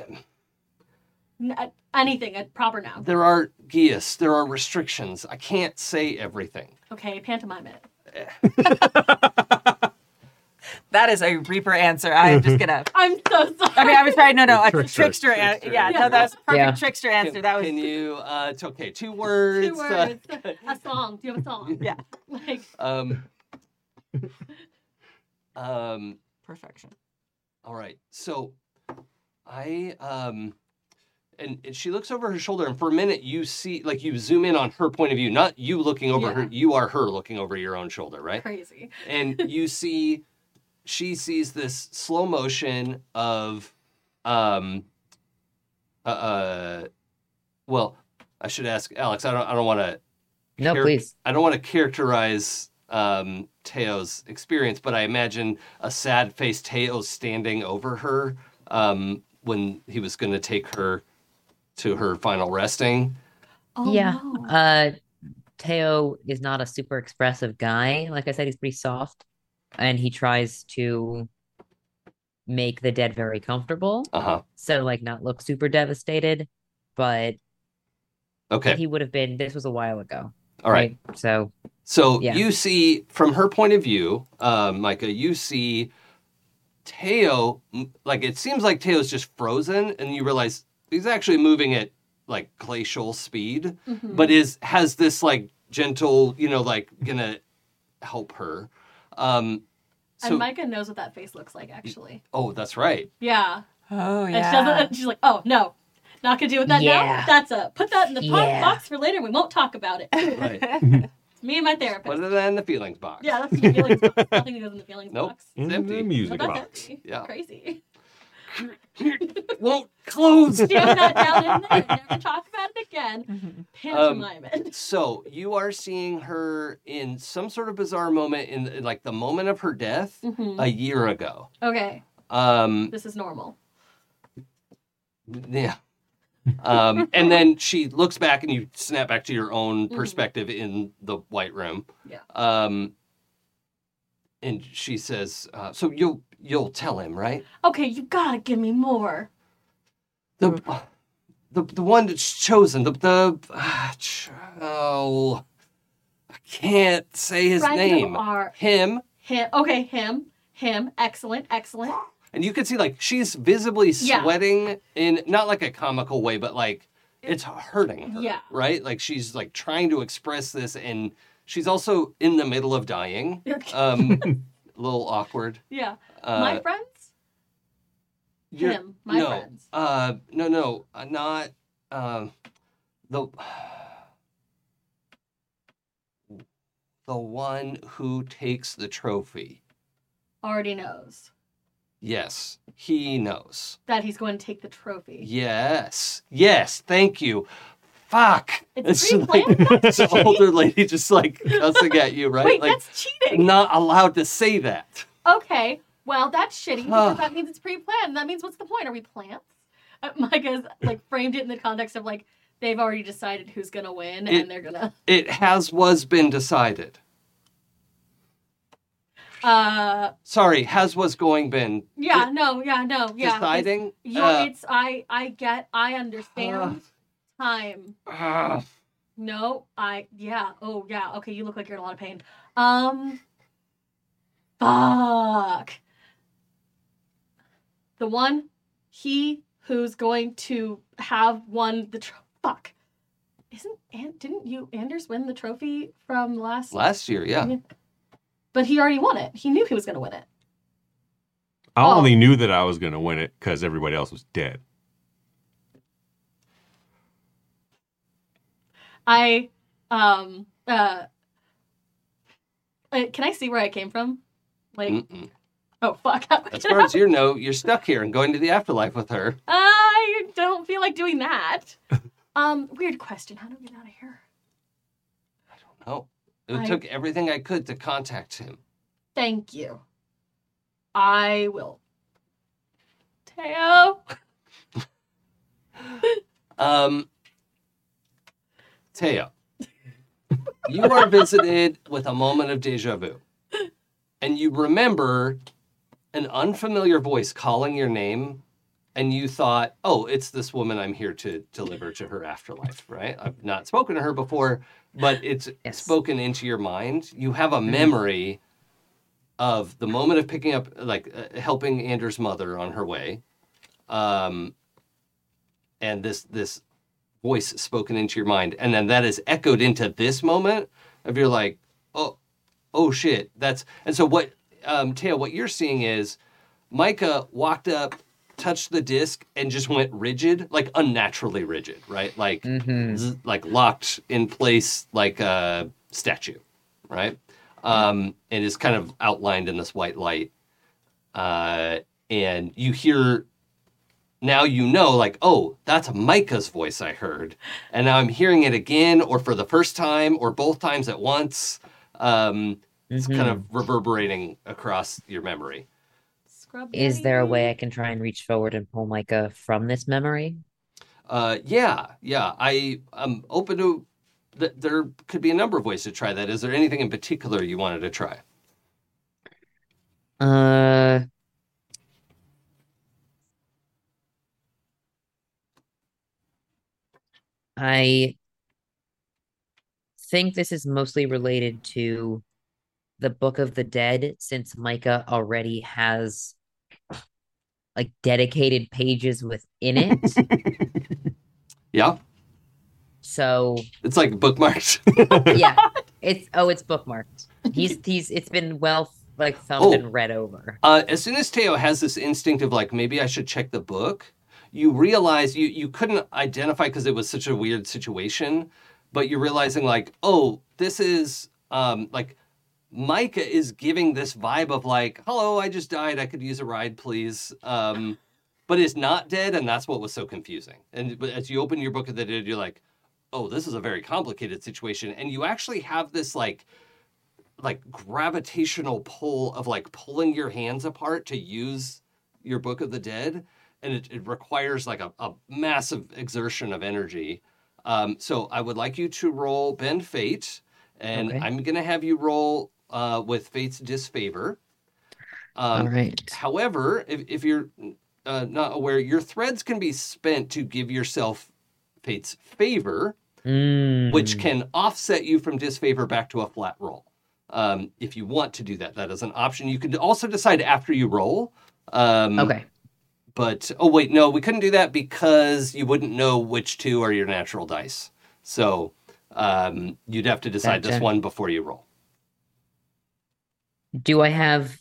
N- uh, anything, a proper noun.
there are geas, there are restrictions. I can't say everything.
Okay, pantomime it.
that is a Reaper answer. I'm just gonna.
I'm so sorry.
I mean, I was right. No, no, a trickster.
Trickster,
an-
trickster.
Yeah, no, that was a perfect
Yeah.
trickster
Can,
answer. that was
can you? Uh, it's okay. Two
*laughs* Two
words. uh,
words. a song. Do you have a song?
Yeah.
Like,
*laughs* um. um.
perfection.
All right. So I um and, and she looks over her shoulder and for a minute you see like you zoom in on her point of view, not you looking over her
Yeah.
you are her looking over your own shoulder, right?
crazy.
and you see she sees this slow motion of um uh, uh well, I should ask Alex. I don't I don't want to
No,
Character-
please.
I don't want to characterize um, Teo's experience, but I imagine a sad faced Teo standing over her um, when he was going to take her to her final resting.
Oh,
Yeah.
no.
Uh Teo is not a super expressive guy. Like I said, he's pretty soft. And he tries to make the dead very comfortable.
Uh huh.
So like not look super devastated. But
Okay.
he would have been this was a while ago.
All right.
right? So
So
Yeah.
you see, from her point of view, um, Micah, you see Teo, m- like it seems like Teo's just frozen, and you realize he's actually moving at like glacial speed.
Mhm.
but is has this like gentle, you know, like gonna help her. Um so
and Micah knows what that face looks like, actually.
oh, that's right.
Yeah.
Oh
And she
yeah.
doesn't, she's like, oh, no. Not gonna deal with that now.
Yeah.
That's a put that in the po-
Yeah.
box for later. We won't talk about
*laughs*
it.
Right.
Me and my
Put
therapist.
it in the feelings box.
Yeah, that's the feelings box.
*laughs*
Nothing that goes in the feelings
Nope.
box.
In
empty.
the
Oh,
music
that's
box.
empty.
Yeah.
Crazy. *laughs*
Won't close.
Jam that down in there.
*laughs*
Never talk about it again.
Mm-hmm.
Pantomime
Um,
it.
so you are seeing her in some sort of bizarre moment in, in, like the moment of her death
Mhm.
a year ago.
*laughs* Okay,
Um
this is normal.
yeah. Um and then she looks back and you snap back to your own
Mhm.
perspective in the white room.
Yeah.
Um and she says, uh, so you'll you'll tell him, right?
Okay, you gotta give me more.
The, uh, the the one that's chosen. The the ah, ch- oh, I can't say his
Rhymes with
name.
R.
Him,
Him. Okay, him. Him. Excellent. Excellent.
and you can see like she's visibly
Yeah.
sweating in not like a comical way, but like it's hurting her.
Yeah.
Right. Like she's like trying to express this, and she's also in the middle of dying. Um, a little awkward.
*laughs* Yeah.
Uh,
my friends.
you're-
Him. My
no,
friends.
Uh, no, no, uh, not um, the *sighs* the one who takes the trophy.
Already knows
Yes, he knows.
that he's going to take the trophy.
Yes, yes. Thank you. Fuck.
It's
It's like-
pre-planned.
*laughs*
that's
It's an
cheating.
older lady just like cussing at you, right?
Wait,
like
that's cheating.
not allowed to say that.
Okay. Well, that's shitty because that means it's pre-planned. That means what's the point? Are we plants? Uh, *laughs* Micah's like framed it in the context of like they've already decided who's gonna win
It-
and they're gonna.
It has was been decided.
Uh,
Sorry, has was going been
yeah, no, yeah, no, yeah. it's-
deciding?
Yeah, it's I. I get. I understand time.
Uh, ah,
No, I. Yeah. Oh, yeah. Okay, you look like you're in a lot of pain. Um. Fuck. The one, he who's going to have won the tro- fuck. Isn't and didn't you Anders win the trophy from last?
last year, yeah.
But he already won it. He knew he was going to win it.
I
Oh.
only knew that I was going to win it because everybody else was dead.
I um uh, uh can I see where I came from? Like
Mm-mm.
oh fuck. *laughs*
As far as you know, you're stuck here and going to the afterlife with her.
I don't feel like doing that. um weird question. How do we get out of here?
No, it
I-
took everything I could to contact him.
Thank you. I will. Teo.
Um, Teo, you are visited with a moment of deja vu, and you remember an unfamiliar voice calling your name, and you thought, "Oh, it's this woman I'm here to deliver to her afterlife." Right? I've not spoken to her before, but it's
Yes.
spoken into your mind. You have a memory of the moment of picking up, like uh, helping Anders' mother on her way. Um, and this this voice spoken into your mind and then that is echoed into this moment of you're like oh oh shit that's and so what um Teo, what you're seeing is micah walked up touched the disc and just went rigid like unnaturally rigid right like
Mm-hmm.
z- like locked in place like a statue, right? Um, and is kind of outlined in this white light. Uh, and you hear now you know like oh that's Micah's voice I heard, and now I'm hearing it again or for the first time or both times at once. Um, It's
mm-hmm.
kind of reverberating across your memory.
Scrub
Is
daddy
there a
dude.
way I can try and reach forward and pull Micah from this memory?
Uh, yeah, yeah. I I'm open to. Th- there could be a number of ways to try that. Is there anything in particular you wanted to try?
Uh, I think this is mostly related to the Book of the Dead, since Micah already has like dedicated pages
*laughs*
within it.
Yeah,
So,
it's like bookmarked. *laughs*
yeah, *laughs* it's oh, it's bookmarked. He's he's it's been well like thumbed
Oh.
and read over.
Uh, as soon as Teo has this instinct of like, maybe I should check the book, you realize you you couldn't identify because it was such a weird situation, but you're realizing like, oh, this is um like Micah is giving this vibe of like, hello, I just died, I could use a ride, please. Um, but it's not dead, and that's what was so confusing. And but as you open your book of the dead, you're like, oh, this is a very complicated situation, and you actually have this like like gravitational pull of like pulling your hands apart to use your book of the dead and it, it requires like a, a massive exertion of energy um, so i would like you to roll bend fate and
Okay.
i'm going to have you roll uh, with fate's disfavor um,
All right.
However, if, if you're uh, not aware, your threads can be spent to give yourself fate's favor, which
Mm.
can offset you from disfavor back to a flat roll. Um, if you want to do that, that is an option. You can also decide after you roll. Um,
okay.
But oh wait, no, we couldn't do that because you wouldn't know which two are your natural dice. So um, you'd have to decide this
Gotcha.
one before you roll.
Do I have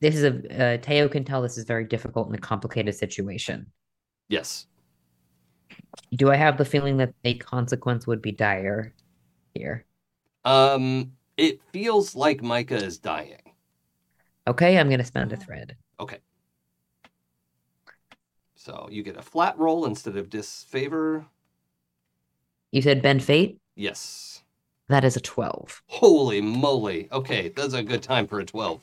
this is a uh, Teo can tell this is very difficult and a complicated situation.
Yes.
Do I have the feeling that a consequence would be dire here?
Um, it feels like Micah is dying.
Okay, I'm gonna spend a thread.
So you get a flat roll instead of disfavor.
You said Ben Fate?
Yes.
That is a 12.
Holy moly. Okay, that's a good time for a 12.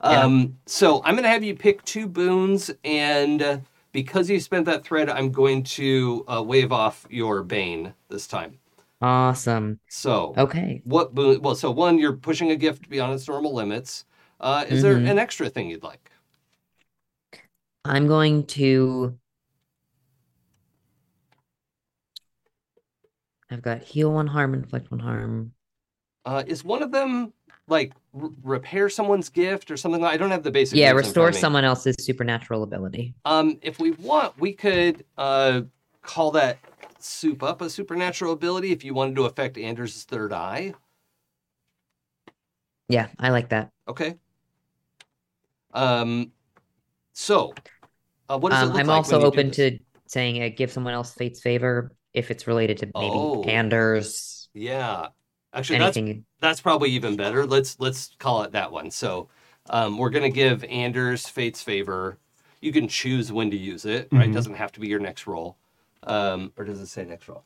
Um, so I'm going to have you pick two boons, and uh, because you spent that thread, I'm going to uh, wave off your bane this time.
Awesome.
So
Okay. Oh.
what boon? Well, so one, you're pushing a gift beyond its normal limits. Uh, is there
Mhm.
an extra thing you'd like?
I'm going to. I've got heal one harm, inflict one harm.
Uh, is one of them like r- repair someone's gift or something? I don't have the basic.
yeah,
rules in
restore
front of me.
someone else's supernatural ability.
Um, if we want, we could uh, call that soup up a supernatural ability if you wanted to affect Anders' third eye.
Yeah, I like that.
Okay. Um, so, uh, what does it
Um,
look
I'm
like
also
when you do
open
this?
to saying uh, give someone else fate's favor if it's related to maybe
Oh.
Anders,
Yeah, actually, that's
anything.
that's probably even better. Let's let's call it that one. So, um, we're gonna give Anders Fate's favor. You can choose when to use it. Right,
Mhm.
doesn't have to be your next roll. Um, or does it say next roll?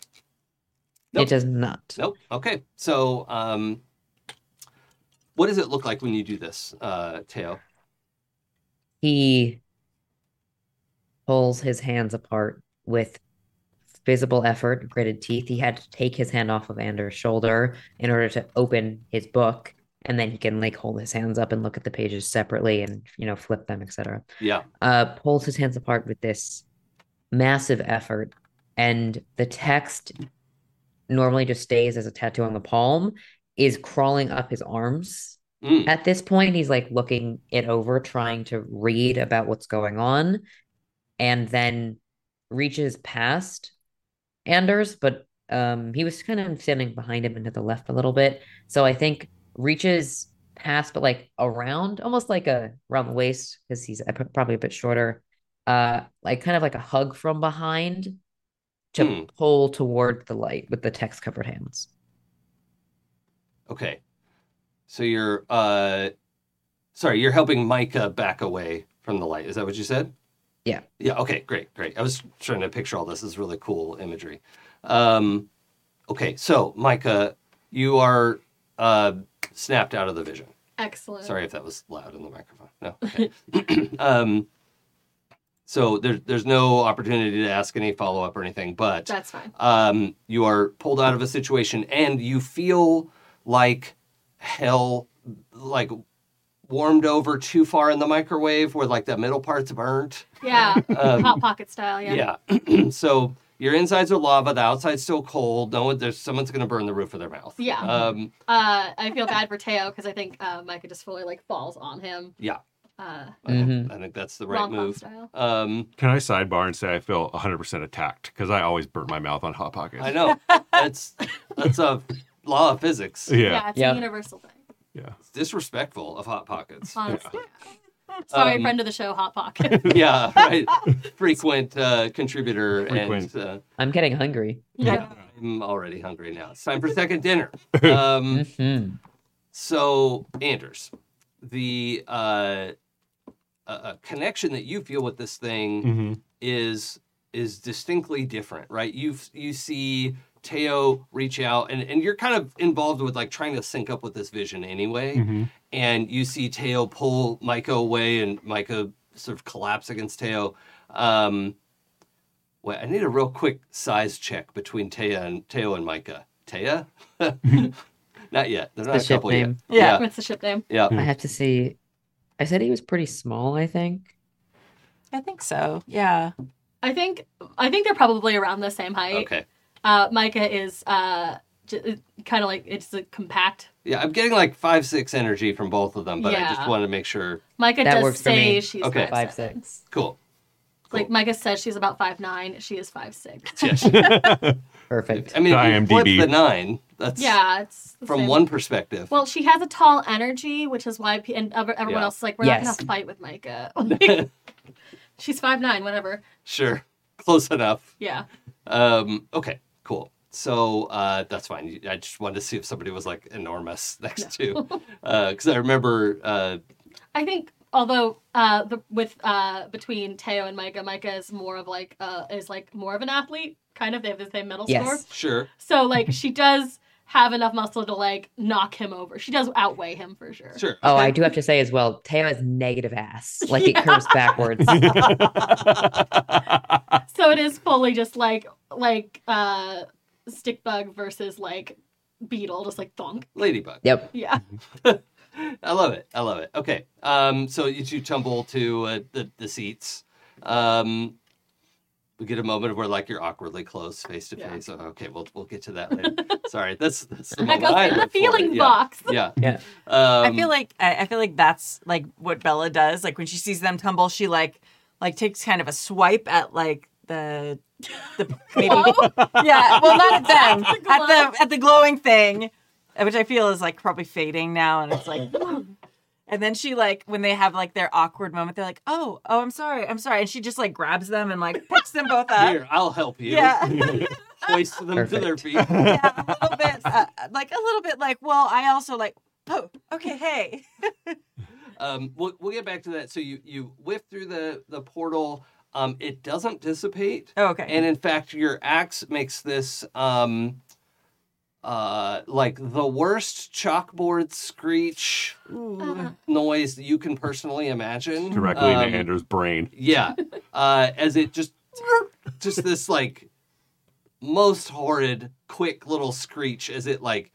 Nope.
It does not.
Nope. Okay. So, um, what does it look like when you do this, uh, Teo?
He pulls his hands apart with visible effort, gritted teeth. He had to take his hand off of Anders' shoulder in order to open his book, and then he can like hold his hands up and look at the pages separately, and you know flip them, etc.
Yeah.
uh, pulls his hands apart with this massive effort, and the text normally just stays as a tattoo on the palm is crawling up his arms.
Mm.
At this point, he's like looking it over, trying to read about what's going on, and then reaches past Anders, but um, he was kind of standing behind him and to the left a little bit. So I think reaches past, but like around, almost like a around the waist because he's a- probably a bit shorter. Uh, like kind of like a hug from behind to
Hmm.
pull toward the light with the text covered hands.
Okay. So you're uh sorry, you're helping Micah back away from the light. Is that what you said?
Yeah.
Yeah, okay, great, great. I was trying to picture all this. This is really cool imagery. Um okay, so Micah, you are uh snapped out of the vision.
Excellent.
Sorry if that was loud in the microphone. No. Okay.
*laughs*
um so there's there's no opportunity to ask any follow up or anything, but
That's fine.
um, you are pulled out of a situation and you feel like hell like warmed over too far in the microwave where like the middle part's burnt
Yeah.
*laughs* um,
Hot pocket style. Yeah.
yeah, *clears throat* so your insides are lava the outside's still cold no one there's someone's gonna burn the roof of their mouth
Yeah.
um
Uh, I feel bad for Teo because I think uh, Micah just fully like falls on him.
Yeah.
Uh,
I think-
Mhm.
I, think that's the right
rom com
move
style.
um
Can I sidebar and say I feel 100% attacked because I always burnt my mouth on Hot Pockets?
i know that's that's a law of physics
Yeah.
Yeah. it's
Yeah.
a universal thing.
it's disrespectful of hot pockets
Honestly. Sorry,
Um,
friend of the show, Hot
*laughs*
Pocket.
yeah right frequent uh contributor
Frequent.
and uh,
I'm getting hungry.
*laughs* yeah.
I'm already hungry now. It's time for second
*laughs*
dinner. Um,
Mhm.
so, Anders, the uh, uh, uh, connection that you feel with this thing
hmm
is is distinctly different, right? You you see Teo reach out, and and you're kind of involved with like trying to sync up with this vision anyway.
hmm
And you see Teo pull Micah away, and Micah sort of collapse against Teo. Um, wait, I need a real quick size check between Teo and Teo and Micah. Teo, *laughs* not yet. They're not
Mm-hmm. The
a
ship
couple
name.
yet. Yeah,
That's the ship name.
yeah.
I have to see. I said he was pretty small, I think.
I think so. Yeah.
I think I think they're probably around the same height.
Okay.
Uh, Micah is uh, j- kind of like it's a compact.
Yeah, I'm getting like five six energy from both of them, but I just
Yeah.
wanted to make sure.
Micah
That
does
works for
say
me.
she's
Okay.
five,
Five
seven.
six.
Cool.
Like Micah says, she's about five nine. She is
*laughs*
five six.
Yes.
Perfect.
I mean,
The
if you flip
IMDb.
the nine. That's
yeah, it's the
from
same.
one perspective.
Well, she has a tall energy, which is why pe- and ever- everyone
Yeah.
else is like, we're
Yes.
not gonna fight
*laughs*
with Micah. *laughs* Like, she's five nine, whatever.
sure, close enough.
Yeah.
Um, okay, cool. So uh, that's fine. You- I just wanted to see if somebody was like enormous *laughs* next to, because I remember. Uh,
I think although uh the, with uh between Teo and Micah, Micah is more of like uh is like more of an athlete, kind of. They have the same medal
Yes.
score.
sure.
So like she does have enough muscle to like knock him over. She does outweigh him for sure.
Sure.
Oh,
okay.
I do have to say as well, Teo has
*laughs*
negative ass. Like
Yeah.
it curves backwards.
So it is fully just like like uh stick bug versus like beetle, just like thonk.
Ladybug.
yep.
Yeah.
I love it. I love it. Okay. Um, so you two tumble to uh, the, the seats. Um, we get a moment where like you're awkwardly close face to
Yeah.
face. Oh, Okay, we'll we'll get to that later. Sorry, that's that's the
I
moment
go
I
in the
look forward-
feeling
yeah,
box.
Yeah.
Yeah.
Um,
I feel like I, I feel like that's like what Bella does. Like when she sees them tumble, she like like takes kind of a swipe at like the
*laughs*
the maybe
Hello?
yeah well not at
*laughs*
them
The glow.
at the at the glowing thing, uh, which I feel is like probably fading now, and
*laughs*
it's like. And then she like when they have like their awkward moment, they're like, "Oh, oh, I'm sorry, I'm sorry," and she just like grabs them and like picks them both up.
here, I'll help you.
uh, Yeah.
*laughs* Hoist them to their feet.
yeah, a little bit, uh, like a little bit, like, well, I also like, oh, okay, hey,
Um, we'll, we'll get back to that. So you you whiff through the the portal. Um, it doesn't dissipate.
oh, okay,
And in fact, your axe makes this um uh like the worst chalkboard screech
Uh,
noise that you can personally imagine.
directly
Um,
into Andrew's brain.
Yeah. Uh as it just just this like most horrid quick little screech as it like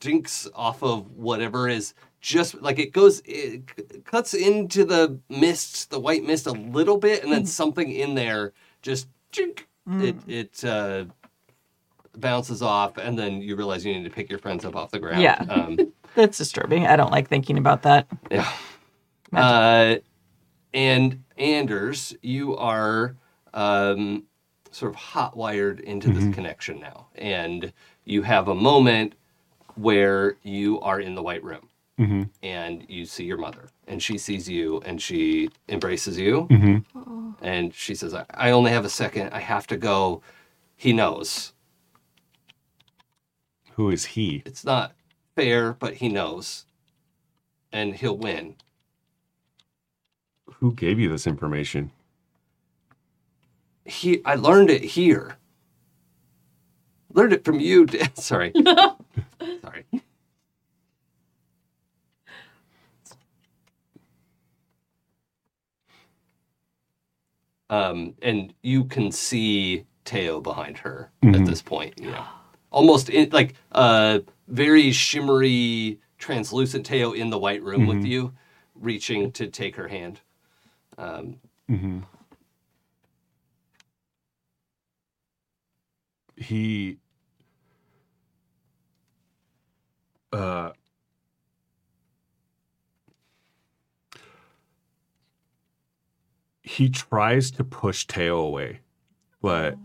dinks off of whatever is just like it goes it c- cuts into the mist the white mist a little bit and then something in there just chink, it it uh bounces off and then you realize you need to pick your friends up off the ground
Yeah.
um,
that's disturbing. I don't like thinking about that.
yeah. Uh, and Anders, you are um, sort of hotwired into this connection now, and you have a moment where you are in the white room
Mm-hmm.
and you see your mother, and she sees you, and she embraces you,
Mm-hmm.
and she says, "I, I only have a second. I have to go." He knows
Who is he?
it's not fair, but he knows, and he'll win.
Who gave you this information?
he I learned it here. Learned it from you, Dan. *laughs* Sorry. Sorry. Um, and you can see Teo behind her at
Mhm.
this point. You know, almost in, like a uh, very shimmery, translucent Teo in the white room with
Mhm.
you, reaching to take her hand. Um,
Mm-hmm. He. Uh, he tries to push Teo away, but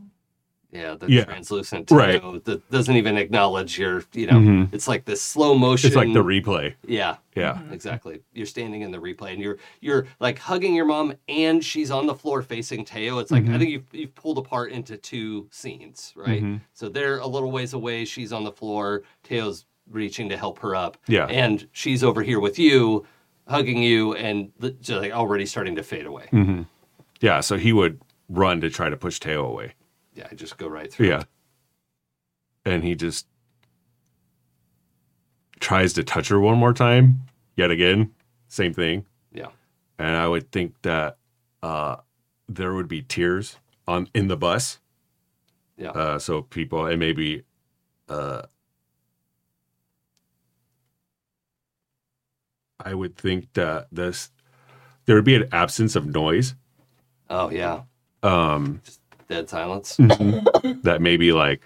Yeah, the
Yeah.
translucent
Right.
tattoo that doesn't even acknowledge your, you know,
Mhm.
it's like this slow motion.
it's like the replay.
yeah,
Yeah.
exactly. You're standing in the replay and you're you're like hugging your mom and she's on the floor facing Teo. It's like I
Mm-hmm.
think you've you've pulled apart into two scenes, right?
Mhm.
So they're a little ways away. She's on the floor. Teo's reaching to help her up.
Yeah.
and she's over here with you, hugging you, and the- just like already starting to fade away.
hmm Yeah. So he would run to try to push Teo away.
Yeah, I just go right through.
Yeah. And he just tries to touch her one more time, yet again. Same thing.
Yeah.
And I would think that uh, there would be tears on in the bus.
Yeah.
Uh, so people and maybe uh, I would think that this there would be an absence of noise.
Oh yeah,
Um
dead silence.
that maybe like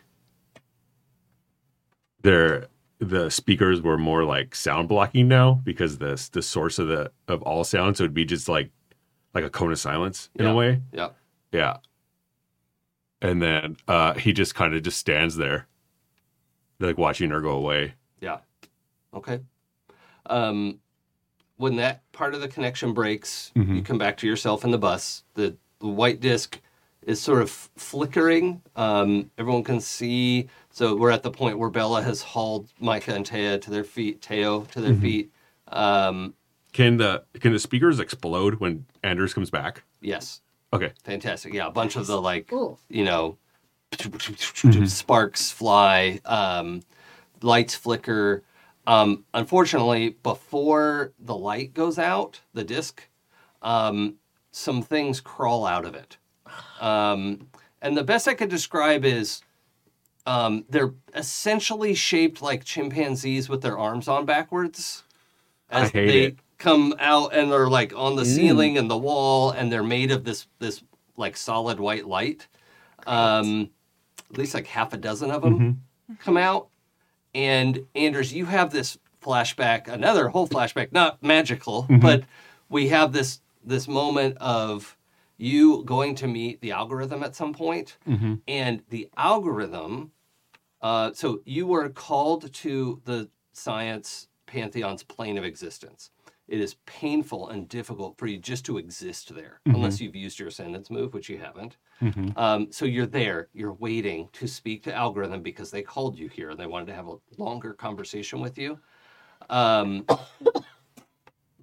their the speakers were more like sound blocking now because this the source of the of all sounds so it'd be just like like a cone of silence in
Yeah.
a way
Yeah.
yeah and then uh he just kind of just stands there like watching her go away
Okay. Um, when that part of the connection breaks, you
Mhm.
come back to yourself in the bus. The, the white disc is sort of flickering. Um, everyone can see. So we're at the point where Bella has hauled Micah and Teo to their feet. Teo to their feet. Um,
can the can the speakers explode when anders comes back
yes,
okay
fantastic. Yeah, a bunch of the like
cool.
you know sparks fly um, lights flicker um, unfortunately before the light goes out the disc um, some things crawl out of it um, and the best i could describe is um, they're essentially shaped like chimpanzees with their arms on backwards as
hate
they
it. Mm.
come out and they're like on the ceiling and the wall and they're made of this this like solid white light. Um, at least like half a dozen of them
Mm-hmm.
come out. And Anders, you have this flashback, another whole flashback, not magical, but we have this this moment of you going to meet the algorithm at some point, and the algorithm. Uh, so you were called to the science pantheon's plane of existence. It is painful and difficult for you just to exist there, unless you've used your ascendance move, which you haven't. Um, so you're there, you're waiting to speak to algorithm because they called you here and they wanted to have a longer conversation with you. Um, *coughs*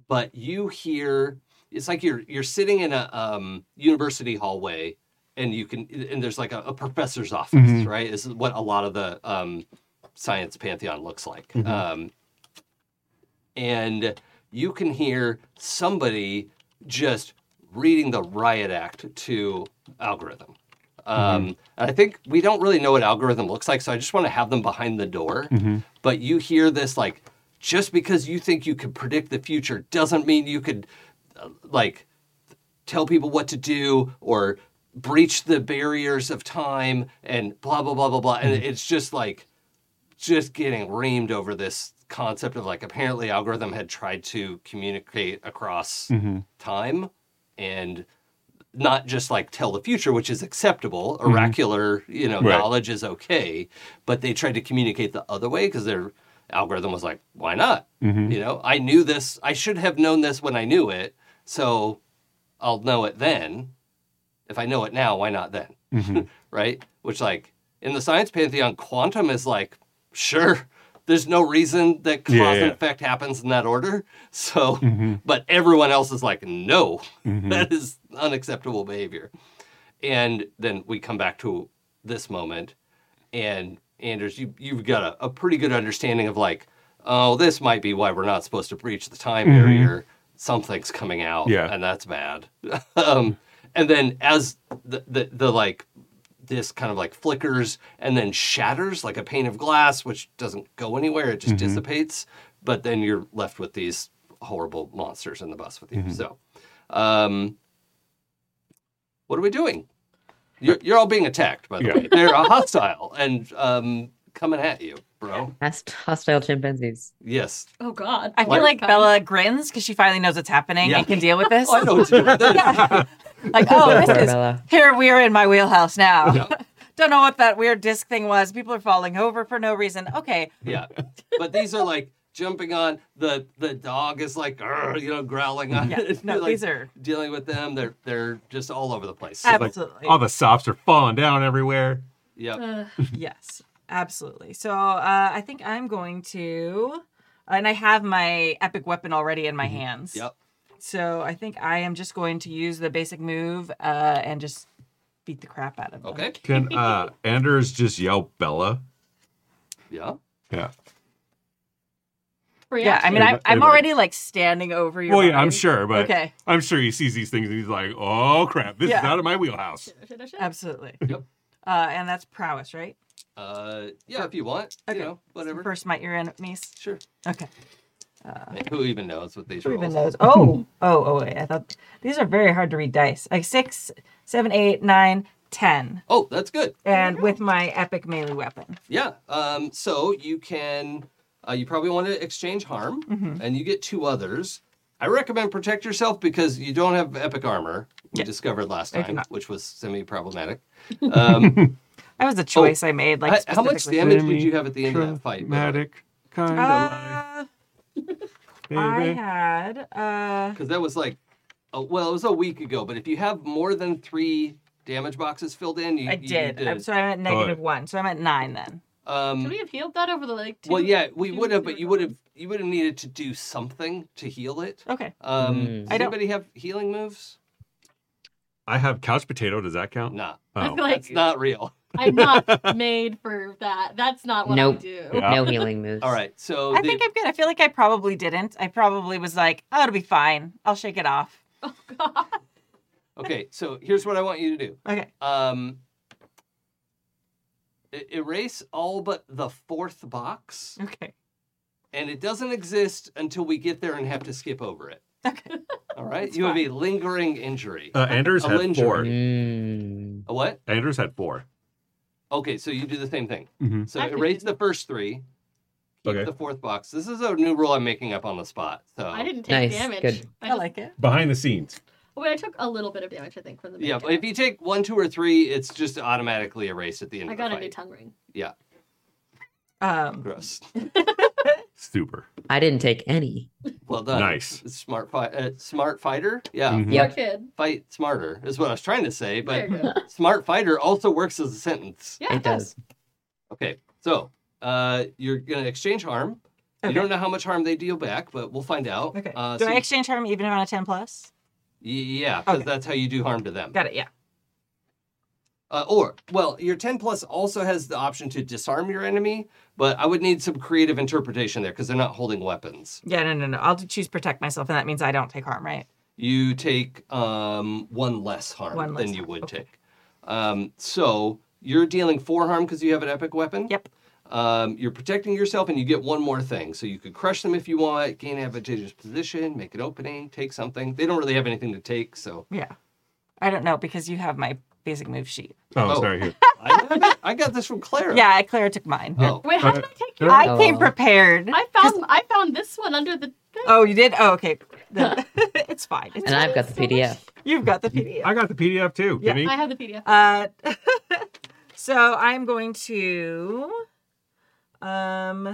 but you hear it's like you're you're sitting in a um, university hallway and you can and there's like a, a professor's office, right? This is what a lot of the um, science pantheon looks like. Um, and you can hear somebody just reading the riot act to algorithm. Um, and I think we don't really know what algorithm looks like, so I just want to have them behind the door. But you hear this like, just because you think you could predict the future doesn't mean you could uh, like tell people what to do or breach the barriers of time and blah blah blah blah blah. And it's just like just getting reamed over this concept of like apparently algorithm had tried to communicate across time and not just like tell the future which is acceptable oracular you know
Right.
knowledge is okay but they tried to communicate the other way because their algorithm was like why not you know i knew this i should have known this when i knew it so i'll know it then if i know it now why not then right? Which, like, in the science pantheon, quantum is like, sure, there's no reason that cause
Yeah, yeah.
and effect happens in that order. So, *laughs* but everyone else is like, no, *laughs* that is unacceptable behavior. And then we come back to this moment, and Anders, you, you've got a, a pretty good understanding of like, oh, this might be why we're not supposed to breach the time barrier. Something's coming out,
Yeah.
and that's bad. *laughs* um, and then as the, the the like this kind of like flickers and then shatters like a pane of glass, which doesn't go anywhere; it just dissipates. But then you're left with these horrible monsters in the bus with you. So, um, what are we doing? You're, you're all being attacked, by the
Yeah.
way. They're uh, hostile and um, coming at you, bro.
That's hostile
*laughs*
chimpanzees.
Yes.
Oh God.
I feel
Oh,
like
God.
Bella grins because she finally knows what's happening
Yeah.
and
*laughs*
can deal with this.
Oh, I know what to do with
*laughs*
this.
Like, oh,
Sorry,
this is
Bella.
here we are in my wheelhouse now. *laughs* Don't know what that weird disc thing was. People are falling over for no reason.
*laughs*
Okay,
Yeah. But these are like jumping on the the dog is like "Arr," you know growling on
Yeah.
it.
No,
You're, *laughs* like,
these are-
dealing with them. They're they're just all over the place.
Ab-
Like,
Absolutely.
all the sops are falling down everywhere.
yep.
Ugh.
yes, absolutely. So uh, I think I'm going to, and I have my epic weapon already in my hands.
Mm-hmm. Yep.
So I think I am just going to use the basic move uh, and just beat the crap out of them.
Okay.
Can uh, Anders just yell Bella?
Yeah.
Yeah.
Yeah,
*laughs*
I
Reaction.
mean, I,
Everybody-
I'm already like standing over your.
Well, yeah, I'm
body.
sure, but
Okay.
I'm sure he sees these things and he's like, "Oh crap, this is
Yeah.
out of my wheelhouse."
Shit, shit, shit.
Absolutely.
Yep.
Uh, and that's prowess, right?
Uh, yeah. If you want,
Okay.
you know, whatever.
First, my ear enemies.
Sure.
Okay.
Who even knows with these
Uh, Who
rules?
even knows? Oh, oh, oh, wait. I thought these are very hard to read dice. Like six, seven, eight, nine, ten.
Oh, that's good.
And with my epic melee weapon.
Yeah. Um, so you can, uh, you probably want to exchange harm,
Mm-hmm.
and you get two others. I recommend protect yourself because you don't have epic armor. We discovered last
I do
time,
not.
which was
*laughs*
semi-problematic. Um,
That was a choice I made. Like,
Oh, I- how much
specifically.
damage did you have at the end of that fight? Because
Dramatic kind
Uh,
of
I
life, baby.
had. Uh,
that was like, oh, well, it was a week ago. But if you have more than three damage boxes filled in, you
I
you
did.
need to-
I'm, so I'm at negative one. So I'm at nine then.
um,
Should we have healed that over the like? Two,
well, yeah, we
two-
would have,
two
but you
ago?
would have, you would have needed to do something to heal it.
Okay.
Um,
Mm.
Does
I don't-
anybody have healing moves?
I have couch potato. Does that count?
Nah,
I
Oh.
feel *laughs* like
it's not real. *laughs*
I'm not made for that. That's not what I
Nope.
do.
Yeah.
No healing moves.
All right, so
I
the-
think I'm good. I feel like I probably didn't. I probably was like, oh, it'll be fine. I'll shake it off.
God.
okay, so here's what I want you to do.
Okay.
Um, e- erase all but the fourth box
Okay.
and it doesn't exist until we get there and have to skip over it.
Okay.
*laughs* All right, you have a lingering injury.
Uh, Anders
A
had
lingerie.
four.
Mm.
A what?
Anders had 4
Okay, so you do the same thing.
Mm-hmm.
So
I
erase
didn't.
the first three. Keep
Okay.
the fourth box. This is a new rule I'm making up on the spot. So
*laughs* I didn't take
Nice,
damage.
good.
I,
I
just,
like it.
Behind the scenes.
well, I took a little bit of damage, I think, from the
Yeah,
bandana.
but if you take one, two, or three, it's just automatically erased at the end
I
of the
got a
fight.
new tongue ring.
Um,
Gross.
*laughs*
Super.
I didn't take any.
Well done.
Nice.
Smart fight. Uh, smart fighter. Yeah.
Mhm.
Yep.
Poor kid.
Fight smarter is what I was trying to say,
There
but
you
*laughs*
go.
smart fighter also works as a sentence.
Yeah,
it does.
Okay, so uh, you're gonna exchange harm. You
Okay.
don't know how much harm they deal back, but we'll find out.
okay.
Uh,
Do
so
I exchange harm even if I'm on a 10 plus?
y- yeah, because
Okay.
that's how you do harm to them.
Got it. Yeah.
Uh, or well, your ten plus also has the option to disarm your enemy, but I would need some creative interpretation there because they're not holding weapons.
Yeah, no, no, no. I'll choose protect myself, and that means I don't take harm, right?
You take um, one less harm
One less
than you
harm,
would
okay.
take. Um, so you're dealing four harm because you have an epic weapon.
Yep.
Um, you're protecting yourself, and you get one more thing. So you could crush them if you want, gain advantageous position, make an opening, take something. They don't really have anything to take,
*laughs*
so
Yeah. I don't know because you have my basic move sheet.
Oh,
Oh.
sorry. Here.
I, have it. I got this from Clara.
Yeah, Clara took mine.
Oh,
Wait, how did I take your?
Yeah.
I came
Oh.
prepared.
I found I found this one under the. thing.
Oh, you did? Oh,
*laughs*
okay. *laughs* The- it's fine. It's
And I've got the
So much-
PDF.
You've got the PDF.
I got the PDF too.
Yeah,
Gimme.
I have the PDF.
Uh, *laughs* so I'm going to, um,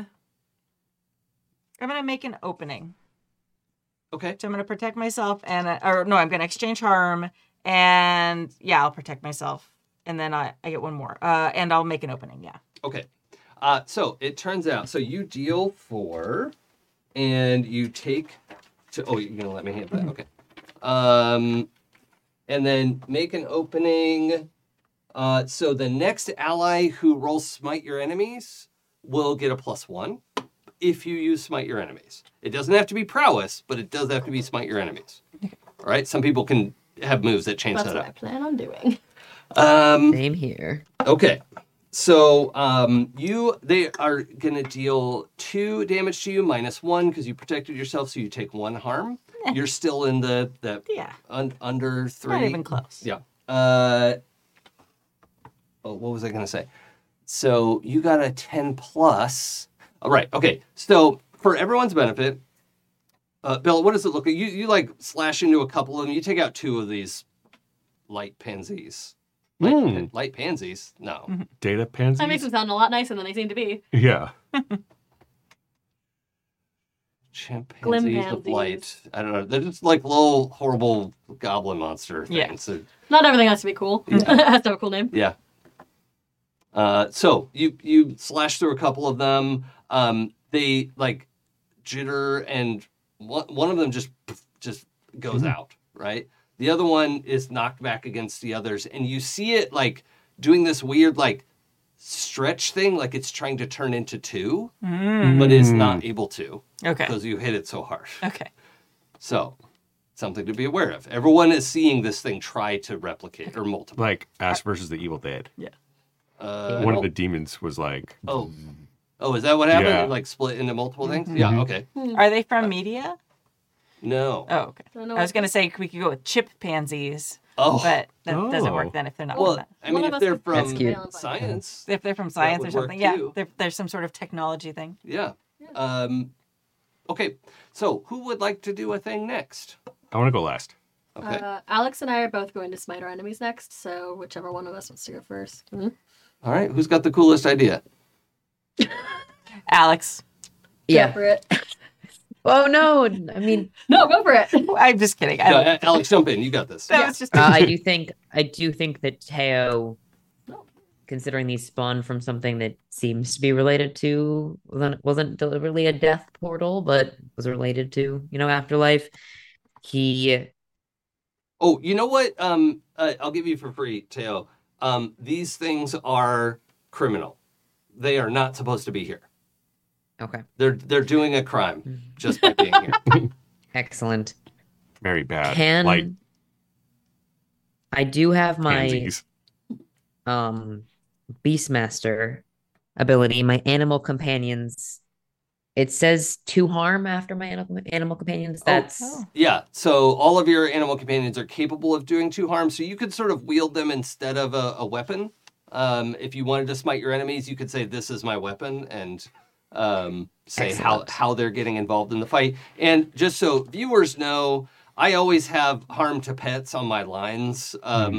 I'm gonna make an opening.
okay.
So I'm gonna protect myself, and I- or no, I'm gonna exchange harm, and yeah, I'll protect myself, and then I, I get one more, uh, and I'll make an opening. Yeah.
Okay. Uh, so it turns out, so you deal four, and you take. To, oh, you're gonna let me handle that. Okay. Um, and then make an opening. Uh, so the next ally who rolls smite your enemies will get a plus one if you use smite your enemies. It doesn't have to be prowess, but it does have to be smite your enemies. All right. Some people can have moves that change
That's
that
what I plan on doing. *laughs*
up. Um,
Same here.
Okay. So um, you they are gonna deal two damage to you minus one because you protected yourself, so you take one harm. You're still in the the
Yeah.
un, under three.
Eh. Not even close.
Yeah. Uh, oh, what was I gonna say? So you got a ten plus. All right. Okay. So for everyone's benefit, uh, Bill, what does it look like? You you like slash into a couple of them. You take out two of these light pansies. Light,
Hmm.
Mm.
light pansies? No.
Data pansies.
That makes them sound a lot nicer than they seem to be.
yeah.
chimpanzees with light. I don't know. They're just like little horrible goblin monster
Yeah.
things. So,
Not everything has to be cool. *laughs* it has to have a cool name.
yeah. Uh, so you you slash through a couple of them. Um, they like jitter, and one, one of them just just goes
Mm-hmm.
out. Right. The other one is knocked back against the others, and you see it like doing this weird like stretch thing, like it's trying to turn into two,
Mm.
but it's not able to
Okay.
because you hit it so hard.
Okay.
So, something to be aware of. Everyone is seeing this thing try to replicate or multiply.
Like Ash versus the Evil Dead.
Uh,
One of the demons was like,
oh, oh, is that what happened?
Yeah. Mm-hmm.
It, Like split into multiple things? Yeah. Okay.
Are they from media?
No.
Oh, okay.
don't know
I was
what-
gonna say we could go with chip pansies,
oh.
but that doesn't
Oh.
work then if they're not.
well,
that.
I mean,
One of
if
us
they're
could
from
That's cute.
science,
If they're from science
would
or
work
something, yeah,
too.
there- there's some sort of technology thing.
yeah. Um, okay. So, who would like to do a thing next?
I want to go last.
Okay.
Uh, Alex and I are both going to smite our enemies next, so whichever one of us wants to go 1st
Mm-hmm.
All right. Who's got the coolest idea?
Alex,
Go
Yeah.
for it. *laughs*
Oh no. I mean,
No, go for it.
I'm just kidding. I
No,
don't,
A- Uh, Alex, jump in. You got this.
that was just *laughs* Oh,
uh,
*laughs*
I do think I do think that Teo, considering these spawn from something that seems to be related to wasn't- wasn't deliberately a death portal, but was related to you know afterlife. He
Oh, you know what? Um, uh, I'll give you for free, Teo. Um, these things are criminal. They are not supposed to be here.
okay,
They're they're doing a crime just by being here.
excellent.
Very bad.
Can
Uh, like
I do have my
pansies.
um beastmaster ability my animal companions It says to harm after my animal, animal companions.
Oh,
That's
Yeah, so all of your animal companions are capable of doing two harm, so you could sort of wield them instead of a, a weapon. Um, if you wanted to smite your enemies, you could say, This is my weapon, and um, say how,
Excellent.
how they're getting involved in the fight. And just so viewers know, I always have harm to pets on my lines. Um,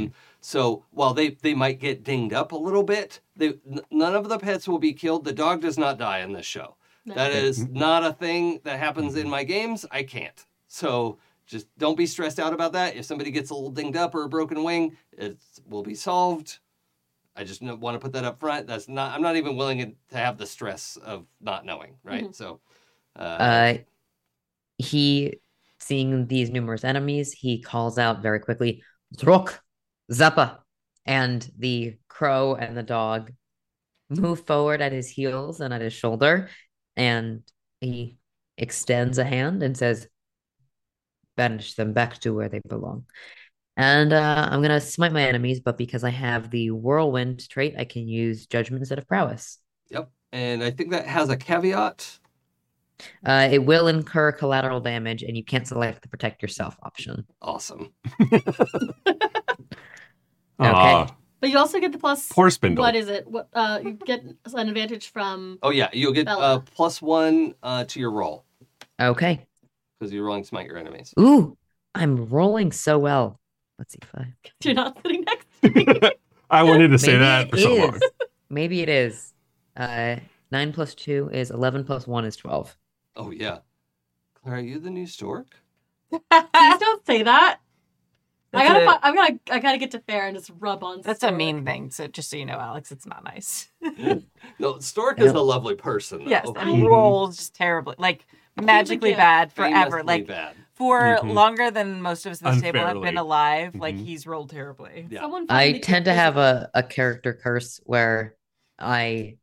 So while they, they might get dinged up a little bit, they, n- none of the pets will be killed. The dog does not die in this show.
No.
That is not a thing that happens in my games. I can't. So just don't be stressed out about that. If somebody gets a little dinged up or a broken wing, it will be solved. I just want to put that up front. That's not. I'm not even willing to have the stress of not knowing. Right.
Mhm.
So.
uh he seeing these numerous enemies he calls out very quickly Drok, zappa and the crow and the dog move forward at his heels and at his shoulder and he extends a hand and says banish them back to where they belong and uh, i'm gonna smite my enemies but because i have the whirlwind trait i can use judgment instead of prowess
Yep. And I think that has a caveat.
uh, it will incur collateral damage and you can't select the protect yourself option
Awesome.
Okay.
Uh,
Ah,
But you also get the plus.
poor Spindle.
*laughs*
What is it? What uh, you get an advantage from? *laughs*
Oh yeah, you'll get uh,
Bella.
plus one uh, to your roll
okay
because you're rolling smite your enemies.
Ooh, I'm rolling so well. Let's see if I
You're not sitting next.
*laughs*
I wanted to say
Maybe
that
it
for so long.
is. Maybe it is. Uh, nine plus two is eleven plus one is twelve.
Oh yeah. Clara, are you the new stork?
Please don't say that. I
That's
gotta.
a-
fi- I'm gonna. I gotta get to fair and just rub on.
That's a
Stuart.
mean thing. So just so you know, Alex, it's not nice.
No, stork is
Yeah.
a lovely person. Though.
Yes, and
Mhm.
rolls just terribly, like magically
yeah,
bad forever.
Famously
Like
bad.
for
Mhm.
longer than most of us at this table have
Unfairly.
been alive. Like
Mhm.
he's rolled terribly.
Yeah.
Someone
I
find the
tend to have
equivalent.
a, a character curse where I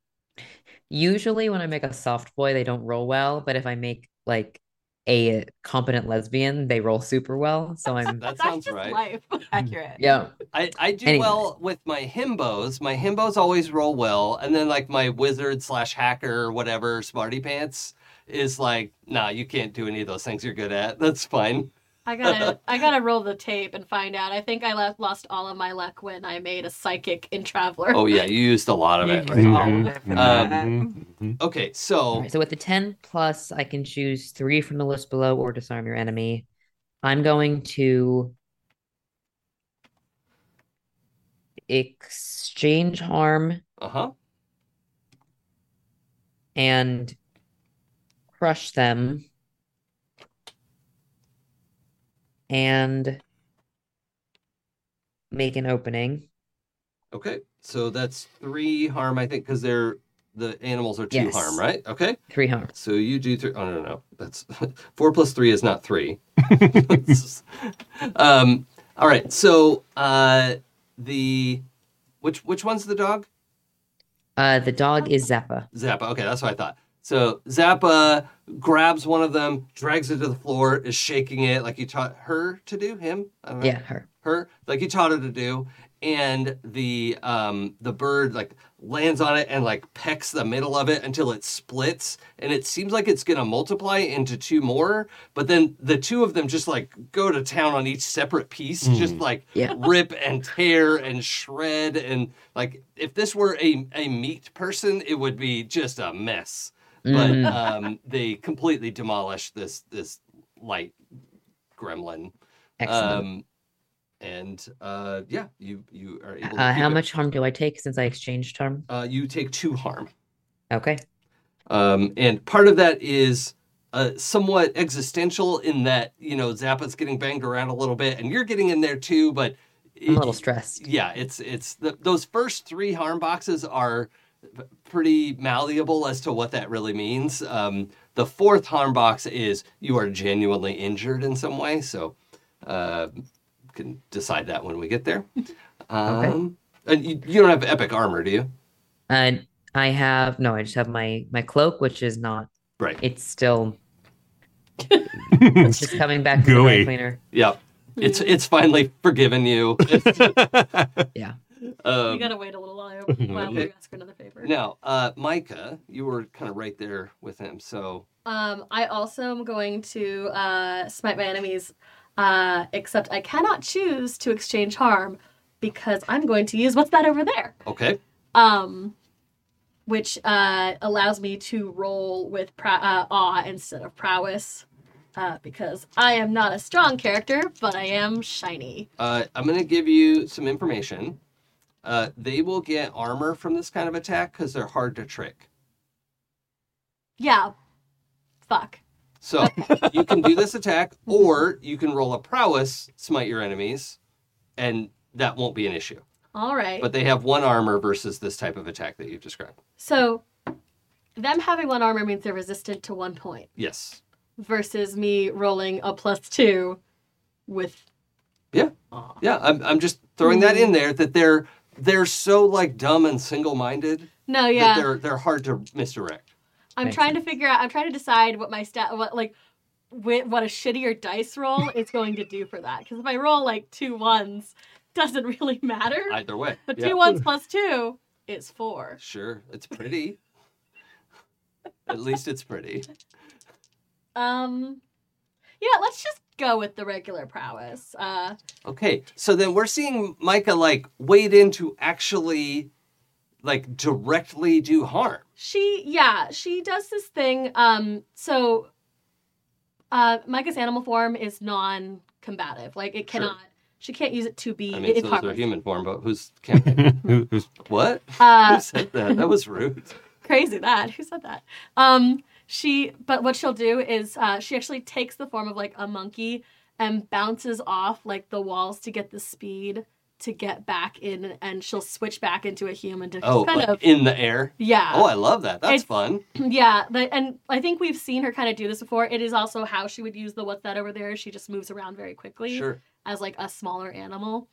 usually when I make a soft boy, they don't roll well, but if I make like a competent lesbian, they roll super well. So
That
*laughs*
I'm
That's
sounds
just
right.
life.
*laughs* Accurate.
yeah.
I, I do
Anyway.
well with my himbos. My himbos always roll well, and then like my wizard slash hacker or whatever smarty pants is like, nah, you can't do any of those things you're good at. *laughs* That's fine.
I
*laughs*
gotta. I gotta roll the tape and find out. I think I left, lost all of my luck when I made a psychic in Traveler.
Oh yeah, you used a lot of
You
it.
used
Right?
all of
Mm-hmm.
Mhm,
it for
mhm,
that.
mhm, mhm.
Okay,
All
so
right, so with the 10 plus, I can choose three from the list below or disarm your enemy. I'm going to exchange harm
uh huh.
and crush them. And make an opening.
Okay, so that's three harm, I think, because they're the animals are two
Yes.
harm, right? Okay,
Three harm.
so you do three. Oh no, no, no. that's *laughs* four plus three is not three. um, all right, so uh, the which which one's the dog?
Uh, the dog is Zappa.
Zappa. Okay, that's what I thought. So Zappa grabs one of them, drags it to the floor, is shaking it like you taught her to do. Him? I don't know.
Yeah, her.
her like you taught her to do and the um the bird like lands on it and like pecks the middle of it until it splits and it seems like it's gonna multiply into two more but then the two of them just like go to town on each separate piece just like
Yeah.
rip and tear and shred and like if this were a, a meat person it would be just a mess but
Mhm.
um they completely demolish this this light gremlin
Excellent.
um, and uh, yeah, you you are able. to
uh,
keep
how
it.
much harm do I take since I exchanged harm?
Uh, you take two harm,
Okay.
um, and part of that is uh, somewhat existential in that you know Zappa's getting banged around a little bit, and you're getting in there too, but
I'm a
it-
little stressed.
yeah, it's it's the, those first three harm boxes are pretty malleable as to what that really means. Um, the fourth harm box is you are genuinely injured in some way, so uh, can decide that when we get there. Um, And you, you don't have epic armor, do you?
And I have no, I just have my my cloak, which is not.
Right.
It's
*laughs*
still. it's just coming back from the dry
Gooey.
cleaner.
Yeah. It's it's finally forgiven you.
Yeah.
Um,
*laughs* you gotta wait a little while,
*laughs*
while we ask for another favor.
Now, uh, Micah, you were kind of right there with him, so
Um, I also am going to uh, smite my enemies, uh, except I cannot choose to exchange harm because I'm going to use what's that over there,
okay.
um, which uh, allows me to roll with pra- uh, awe instead of prowess. Uh, because I am not a strong character, but I am shiny.
Uh, I'm going to give you some information. Uh, they will get armor from this kind of attack because they're hard to trick.
Yeah. Fuck. *laughs*
So you can do this attack, or you can roll a prowess, smite your enemies, and that won't be an issue.
All right.
But they have one armor versus this type of attack that you've described.
So, them having one armor means they're resistant to one point
Yes.
versus me rolling a plus two with.
Yeah.
Aw. Hmm.
Yeah, I'm, I'm just throwing that in there that they're they're so like dumb and single-minded
No,
that
yeah.
they're they're hard to misdirect.
I'm
Makes
trying to figure out, I'm trying to decide what my stat, what like, wh- what a shittier dice roll is going to do for that. Because if I roll like two ones, doesn't really matter.
Either way.
but
yeah.
two ones plus two is four.
Sure, it's pretty. At least it's pretty.
Um, yeah, let's just go with the regular prowess. Uh,
Okay, so then we're seeing Micah like wade into actually like directly do harm.
She yeah, she does this thing. Um, so uh Micah's animal form is non combative. Like it
Sure.
cannot she can't use it to be
I mean,
it's
so those are
harmless.
human form, but who's camping?
*laughs* Who-
*laughs*
who's-
what? Who
Uh
said that? That was
*laughs*
rude.
crazy that. Who said that? Um she but what she'll do is uh she actually takes the form of like a monkey and bounces off like the walls to get the speed to get back in and she'll switch back into a human to
Oh,
kind
like
of
in the air.
yeah.
Oh, I love that. That's
It's-
fun.
*clears throat* Yeah, the, and I think we've seen her kind of do this before. It is also how she would use the what's that over there. She just moves around very quickly
Sure.
as like a smaller animal.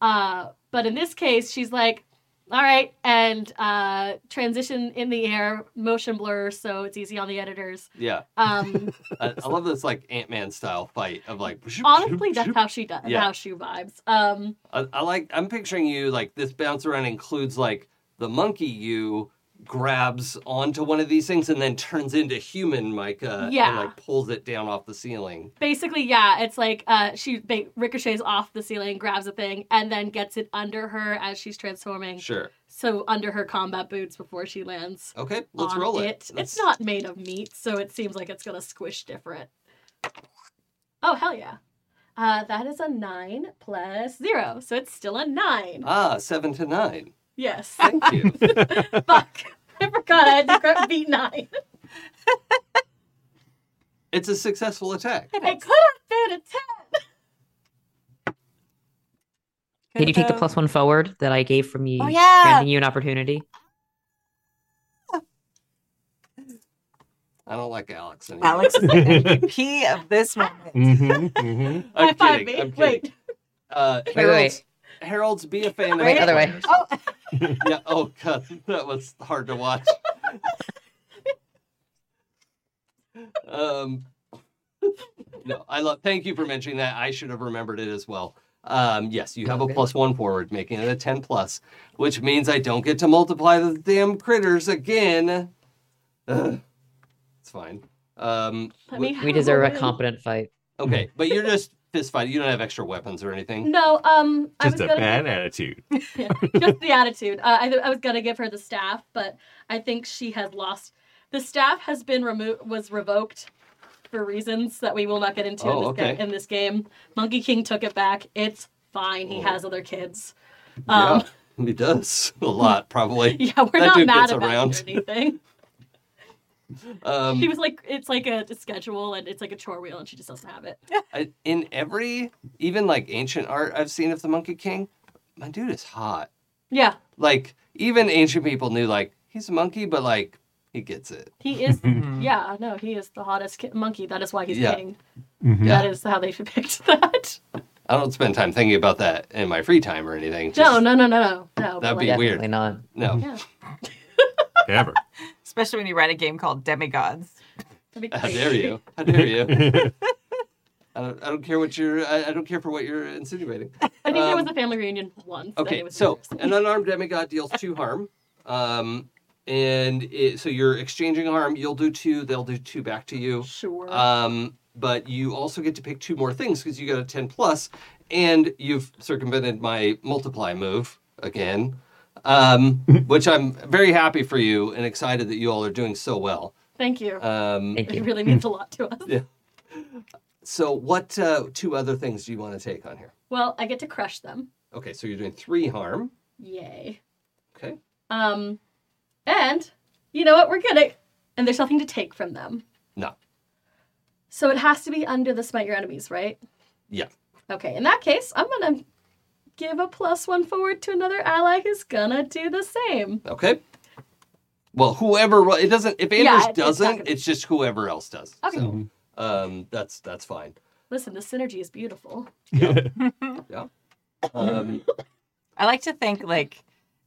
Uh, but in this case, she's like, all right, and uh, transition in the air, motion blur, so it's easy on the editors.
Yeah. *laughs*
Um,
I, I love this like Ant Man style fight of like.
honestly, that's how she does,
Yeah.
how she vibes. Um,
I, I like. I'm picturing you like this bounce around includes like the monkey you grabs onto one of these things and then turns into human Micah and
Yeah.
like pulls it down off the ceiling.
basically, yeah, it's like uh, she ba- ricochets off the ceiling, grabs a thing, and then gets it under her as she's transforming.
Sure.
So under her combat boots before she lands.
Okay. Let's
on
roll it. Let's-
It's not made of meat, so it seems like it's gonna squish different. Oh hell yeah! Uh, that is a nine plus zero, so it's still a nine.
Ah, seven to nine. *laughs*
yes.
Thank
*laughs*
you.
Fuck. I forgot I had to grab B nine.
it's a successful attack.
I could have been a ten.
Did you take the plus one forward that I gave from you,
Oh, yeah.
granting you an opportunity?
I don't like Alex anymore.
Alex is the MVP of this moment.
Mhm, mhm.
I'm
High five
kidding.
me.
I'm kidding.
Wait.
Uh,
wait,
Harold's, Harold's be a fan of
Wait, other way.
Oh,
*laughs* yeah. Oh god, that was hard to watch. um, no, I love. Thank you for mentioning that. I should have remembered it as well. Um, yes, you have a plus one forward, making it a ten plus, which means I don't get to multiply the damn critters again. Ugh. It's fine. Um,
Let
wh-
me
We
have
deserve a
win.
competent fight.
*laughs* okay, but you're just fist fighting. You don't have extra weapons or anything.
No, um, I
Just
was
a
gonna *laughs*
bad attitude.
Yeah,
*laughs*
just the attitude. Uh, I, I was gonna give her the staff, but I think she had lost. The staff has been removed, was revoked for reasons that we will not get into
Oh,
in, this ga-
okay.
in this game. Monkey King took it back. It's fine. He
Oh.
has other kids. Um, *laughs*
yeah, he does a lot probably.
yeah. we're
That
not
dude
mad
gets
about
around.
it or anything.
*laughs* Um,
she was like, it's like a, a schedule and it's like a chore wheel, and she just doesn't have it.
I, in every even like ancient art I've seen of the Monkey King, my dude is hot.
Yeah,
Like even ancient people knew like he's a monkey, but like he gets it.
he is. yeah, no, he is the hottest ki- monkey. That is why he's
Yeah.
king.
Mhm.
Yeah.
That is how they *laughs* picked that.
I don't spend time thinking about that in my free time or anything.
No,
Just-
no, no, no, no, no. but
That'd be
like-
Weird.
Definitely not.
no, *laughs*
Yeah,
Ever.
especially when you write a game called Demigods.
Uh,
that'd be
How
crazy.
dare you? How dare you? I don't, I don't care what you're. I, I don't care for what you're insinuating.
I think there was
Um,
a family reunion once. and it
Okay,
was
so
embarrassing.
an unarmed demigod deals two harm, um, and it, so you're exchanging harm. You'll do two. They'll do two back to you.
sure.
Um, but you also get to pick two more things because you got a 10 plus, and you've circumvented my multiply move again, um,
*laughs*
which I'm very happy for you and excited that you all are doing so well.
Thank you.
Um,
Thank
it
you.
really means a lot to us.
so, what uh, two other things do you want to take on here?
Well, I get to crush them.
Okay, so you're doing three harm.
Yay.
Okay.
Um, and you know what? We're gonna. And there's nothing to take from them.
No.
So it has to be under the smite your enemies, right?
Yeah.
Okay. In that case, I'm gonna give a plus one forward to another ally who's gonna do the same.
Okay. Well, whoever ro- it doesn't. If Anders
Yeah, it- it's not
doesn't,
gonna-
it's just whoever else does.
Okay.
So, um, that's that's fine.
Listen, the synergy is beautiful.
Um,
I like to think like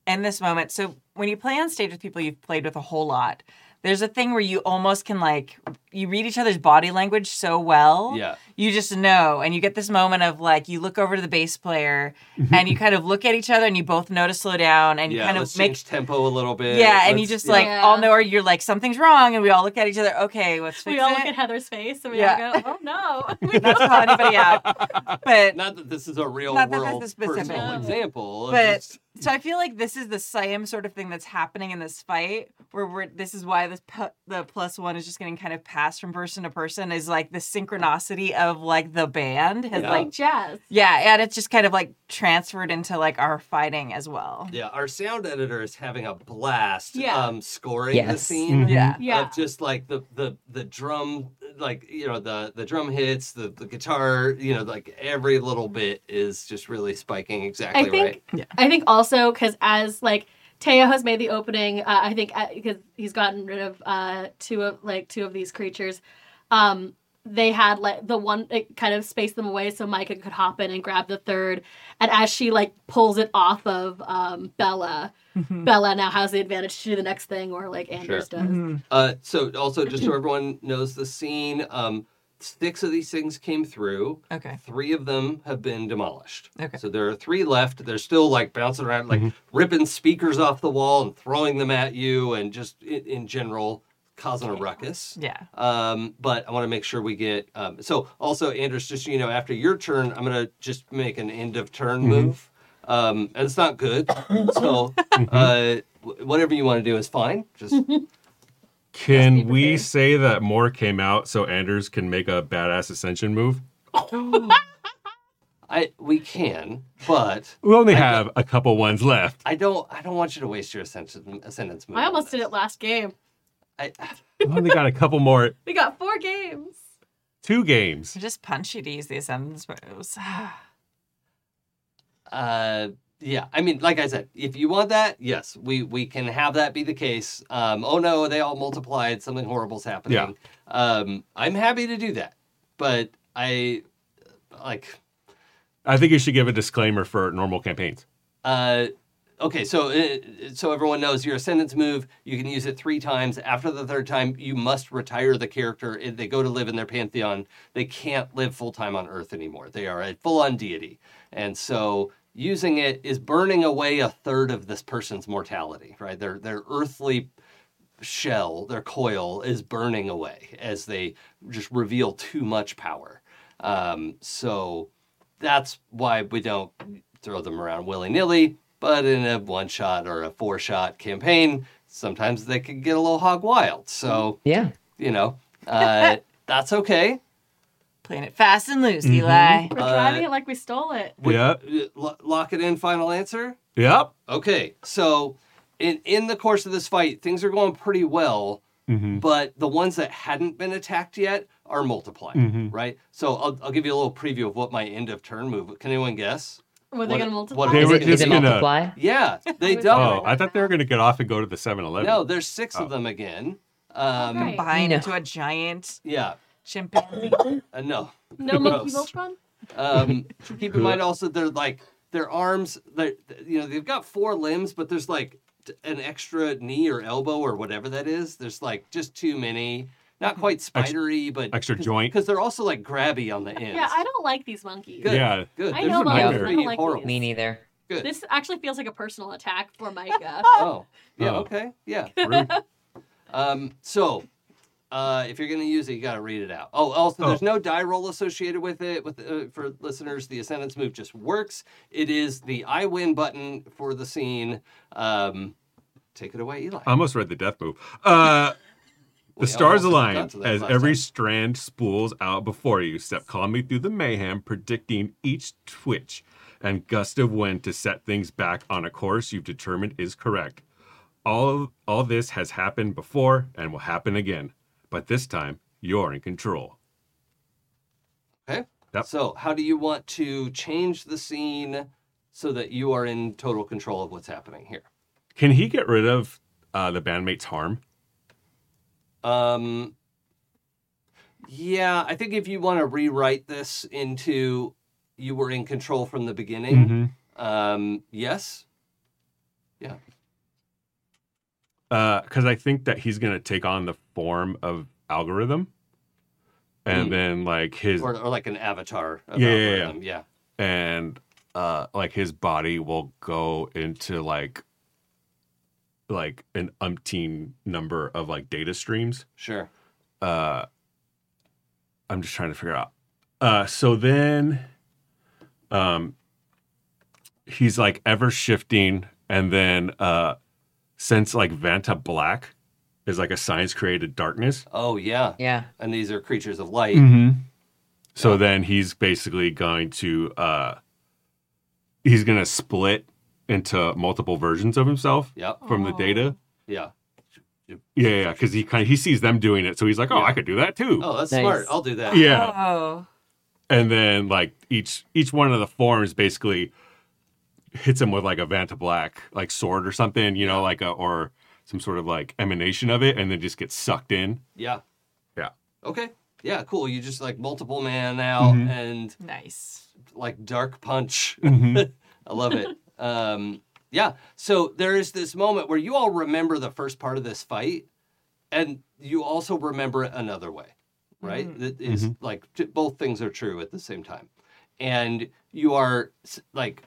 in this moment. So when you play on stage with people you've played with a whole lot, there's a thing where you almost can like you read each other's body language so well.
yeah.
You just know and you get this moment of like you look over to the bass player and you kind of look at each other and you both know to slow down and you
Mm-hmm. yeah,
kind
let's
of make
change tempo a little bit.
yeah, and you
Let's-
just
yeah.
like
Yeah.
all know, or you're like something's wrong, and we all look at each other. Okay, let's fix
We all
it.
look at Heather's face and we
Yeah.
all go, "Oh
*laughs*
no!" *laughs*
not to call anybody out,
*laughs*
but
not that this is a real
Not that that's
world
a specific-
personal
No.
example.
But-
it's just-
So I feel like this is the same sort of thing that's happening in this fight, where we're, this is why this pu- the plus one is just getting kind of passed from person to person is like the synchronicity of like the band has
Yeah.
like
like
jazz.
yeah, and it's just kind of like transferred into like our fighting as well.
yeah, our sound editor is having a blast.
Yeah.
um, scoring the
Yes.
scene.
Yeah.
Yeah.
Of just like the the the drum, like you know the the drum hits, the the guitar, you know, like every little
Mm-hmm.
bit is just really spiking exactly
I think
right.
Yeah.
I think also because as like Teo has made the opening, uh, I think because he's gotten rid of uh, two of like two of these creatures, um, they had like the one it kind of spaced them away so Micah could hop in and grab the third, and as she like pulls it off of um, Bella, Bella now has the advantage to do the next thing or like Anders does.
Uh, so also, just
*clears throat*
so everyone knows the scene, um, six of these things came through.
Okay.
Three of them have been demolished.
Okay.
So there are three left. They're still like bouncing around, like ripping speakers off the wall and throwing them at you, and just in, in general causing a ruckus.
Yeah.
Um, but I want to make sure we get. Um, so also, Anders, just so you know, after your turn, I'm gonna just make an end of turn move. Um, and it's not good. So uh, w- whatever you want to do is fine. Just
Can
be
we
prepared.
say that more came out so Anders can make a badass ascension move?
I we can, but
We only
I
have a couple
*laughs*
ones left.
I don't. I don't want you to waste your sentence. Sentence.
I almost did it last game.
I,
We only got a couple more.
We got four games.
Two games.
They're just punchy to use the ascendance moves.
uh, yeah. I mean, like I said, if you want that, yes, we we can have that be the case. Um, oh no, they all multiplied. Something horrible's happening.
Yeah.
Um, I'm happy to do that, but I like.
I think you should give a disclaimer for normal campaigns.
Uh, okay, so uh, so everyone knows your ascendance move. You can use it three times. After the third time, you must retire the character. If they go to live in their pantheon, they can't live full time on Earth anymore. They are a full on deity, and so using it is burning away a third of this person's mortality. Right, their their earthly shell, their coil is burning away as they just reveal too much power. Um, so that's why we don't throw them around willy nilly. But in a one shot or a four shot campaign, sometimes they can get a little hog wild. So,
Yeah.
you know, uh, that's okay.
*sighs* Playing it fast and loose, Eli.
We're
Uh,
driving it like we stole it.
Would-
Yep.
lo- lock it in, final answer.
Yep.
Okay. So, in, in the course of this fight, things are going pretty well.
Mm-hmm.
but the ones that hadn't been attacked yet are multiplied,
Mhm.
right? So I'll, I'll give you a little preview of what my end of turn move. Can anyone guess?
Were they
what-
gonna multiply?
what-
They
Is
were
it, is
just
it
gonna-
multiply?
Yeah, they
Oh,
Oh,
doubled.
I thought they were going to get off and go to the 7 Eleven.
No, there's six of
Oh.
them again. Um,
Alright.
Combined
No.
into a giant
Yeah,
chimpanzee.
uh, no.
no monkey
gross.
Voltron?
Um, keep in mind also they're like their arms. They you know they've got four limbs, but there's like t- an extra knee or elbow or whatever that is. There's like just too many.
Hmm.
not quite spidery, but
extra joint.
because they're also like grabby on the ends.
Yeah, I don't like these monkeys.
Good.
Yeah,
*laughs* Good.
I
They're
know
about
pretty
these. I
pretty
don't like
horrible.
Me neither.
*laughs* Good.
This actually feels like a personal attack for
*laughs*
Micah.
oh, yeah.
Oh.
Okay. Yeah.
rude.
Um, so, uh, if you're going to use it, you got to read it out. Oh, also,
Oh.
there's no die roll associated with it. With uh, for listeners, the ascendance move just works. It is the I win button for the scene. Um, take it away, Eli.
I almost read the death move.
*laughs*
Uh,
We
the stars
almost
align
got to that
as
last
every
time.
strand spools out before you. Step calmly through the mayhem, predicting each twitch and gust of wind to set things back on a course you've determined is correct. All all this has happened before and will happen again, but this time you're in control.
Okay.
Yep.
So, how do you want to change the scene so that you are in total control of what's happening here?
Can he get rid of uh, the bandmate's harm?
Um, yeah, I think if you want to rewrite this into you were in control from the beginning,
Mm-hmm.
um, yes,
because Uh, I think that he's gonna take on the form of algorithm, and
Mm.
then like his
or, or like an avatar. Of
Yeah, yeah, yeah.
algorithm. yeah,
and uh like his body will go into like like an umpteen number of like data streams.
sure.
Uh I'm just trying to figure out. Uh so then um he's like ever shifting and then uh since like Vanta Black is like a science created darkness.
Oh, yeah.
Yeah.
And these are creatures of light.
Mm. So
Mm-hmm. Yeah.
then he's basically going to uh he's going to split into multiple versions of himself
Yep.
from the data.
Yeah.
Yeah, yeah, because he kind of, he sees them doing it, so he's like, "Oh,
Yeah.
I could do that too."
Oh, that's
Nice.
smart. I'll do that.
Yeah,
Oh.
and then like each each one of the forms basically hits him with like a Vanta Black like sword or something, you know, like a or some sort of like emanation of it, and then just gets sucked in.
Yeah.
Yeah.
Okay. Yeah, cool. You just like multiple man now
Mhm.
and
Nice.
like dark punch
*laughs* Mhm.
I love
*laughs*
it. Um, yeah. So there is this moment where you all remember the first part of this fight, and you also remember it another way, right? That is,
Mm-hmm.
like t- both things are true at the same time, and you are s- like,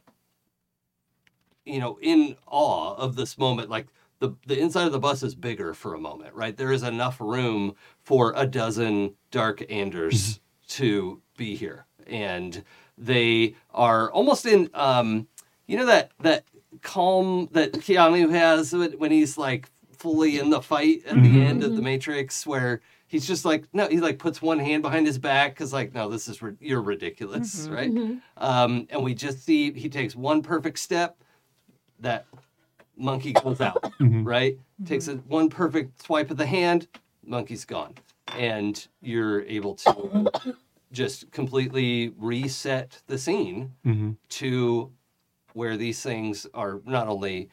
you know, in awe of this moment. Like the the inside of the bus is bigger for a moment, right? There is enough room for a dozen dark Anders to be here, and they are almost in um you know that that calm that keanu has when when he's like fully in the fight at the end of the matrix where he's just like no he like puts one hand behind his back because like no this is ri- you're ridiculous right
mm-hmm.
um and we just see he takes one perfect step that monkey comes out right takes a one perfect swipe of the hand monkey's gone and you're able to just completely reset the scene to where these things are not only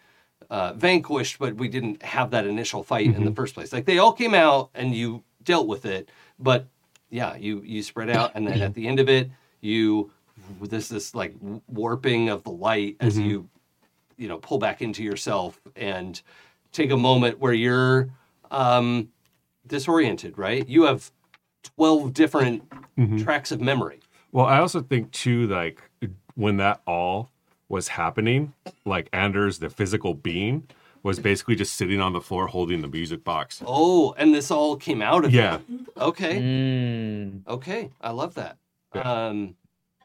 uh, vanquished, but we didn't have that initial fight in the first place. Like they all came out and you dealt with it, but yeah, you you spread out, and then at the end of it, you there's this like warping of the light as
Mm-hmm.
you you know pull back into yourself and take a moment where you're um, disoriented. Right, you have twelve different
Mm-hmm.
tracks of memory.
Well, I also think too, like when that all was happening, like Anders, the physical being, was basically just sitting on the floor holding the music box.
Oh, and this all came out of
Yeah, Mm-hmm.
him. Okay.
Mm.
Okay. I love that.
Yeah.
Um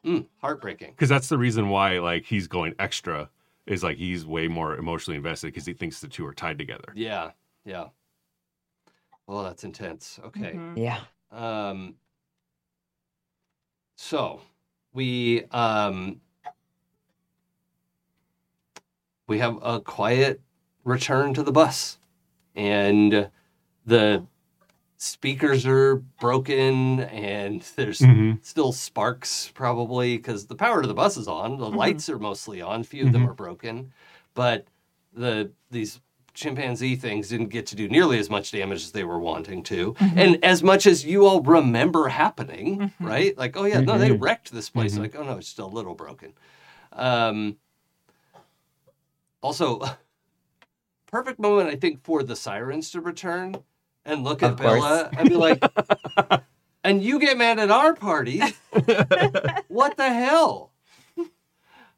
mm, heartbreaking.
because that's the reason why like he's going extra is like he's way more emotionally invested because he thinks the two are tied together.
Yeah. Yeah. Oh, that's intense. Okay.
Mhm.
Yeah.
Um so we um we have a quiet return to the bus and the speakers are broken and there's
Mhm.
still sparks probably because the power to the bus is on the lights are mostly on few of them are broken but the these chimpanzee things didn't get to do nearly as much damage as they were wanting to and as much as you all remember happening right like oh yeah no they wrecked this place like oh no it's still a little broken um *laughs* also perfect moment i think for the sirens to return and look at
Of course.
Bella and be like, *laughs* and you get mad at our
*laughs*
party. what the hell?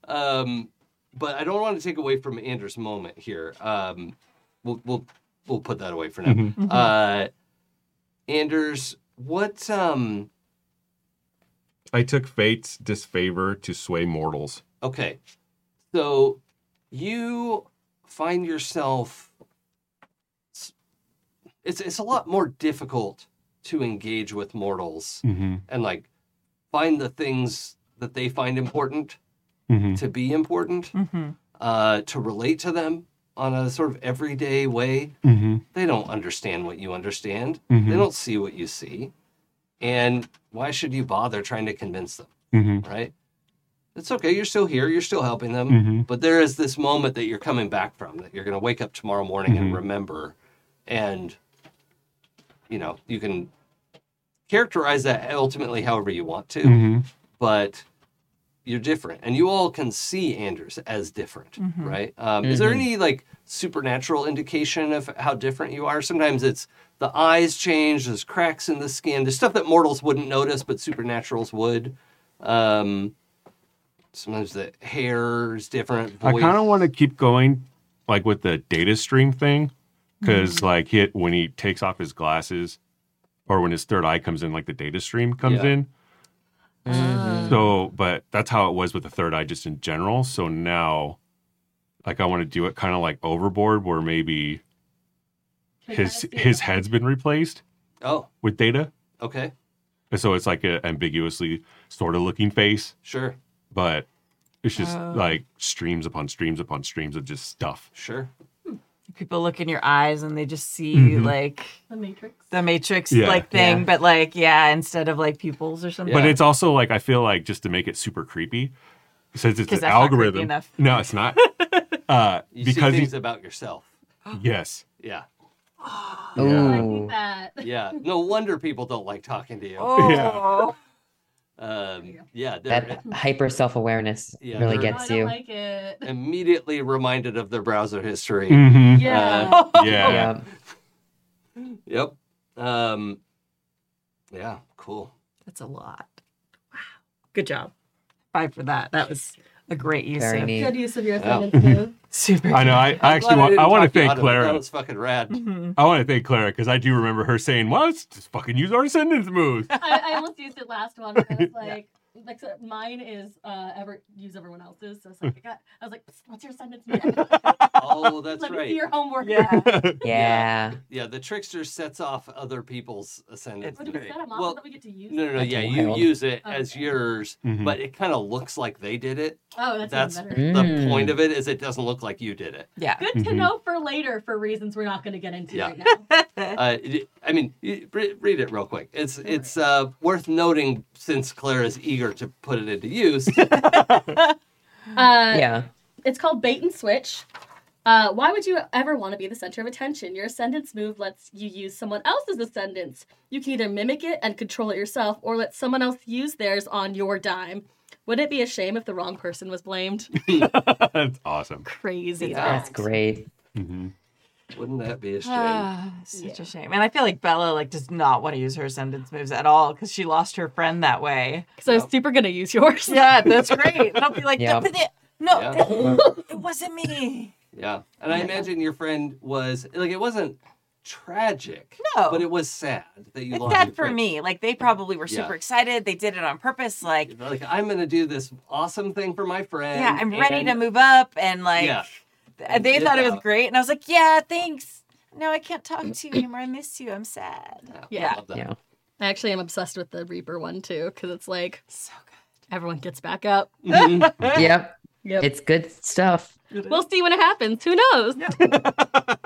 Um, but I don't want to take away from Anders' moment here. Um, we'll, we'll, we'll put that away for now.
Mhm.
Uh, Anders, what, um,
I took fate's disfavor to sway mortals.
Okay. So you find yourself it's- it's it's a lot more difficult to engage with
Hmm.
mortals
Mm-hmm.
and like find the things that they find important
Hmm.
Mm-hmm.
to be important
Mm-hmm.
uh, to relate to them on a sort of everyday way
Mm-hmm.
they don't understand what you understand
Hmm.
they
Mm-hmm.
don't see what you see and why should you bother trying to convince them
Mm-hmm.
right it's okay you're still here you're still helping them
Mm-hmm.
but there is this moment that you're coming back from that you're going to wake up tomorrow morning and
Mhm.
remember. And, you know, you can characterize that ultimately however you want to,
Mm-hmm.
but you're different. And you all can see Anders as different,
Mhm.
right? Um, Is
Mm-hmm.
there
Mhm.
any like supernatural indication of how different you are? Sometimes it's the eyes change, there's cracks in the skin, there's stuff that mortals wouldn't notice, but supernaturals would. Um, sometimes the hair is different.
I
voice-
kind of want to keep going, like with the data stream thing, because
Mm.
like he, when he takes off his glasses, or when his third eye comes in, like the data stream comes
Yeah. Mm-hmm.
in.
Mhm.
So, but that's how it was with the third eye, just in general. So now, like I want to do it kind of like overboard, where maybe his his head's been replaced
Oh,
with data,
okay.
and so it's like a ambiguously sort of looking face,
Sure.
but it's just
Oh.
like streams upon streams upon streams of just stuff.
Sure.
People look in your eyes and they just see
Mhm.
like
The Matrix.
the Matrix
Yeah.
like thing,
Yeah.
but like yeah, instead of like pupils or something.
Yeah.
But it's also like I feel like just to make it super creepy, since it's
'Cause
an
that's not creepy
algorithm.
enough.
No, it's
*laughs*
not. uh,
You
because
see
he,
things about yourself.
*laughs* yes,
Yeah.
Yeah.
I
Oh.
Ooh.
think that.
Yeah. No wonder people don't like talking to you.
Oh,
um, yeah. They're
That hyper self awareness
Yeah.
really
Sure.
gets
I don't
you.
like
Uh,
it.
immediately reminded of their browser history.
*laughs*
Mhm.
Yeah. Oh,
yeah.
yeah.
Yep. Um, yeah. Cool.
that's a lot. Wow. Good job. Five for that. That was a great use
Very
of
neat.
Good use of your
Yeah. Oh. *laughs*
finances.
super.
I know. I, I actually
Glad
want,
didn't
I want to
talk you out
thank
of it.
Clara.
That was fucking rad.
*laughs*
Mhm.
I want to thank Clara because I do remember her saying, "Well, let's just fucking use our sentence moves." *laughs*
I, I almost used it last one. I
*laughs*
was like, like so mine is uh, ever use everyone else's. So it's like, I, got, I was like, "Psst, what's your sentence?
*laughs* Oh, that's
Let me
right.
see your homework.
Yeah.
Yeah.
Yeah. The trickster sets off other people's ascendants.
What do we set 'em off so
Well,
that we get to use?
no, no, no.
That's
Yeah. You
wild. Mm-hmm.
use it
Oh,
as
okay.
yours,
Mhm.
but it kind of looks like they did it.
Oh, that's,
That's-
even better.
Mm.
The point of it is it doesn't look like you did it.
Yeah.
Good to
Mhm.
know for later for reasons we're not going to get into
Mm-hmm. Yeah.
right
*laughs*
now.
Uh, it- I mean, you- re- read it real quick. It's it's uh, worth noting since Claire is eager to put it into
*laughs*
use.
Uh,
Yeah.
It's called bait and switch. Uh, why would you ever want to be the center of attention? Your ascendance move lets you use someone else's ascendance. You can either mimic it and control it yourself, or let someone else use theirs on your dime. Wouldn't it be a shame if the wrong person was blamed?
That's
*laughs*
awesome.
Crazy.
Yeah.
thought.
That's great.
hmm
Wouldn't that be a shame?
Ah, such
Yeah.
a shame. And I feel like Bella like does not want to use her ascendance moves at all because she lost her friend that way.
So I was super gonna use yours.
Yeah, *laughs* that's great. And I'll be like,
Yeah.
"That's it. no, *laughs*
Yeah.
that- it wasn't me.
yeah, and I imagine your friend was like it wasn't tragic,
No.
but it was sad that you
It's
lost.
sad
your
for
friend.
me. Like they probably were
Yeah.
super excited. They did it on purpose. Like,
Like I'm gonna do this awesome thing for my friend.
yeah, I'm ready
and-
to move up, and like
Yeah.
th- they
Did
thought it was
that.
great, and I was like, yeah, thanks. No, I can't talk to you anymore. I miss you. I'm sad.
Yeah.
I love that.
Yeah.
*laughs* I actually am obsessed with the Reaper one too, because it's like
So good.
everyone gets back up.
Mhm.
Yep.
Yep.
It's good stuff.
We'll see when it happens. Who knows?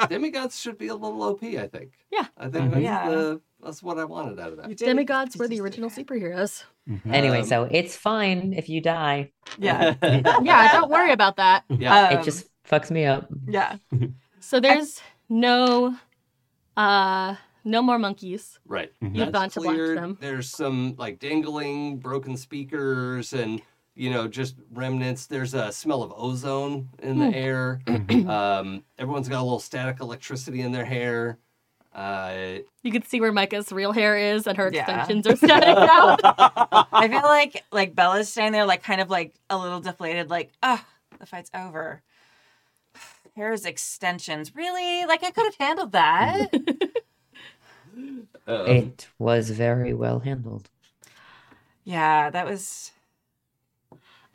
Demigods should be a little OP. I think.
Yeah.
I think
Mhm.
that's,
Yeah.
the, that's what I wanted out of that.
You did it.
Demigods were the
Just- *laughs*
original superheroes.
Anyway,
Um,
so it's fine if you die.
Yeah.
yeah, don't *laughs* worry about that.
yeah.
Um,
it just fucks me up.
yeah.
So there's no uh no more monkeys.
*laughs* Right.
Mhm.
You've gone to block
cleared.
them.
There's some like dangling, broken speakers, and you know just remnants. There's a smell of
Hmm.
ozone in the air. um, everyone's got a little static electricity in their hair. Uh,
You can see where Micah's real hair is, and her
Yeah.
extensions are
*laughs*
standing out.
I feel like like Bella's standing there, like kind of like a little deflated, like, ah, the fight's over. *sighs* Here's extensions. Really? Like I could have handled that.
um,
It was very well handled.
yeah, that was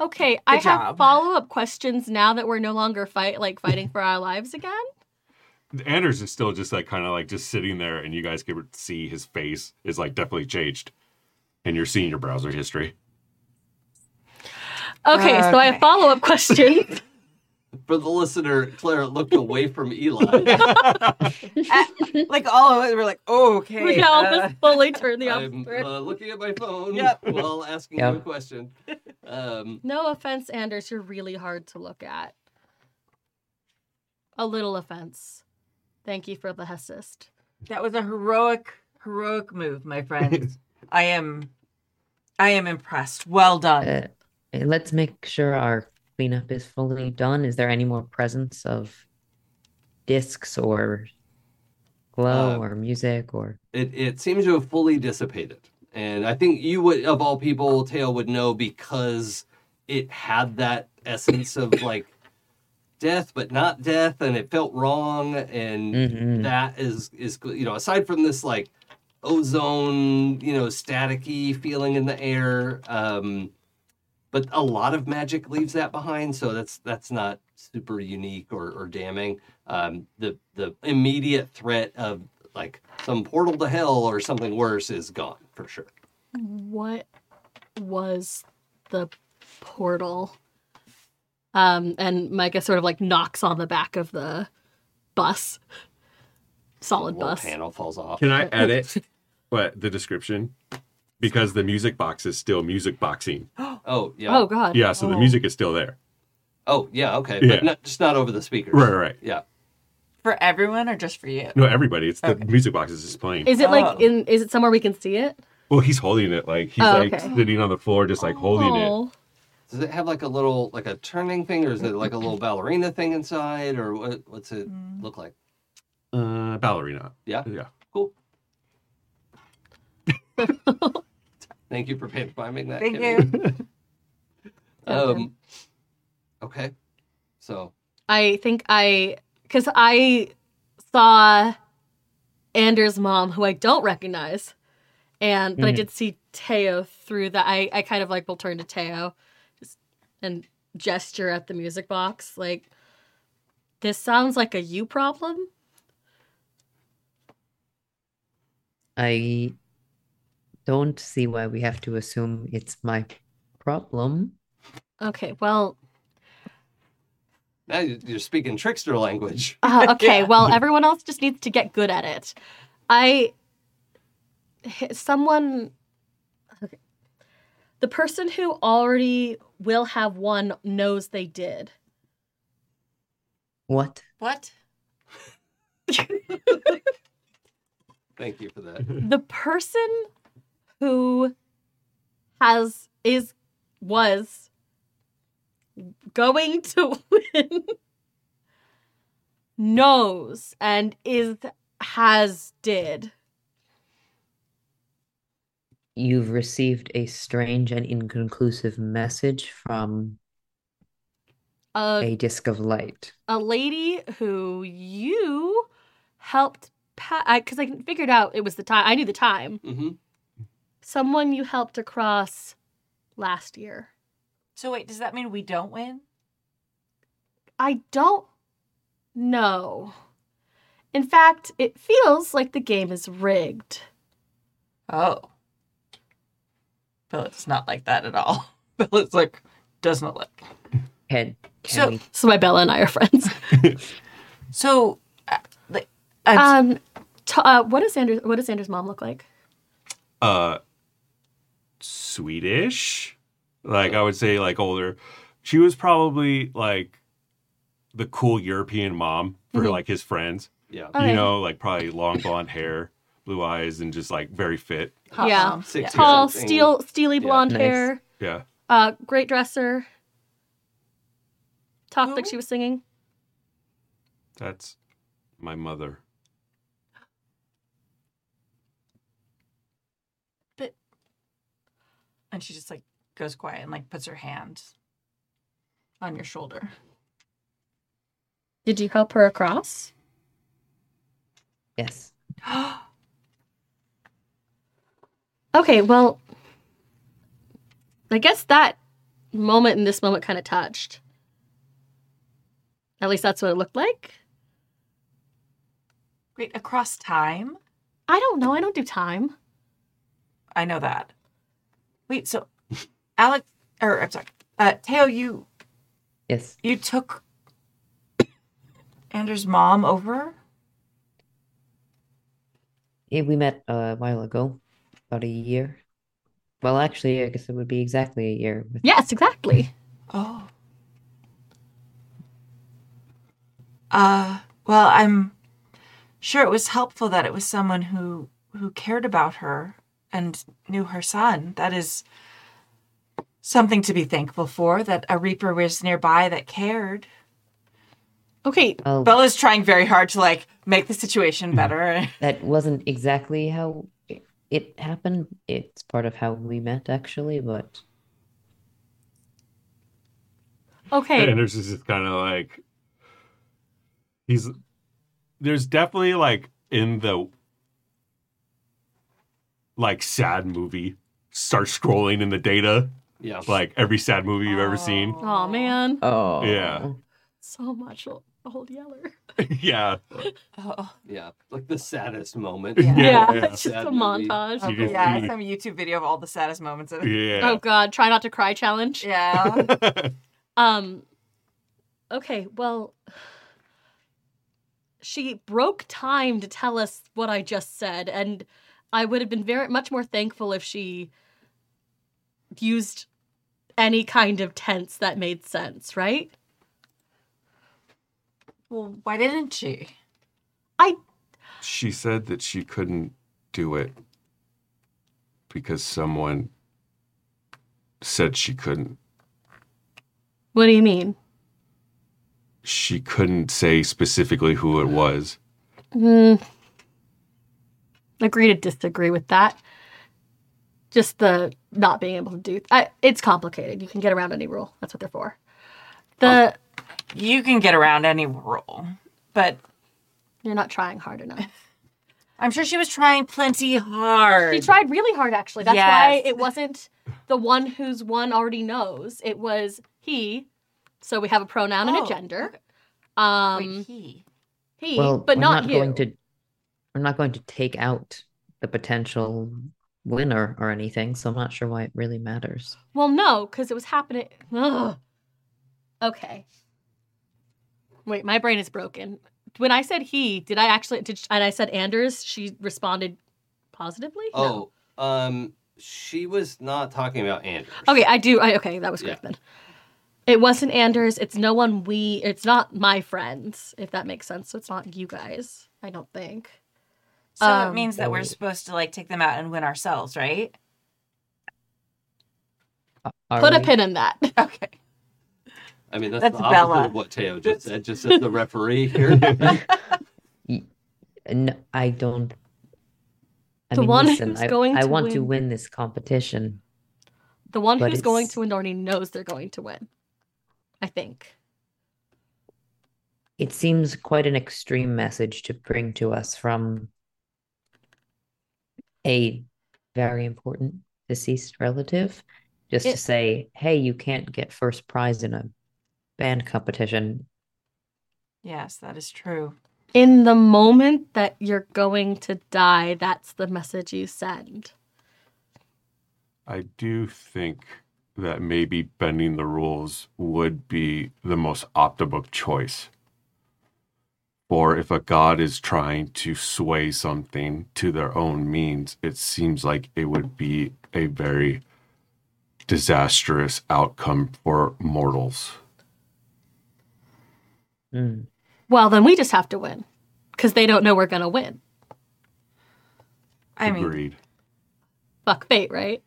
Okay, I have
job.
follow up questions now that we're no longer fight like fighting for our lives again.
Anders is still just like kind of like just sitting there, and you guys can see his face is like definitely changed, and you're seeing your browser history.
Okay, so I have
Okay.
follow up questions.
for the listener, Clara looked away from
*laughs*
Eli.
like all of us were like, oh, *laughs* okay.
we can all
uh,
just fully turn the
I'm
opposite. way.
uh, looking at my phone
Yep.
while asking
Yep.
you a question. Um,
No offense, Anders, you're really hard to look at. A little offense. Thank you for the hessist.
That was a heroic, heroic move, my friend. I am, I am impressed. Well done.
Uh, and let's make sure our cleanup is fully done. Is there any more presence of discs or glow
Uh,
or music or
it, it seems to have fully dissipated. And I think you would, of all people, Tail would know because it had that essence of like death, but not death, and it felt wrong. And
Mm.
Mhm.
that is is you know, aside from this like ozone, you know, staticky feeling in the air, um, but a lot of magic leaves that behind. So that's that's not super unique or, or damning. Um, the the immediate threat of like some portal to hell or something worse is gone for sure.
What was the portal? Um, and Micah sort of like knocks on the back of the bus. Solid
Wall
bus.
panel falls off.
Can I edit what the description? Because the music box is still music boxing.
Oh yeah.
Oh
Oh,
god.
Yeah, so the
Oh.
music is still there.
yeah. Okay.
Yeah.
But not, just not over the speakers.
Right, right, right.
Yeah.
For everyone or just for you?
No, everybody. It's the
Okay.
music box is just playing.
Is it
Oh.
like in is it somewhere we can see it?
well, he's holding it like he's
Oh,
like
okay.
sitting on the floor, just like holding it.
Oh.
Does it have like a little like a turning thing, or is it like a little ballerina thing inside, or what, what's it
Mm.
look like?
Oh.
Uh, ballerina.
Yeah.
Yeah.
Cool. Thank you for pantomiming that.
Thank
Kimmy.
you.
Um, okay. So
I think I because I saw Anders' mom, who I don't recognize, and but I
Mhm.
did see Teo through that. I I kind of like will turn to Teo, just and gesture at the music box like this sounds like a you problem.
I don't see why we have to assume it's my problem.
Okay, well,
now you- you're speaking trickster language.
Uh, okay,
Yeah.
well, everyone else just needs to get good at it. I. h- Someone. Okay. The person who already will have one knows they did.
What?
What?
Thank you for that.
The person who has. is. was. going to *laughs* win knows and is. has did.
You've received a strange and inconclusive message from
Uh,
a disk of light.
a lady who you helped pass because I, figured out it was the time i knew the time
hmm
someone you helped across last year
So wait, does that mean we don't win?
i don't know in fact it feels like the game is rigged
Oh. Billet's not like that at all. *laughs* Billet's like, does not like.
Can, can
So-
we?
so my bella and i are friends
So, uh, like, I'm s-
um t- uh, what does sanders what does sanders mom look like
Uh, Swedish. Like I would say, like older. She was probably like the cool European mom for
Mm-hmm.
like his friends.
Yeah.
Okay.
You know, like probably long blonde hair, blue eyes, and just like very fit.
hot
yeah.
mom.
Six
Yeah.
tall
something.
steel steely
Yeah.
blonde
Nice.
hair
Yeah.
uh great dresser talked like
Who?
she was singing
That's my mother.
And she just like goes quiet and like puts her hand on your shoulder. *gasps*
Did you help her across?
Yes.
Okay, well, I guess that moment and this moment kind of touched. At least that's what it looked like.
Wait, across time?
I don't know. I don't do time.
I know that. Wait, *laughs* so Alex or I'm sorry. Uh Teo, you
Yes.
you took Anders' mom over?
Yeah, we met a while ago, about a year. Well, actually, I guess it would be exactly a year. with-
Yes, exactly.
Oh. Uh, well, I'm sure it was helpful that it was someone who who cared about her and knew her son. That is something to be thankful for that a reaper was nearby that cared.
Okay,
Well,
Bella's trying very hard to like make the situation better.
that wasn't exactly how i- it happened. It's part of how we met, actually, but
okay.
Anders is just kind of like he's there's definitely like in the like sad movie start scrolling in the data
Yeah.
like every sad movie you've ever seen.
Oh man,
oh,
Yeah.
so much o- old Yeller.
*laughs* yeah.
Oh.
Yeah. Like the saddest moment. *laughs*
Yeah.
*laughs* Yeah,
yeah.
it's just
Sad
a
movie.
montage.
You just-
yeah,
you-
some YouTube video of all the saddest moments
*laughs*
of
Yeah.
Oh god, try not to cry challenge.
Yeah.
Um okay, well she broke time to tell us what I just said and I would have been very much more thankful if she used any kind of tense that made sense, right?
well, why didn't she?
She said that she couldn't do it because someone said she couldn't.
What do you mean?
She couldn't say specifically who it was.
Hmm. Agree to disagree with that. Just the not being able to do. I, it's complicated. You can get around any rule. That's what they're for. The
You can get around any rule, but
you're not trying hard enough.
I'm sure she was trying plenty hard.
She tried really hard, actually. That's
Yes.
why it wasn't the one whose one already knows. It was he. So we have a pronoun and
Oh,
a gender.
okay.
Um,
Wait, he.
he,
Well,
but
we're
not,
not
you.
going to we're not going to take out the potential winner or anything, so I'm not sure why it really matters.
Well, no, because it was happening. Ugh. Okay. Wait, my brain is broken. When I said he, did I actually? Did sh- and I said Anders? She responded positively. No.
Oh, um, she was not talking about Anders.
Okay, I do. I, okay, that was correct then. It wasn't Anders. It's no one we. It's not my friends, if that makes sense. So it's not you guys. I don't think.
So it
Um,
means that we're
Oh.
supposed to like take them out and win ourselves, right?
Are
Put a
we-
pin in *laughs* that.
Okay.
I mean, that's,
That's
the opposite
Bella.
of what Teo just said. Just as the referee here.
No, I don't. I
The
mean,
one
listen,
who's
I,
going
I
to
want to
win.
win this competition.
The one
But
who's going
it's-
to win already knows they're going to win. I think.
It seems quite an extreme message to bring to us from a very important deceased relative, just to
It-
say, hey, you can't get first prize in a band competition.
Yes, that is true.
in the moment that you're going to die, that's the message you send.
I do think that maybe bending the rules would be the most optimal choice. Or if a god is trying to sway something to their own means, it seems like it would be a very disastrous outcome for mortals.
Mm.
Well, then we just have to win because they don't know we're going to win.
I mean,
Agreed.
Fuck fate, right?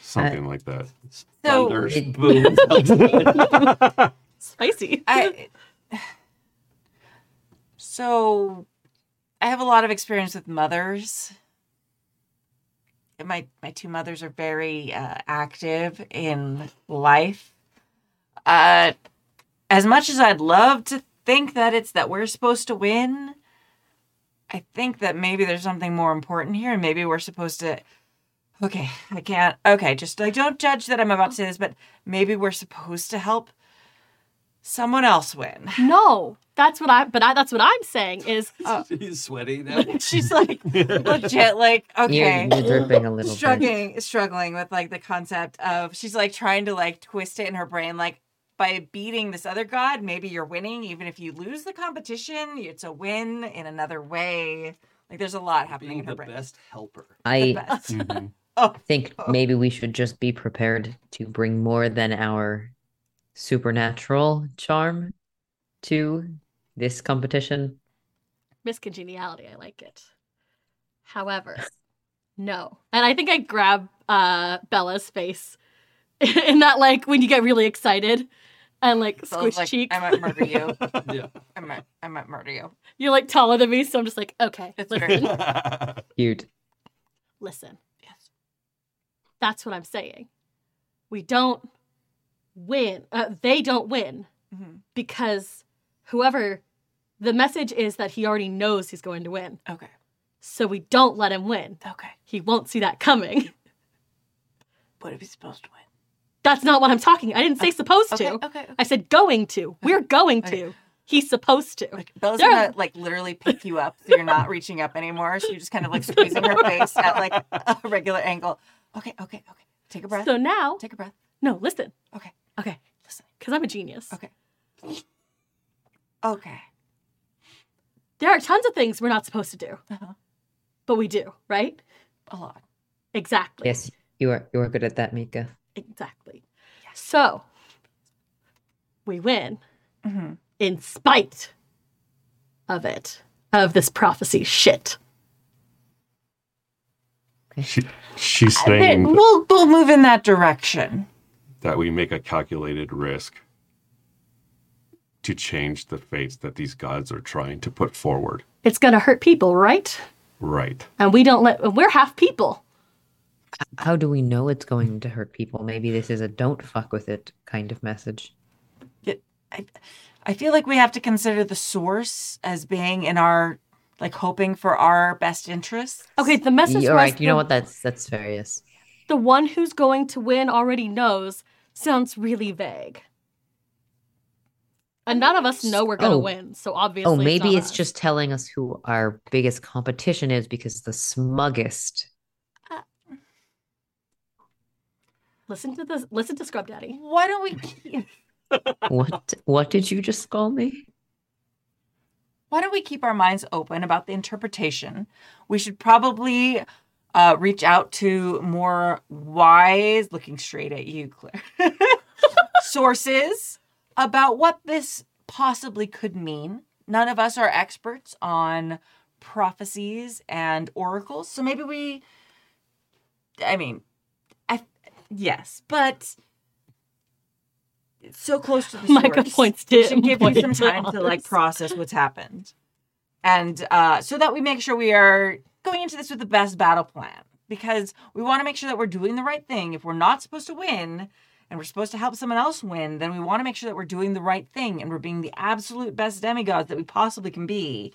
Something like that.
*laughs* So-
Thunders,
It-
boom,
*laughs*
outside.
Spicy. *laughs*
I *sighs* So I have a lot of experience with mothers my my two mothers are very uh, active in life. Uh, as much as I'd love to think that it's that we're supposed to win, I think that maybe there's something more important here, and maybe we're supposed to. Okay, I can't. Okay, just like don't judge that I'm about to say this, but maybe we're supposed to help someone else win.
No, that's what I. But I, that's what I'm saying is *laughs*
He's sweaty now.
She's like legit, like okay.
You're, you're dripping a little bit.
struggling struggling with like the concept of she's like trying to like twist it in her brain like by beating this other god maybe you're winning even if you lose the competition it's a win in another way like there's a lot happening
Being
in her
the
brain
best helper.
The
I
best.
*laughs*
Mhm.
think maybe we should just be prepared to bring more than our supernatural charm to this competition.
miscongeniality. I like it. However, no. And I think I grab uh, Bella's face *laughs* in that, like, when you get really excited and, like,
So I
squish
was like,
cheeks.
I might murder you.
*laughs*
Yeah.
I might, I might murder you.
You're, like, taller than me. So I'm just like, okay, *laughs*
It's
listen,
Cute.
listen.
Yes.
That's what I'm saying. We don't win. Uh, they don't win
*laughs* Mhm.
because whoever, the message is that he already knows he's going to win.
Okay.
So we don't let him win.
Okay.
He won't see that coming. *laughs*
What are we supposed to win?
That's not what I'm talking. I didn't say supposed
Okay.
to.
Okay. okay.
I said going to. We're going
Okay.
to. He's supposed to.
Like, Bella's
There-
gonna like literally pick you up, so you're not reaching up anymore. So you're just kind of like squeezing her face at like a regular angle. Okay. Okay. Okay. Take a breath.
So now,
Take a breath.
no, listen.
Okay.
Okay.
Listen.
Because I'm a genius.
Okay. Okay.
There are tons of things we're not supposed to do,
Uh-huh.
but we do, right?
A lot.
Exactly.
Yes, you are you are good at that, Mika.
Exactly. So we win
Mm-hmm.
in spite of it, of this prophecy shit.
she, she's saying
We'll we'll move in that direction.
that we make a calculated risk to change the fates that these gods are trying to put forward.
It's going to hurt people, right?
Right.
And we don't let, and we're half people.
How do we know it's going to hurt people? Maybe this is a don't fuck with it kind of message.
I I feel like we have to consider the source as being in our like hoping for our best interests.
Okay, the message was
All right, you know
the-
what? That's that's fair. Yes.
the one who's going to win already knows sounds really vague. And none of us know we're going to
Oh.
win, so obviously.
Oh, maybe
not
it's
us.
just telling us who our biggest competition is because the smuggest.
listen to this. Listen to Scrub
*laughs*
Daddy.
Why don't we keep
What what did you just call me?
Why don't we keep our minds open about the interpretation? We should probably uh, reach out to more wise, looking straight at you, Claire, *laughs* sources about what this possibly could mean. None of us are experts on prophecies and oracles, so maybe we. I mean, I yes, but it's so close to the
Micah
source.
points
We
to-
should give you
pointed
some time to like
*laughs* us.
process what's happened, and uh, so that we make sure we are going into this with the best battle plan because we want to make sure that we're doing the right thing. If we're not supposed to win. And we're supposed to help someone else win, then we want to make sure that we're doing the right thing and we're being the absolute best demigods that we possibly can be.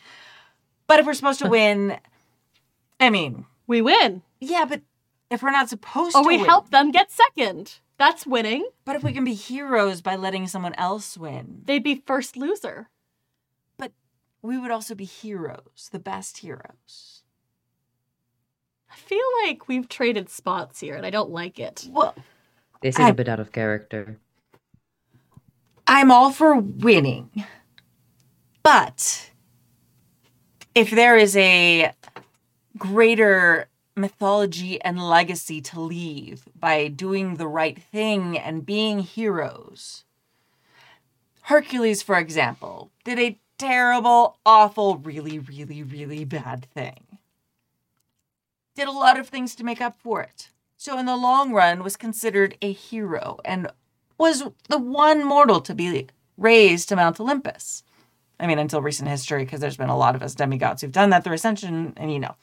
But if we're supposed to win, I mean,
We win,
yeah, but if we're not supposed
or
to
we
win,
help them get second. That's winning.
but if we can be heroes by letting someone else win,
They'd be first loser.
we would also be heroes, the best heroes.
I feel like we've traded spots here, and I don't like it.
Well,
This is a
I-
bit out of character.
I'm all for winning. But if there is a greater mythology and legacy to leave by doing the right thing and being heroes, Hercules, for example, did a terrible, awful, really, really, really bad thing. Did a lot of things to make up for it. So, in the long run, was considered a hero and was the one mortal to be raised to Mount Olympus. I mean, until recent history, because there's been a lot of us demigods who've done that through ascension, and you know.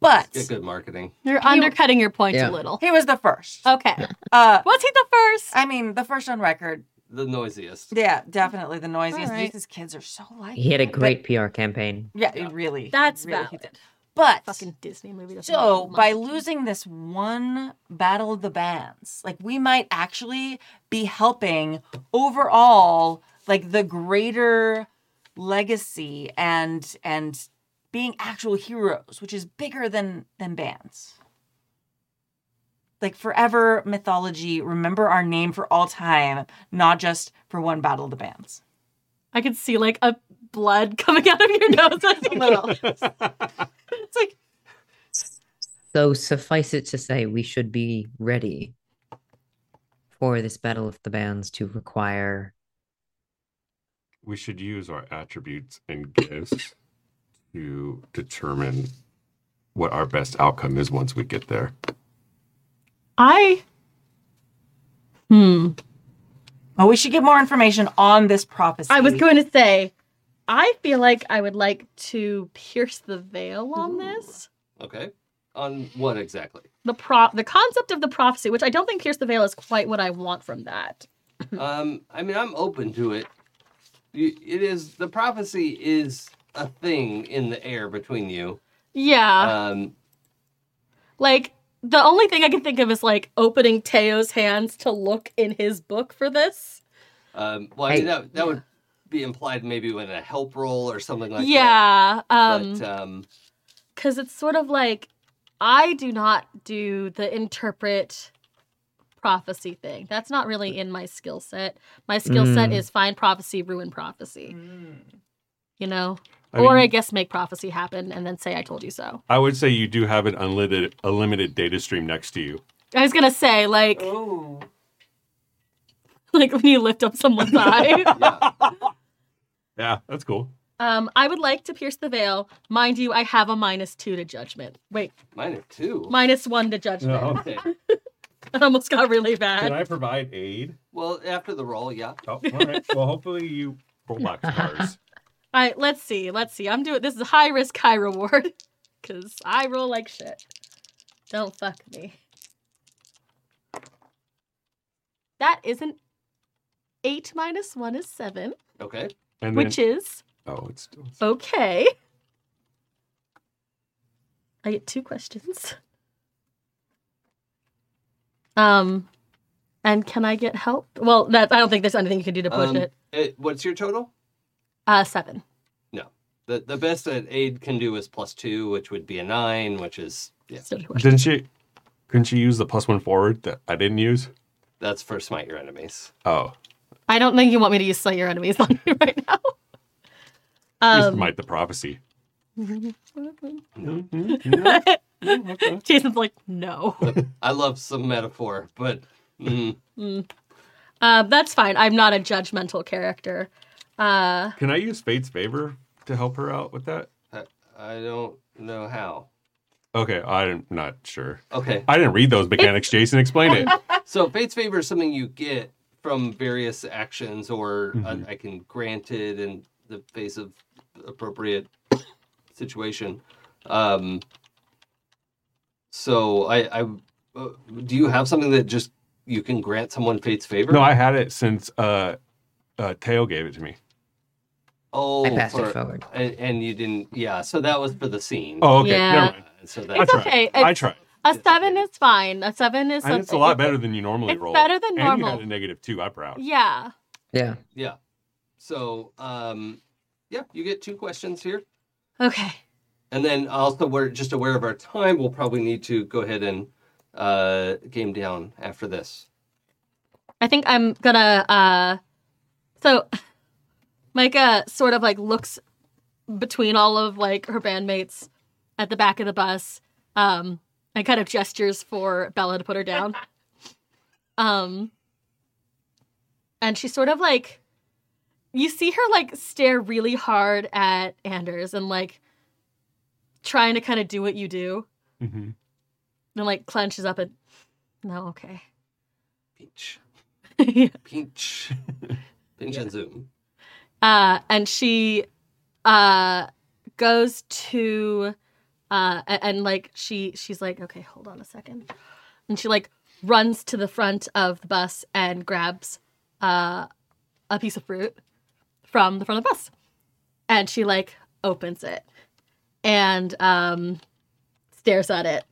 But
Get good marketing.
You're undercutting your point a
Yeah.
little.
he was the first.
Okay.
Uh,
Was he the first?
I mean, the first on record.
The noisiest.
Yeah, definitely the noisiest.
All right.
These kids are so like.
He had a great PR campaign.
Yeah,
Yeah.
it really.
That's
really he
valid.
did. But
Fucking Disney movie. doesn't
So
make
by
much.
losing this one battle of the bands, like we might actually be helping overall, like the greater legacy and and being actual heroes, which is bigger than than bands. Like forever mythology, remember our name for all time, not just for one battle of the bands.
I could see like a blood *laughs* coming out of your nose as you *laughs* little.
It's like
So suffice it to say, we should be ready for this battle of the bands to require.
We should use our attributes and gifts to determine what our best outcome is once we get there.
I. Hmm.
well, we should get more information on this prophecy.
I was going to say, I feel like I would like to pierce the veil on
Ooh.
this.
Okay. On what exactly?
The pro, the concept of the prophecy, which I don't think pierce the veil is quite what I want from that.
Um, I mean, I'm open to it. Y- It is the prophecy is a thing in the air between you.
Yeah,
Uh-huh.
Um,
like the only thing I can think of is like opening Teo's hands to look in his book for this.
um, well, I mean,
Hey.
that, that would be implied maybe with a help roll or something like that.
yeah, um,
But um,
because it's sort of like I do not do the interpret prophecy thing. That's not really in my skill set. My skill set
Mm.
is find prophecy, ruin prophecy. You know,
I
or
mean-
I guess make prophecy happen and then say I told you so.
I would say you do have an unlimited, a limited data stream next to you.
I was gonna say like
Ooh.
*laughs* like when you lift up someone's eye.
yeah,
Yeah, that's cool.
Um, I would like to pierce the veil. Mind you, I have a minus two to judgment. Wait,
mine are two.
minus one to judgment. *laughs*
No.
Okay.
That almost got really bad.
Can I provide aid?
Well, after the roll, yeah.
Oh, all right. well, hopefully you roll black stars.
All right, let's see. Let's see. I'm doing this is high risk, high *laughs* reward because I roll like shit. Don't fuck me. That is an eight minus one is seven,
Okay.
And then,
which is
oh, it's still
okay. I get two questions. Um, and can I get help? Well, that I don't think there's anything you can do to push
Um,
it.
it- What's your total?
Uh, seven.
The the best that aid can do is plus two, which would be a nine, which is yeah,
Still two questions.
Didn't she? Couldn't she use the plus one forward that I didn't use?
that's for smite your enemies.
Oh,
I don't think you want me to use slay your enemies *laughs* on you right now.
use
Um,
might the prophecy.
Jason's like, no.
I love some metaphor, but mm,
Um, that's fine. I'm not a judgmental character. Uh,
Can I use Fate's favor to help her out with that?
I, I don't know how.
Okay, I'm not sure.
Okay,
I didn't read those mechanics, Jason. Explain it.
so fate's favor is something you get from various actions, or
Mm-hmm.
uh, I can grant it in the face of appropriate situation. Um, so I, I uh, do you have something that just you can grant someone fate's favor?
No, I had it since uh, uh, Teo gave it to me.
oh,
I passed
for-
it forward.
And, and you didn't, yeah. So that was for the scene. Uh,
Oh, okay.
Yeah.
Never mind.
so
I
It's
that's
tried.
okay.
I
It's-
tried.
a seven is fine. A seven is
And
something.
it's a lot better than you normally
It's
roll.
better than
And you had
normal.
a negative two. I'm proud.
Yeah.
Yeah.
yeah. So um, yeah, you get two questions here.
Okay.
And then also, we're just aware of our time. We'll probably need to go ahead and uh, game down after this.
I think I'm gonna uh so *laughs* Micah sort of like looks between all of like her bandmates at the back of the bus um and kind of gestures for Bella to put her down. um and she sort of like you see her like stare really hard at Anders and like trying to kind of do what you do
hmm
and like clenches up and no okay. *laughs*
Pinch,
yeah.
pinch, pinch, and zoom.
uh, and she uh, goes to uh, a- and, like she she's like, okay, hold on a second, and she like runs to the front of the bus and grabs uh, a piece of fruit from the front of the bus, and she like opens it and um, stares at it,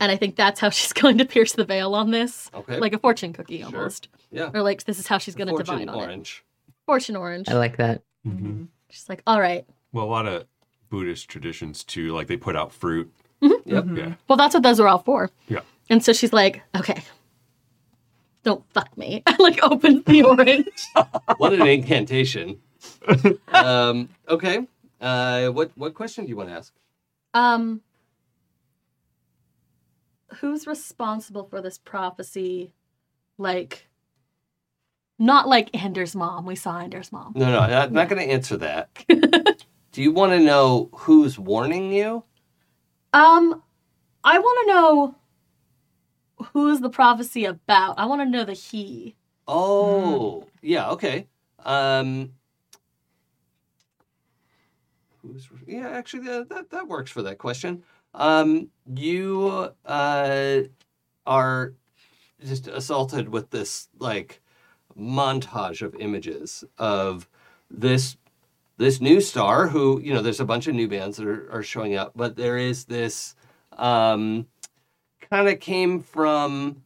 and I think that's how *laughs* she's going to pierce the veil on this,
Okay.
like a fortune cookie
Sure.
almost,
yeah.
or like this is how she's going to
Fortune
divine on it.
orange.
Fortune orange.
I like that.
Mhm.
She's like, all right.
Well, a lot of Buddhist traditions too, like they put out fruit.
Yep.
Yeah.
Well, that's what those are all for.
Yeah.
And so she's like, okay, don't fuck me. *laughs* I like opened the orange.
What an incantation. um, okay. Uh, what what question do you want to ask?
Um, who's responsible for this prophecy? Like, not like Anders' mom. We saw Anders' mom.
No, no, I'm not, not going to answer
*laughs*
that. do you want to know who's warning you?
Um, I want to know who's the prophecy about. I want to know the he.
Oh, yeah. Okay. Um, who's, yeah, actually, that, that that works for that question. Um, you uh, are just assaulted with this like montage of images of this this new star who you know there's a bunch of new bands that are, are showing up but there is this um kind of came from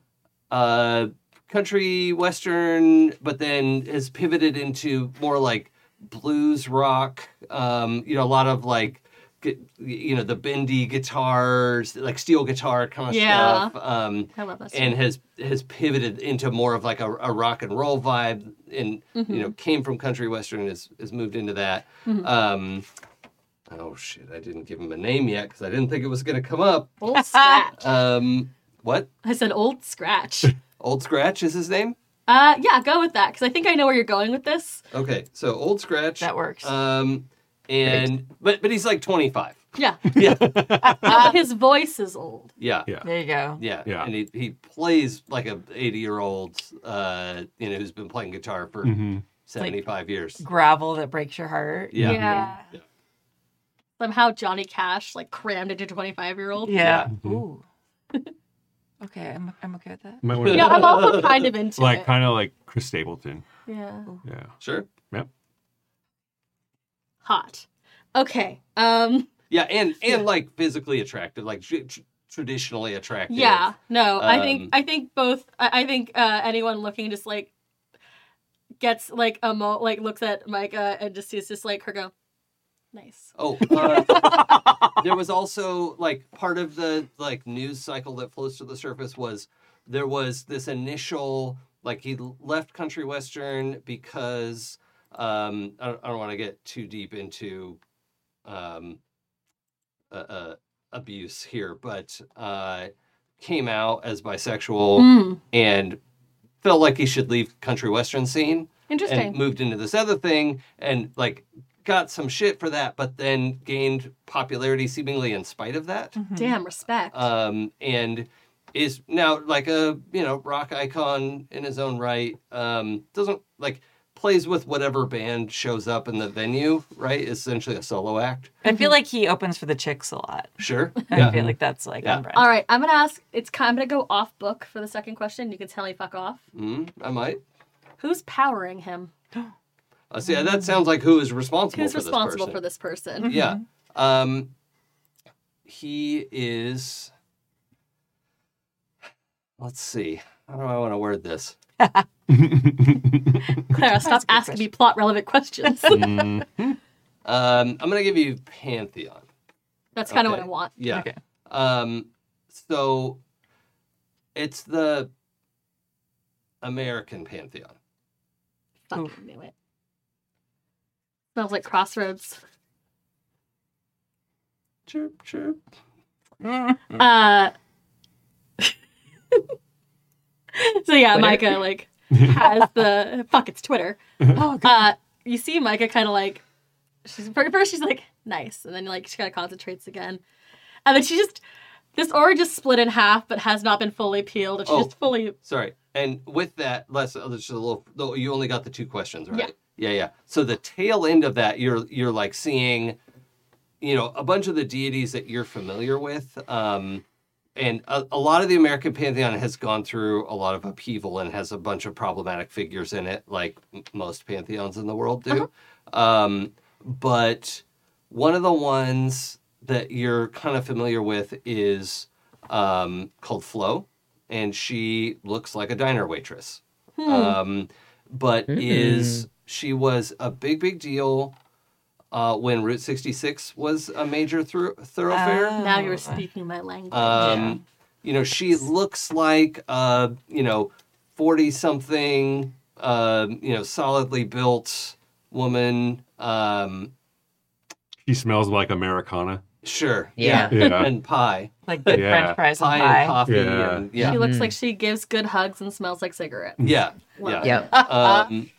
uh country western but then has pivoted into more like blues rock um you know a lot of like gu- you know the bendy guitars like steel guitar kind of
Yeah.
stuff um
I love that. stuff.
and has has pivoted into more of like a, a rock and roll vibe and you
Mm-hmm.
know came from country western and has, has moved into that um oh shit i didn't give him a name yet because i didn't think it was going to come up
old scratch.
*laughs* um what
I said old scratch.
old scratch is his name
Uh, yeah, go with that because I think I know where you're going with this.
okay so old scratch
That works.
um and but but he's like 25
Yeah,
*laughs* yeah
No, but his voice is old.
yeah
there you go.
Yeah,
Yeah.
and he, he plays like a eighty year old, uh, you know, who's been playing guitar for
Mhm.
seventy five years.
Gravel that breaks your heart.
Yeah. Yeah.
Somehow Johnny Cash like crammed into 25 year old.
Yeah.
Mhm.
Mm-hmm.
Ooh. *laughs* okay, I'm I'm okay with that.
Might wanna-
Yeah,
*laughs*
I'm also kind of into
like
it.
kind of like Chris Stapleton.
yeah.
Yeah. *laughs*
Sure.
Hot. Okay. Um.
Yeah, and and like physically attractive, like tr- tr- traditionally attractive.
Yeah. No. I
Um,
think I think both. I, I think uh, anyone looking just like gets like a mo like looks at Micah and just sees just like her go, nice.
Oh, uh, there was also like part of the like news cycle that flows to the surface was there was this initial like he l- left country western because um I don't, I don't want to get too deep into um uh, uh, abuse here, but uh came out as bisexual
Mm,
and felt like he should leave country western scene and
interesting.
moved into this other thing and like got some shit for that, but then gained popularity seemingly in spite of that.
Damn respect.
Um, and is now like a you know rock icon in his own right. Um, doesn't like plays with whatever band shows up in the venue, right? Essentially a solo act.
I feel like he opens for the chicks a lot.
*laughs*
Sure.
I feel like that's like
Yeah.
on brand.
All right, I'm gonna ask. It's kind. I'm gonna go off book for the second question. You can tell me fuck off.
Mm, I might.
Who's powering him?
Uh, see, that sounds like who is responsible
Who's
for
responsible
this person.
for this person?
*laughs*
Yeah. Um he is let's see. How do I want to word this?
Clara, stop
a good
asking me plot
*laughs*
relevant questions.
Mm.
Um I'm going to give you Pantheon.
That's kind of what
Okay.
I want.
Yeah.
Okay.
Um so it's the American Pantheon.
Fucking knew it. Smells like crossroads.
Chirp chirp.
Mm.
Uh, *laughs* so yeah, Micah like has the *laughs* fuck.
*laughs*
It's Twitter.
Oh, God.
Uh, you see Micah kind of like she's at first she's like nice, and then like she kind of concentrates again, and then she just this orange is split in half, but has not been fully peeled, and she
Oh.
just fully
Sorry. And with that, Les, oh, there's just a little. though You only got the two questions,
Yeah.
right? Yeah. yeah, So the tail end of that, you're you're like seeing you know, a bunch of the deities that you're familiar with. Um, and a, a lot of the American pantheon has gone through a lot of upheaval and has a bunch of problematic figures in it, like m- most pantheons in the world do. Um, but one of the ones that you're kind of familiar with is um, called Flo, and she looks like a diner waitress. Um, but is she was a big big deal uh, when Route 66 was a major thro- thoroughfare.
Now you're speaking my language.
Um, You know, she looks like uh, you know, forty something, um, you know, solidly built woman. Um,
He smells like Americana.
sure,
Yeah.
Yeah.
and pie,
*laughs* Like good
Yeah.
French fries
pie,
and
and
pie.
coffee,
Yeah.
and yeah,
She looks like she gives good hugs and smells like cigarettes.
yeah,
Wow.
yeah.
Yep.
Uh-huh.
Um,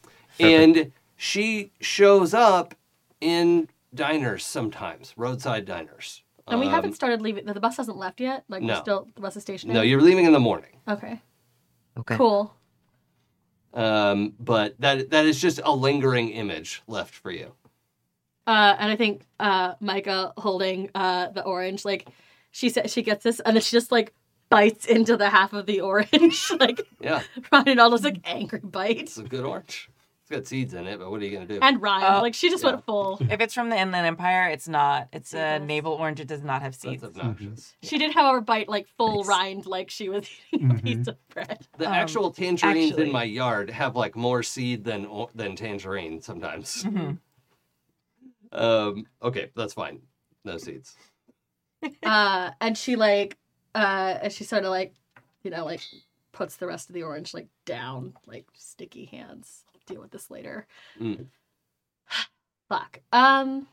and she shows up in diners sometimes, roadside diners.
And we
Um,
haven't started leaving. The bus hasn't left yet. Like
No.
we're still the bus is stationary.
No, you're leaving in the morning.
okay.
Okay.
Cool.
Um, but that that is just a lingering image left for you.
Uh, and I think uh, Micah holding uh, the orange, like she said, she gets this, and then she just like bites into the half of the *laughs* orange, like
Yeah.
Ryan all just like angry
It's
bites.
a good orange. It's got seeds in it, but what are you gonna do?
And Ryan,
Oh,
like she just
Uh, yeah.
went full.
If it's from the Inland Empire, it's not. It's a
Yes.
navel orange. It does not have
That's
seeds.
obnoxious.
She did, however, bite like full
Nice.
rind, like she was *laughs* eating
Mm-hmm.
a piece of bread.
The
Um,
actual tangerines in
actually-
my yard have like more seed than or- than tangerine sometimes.
Mhm.
Um, okay, that's fine. No seeds.
Uh, and she like, uh, and she sort of like, you know, like puts the rest of the orange like down, like sticky hands. Deal with this later.
Mm.
*sighs* Fuck. Um.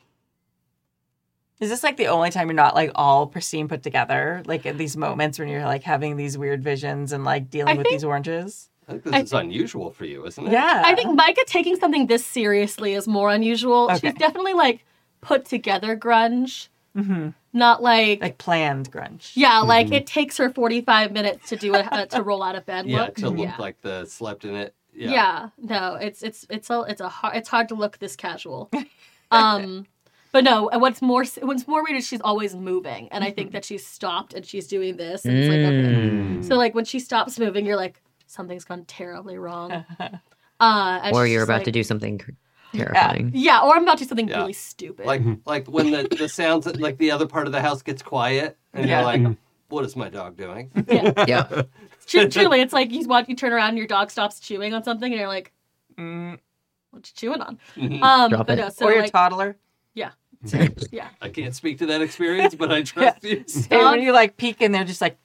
Is this like the only time you're not like all pristine put together? Like at these moments when you're like having these weird visions and like dealing
I
with
think-
these oranges?
I think this
I
is unusual for you, isn't it?
Yeah.
I think Micah taking something this seriously is more unusual.
Okay.
She's definitely like put together grunge,
hmm
not like,
like planned grunge.
yeah, like it takes her 45 minutes to do a, a to roll out of bed
Yeah,
look.
to look
yeah.
like the slept in it.
yeah.
Yeah.
no, it's it's it's a it's a hard, it's hard to look this casual. Um but no, and what's more s- what's more weird is she's always moving and I think that she's stopped and she's doing this and it's like okay.
Mm.
So like when she stops moving, you're like something's gone terribly wrong. Uh, and
Or
she's
you're
just
about
like-
to do something cr- terrifying.
Yeah, or I'm about to do something
Yeah.
really stupid.
Like like when the, the sounds like the other part of the house gets quiet and
Yeah.
you're like, What is my dog doing?
yeah.
Yeah.
*laughs*
*laughs*
Tru- Truly, it's like you watch, you turn around and your dog stops chewing on something, and you're like,
Mm.
"What's you chewing on?"
Mhm.
Um,
Drop
but
it.
no, so
Mm-hmm. or your
like,
toddler.
yeah,
I can't speak to that experience,
*laughs*
but I trust you.
And
Dog-
when you like peek and they're just like,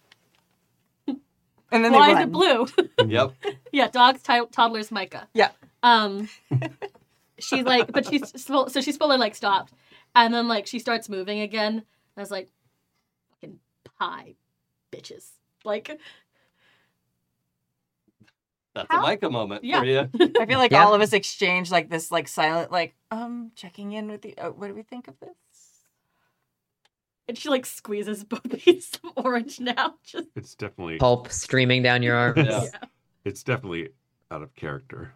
and then
why
they
is
run.
it blue? *laughs*
Yep.
yeah, dogs, ti- toddlers, Micah.
Yeah. *laughs*
Um, she's like, but she's full- so she's fully like stopped, and then like she starts moving again. And I was like, "Fucking pie, bitches!" Like,
That's
How-
a Micah moment
Yeah.
for you.
I feel like
Yeah.
all of us exchange like this, like silent, like um, checking in with the. Uh, what do we think of this?
and she like squeezes *laughs* both pieces of orange now. *laughs* Just
It's definitely
Pulp streaming down your arms.
Yeah.
it's definitely out of character.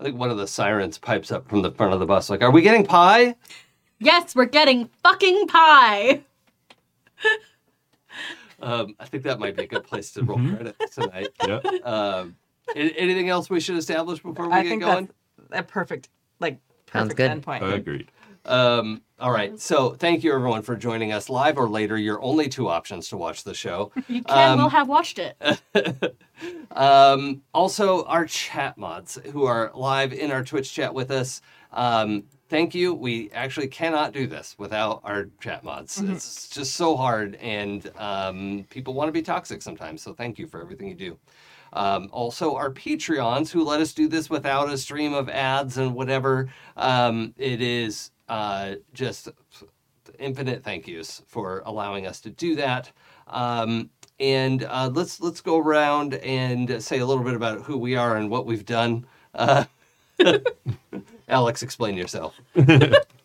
I think one of the sirens pipes up from the front of the bus, like, "Are we getting pie?"
yes, we're getting fucking pie.
Um, I think that might be a good place to roll credits tonight.
Yeah.
Um, a- anything else we should establish before we
I
get
think
going?
that's a perfect, like
Sounds
perfect
good.
endpoint.
Agreed.
Um, all right. So thank you everyone for joining us live or later. Your only two options to watch the show.
You can
Um,
will have watched it.
um, also, our chat mods who are live in our Twitch chat with us. Um, thank you. We actually cannot do this without our chat mods. It's just so hard, and um, people want to be toxic sometimes. So thank you for everything you do. Um, also, our Patreons who let us do this without a stream of ads and whatever. Um, it is uh, just infinite thank yous for allowing us to do that. Um, and uh, let's let's go around and say a little bit about who we are and what we've done. Uh, *laughs* Alex, explain yourself.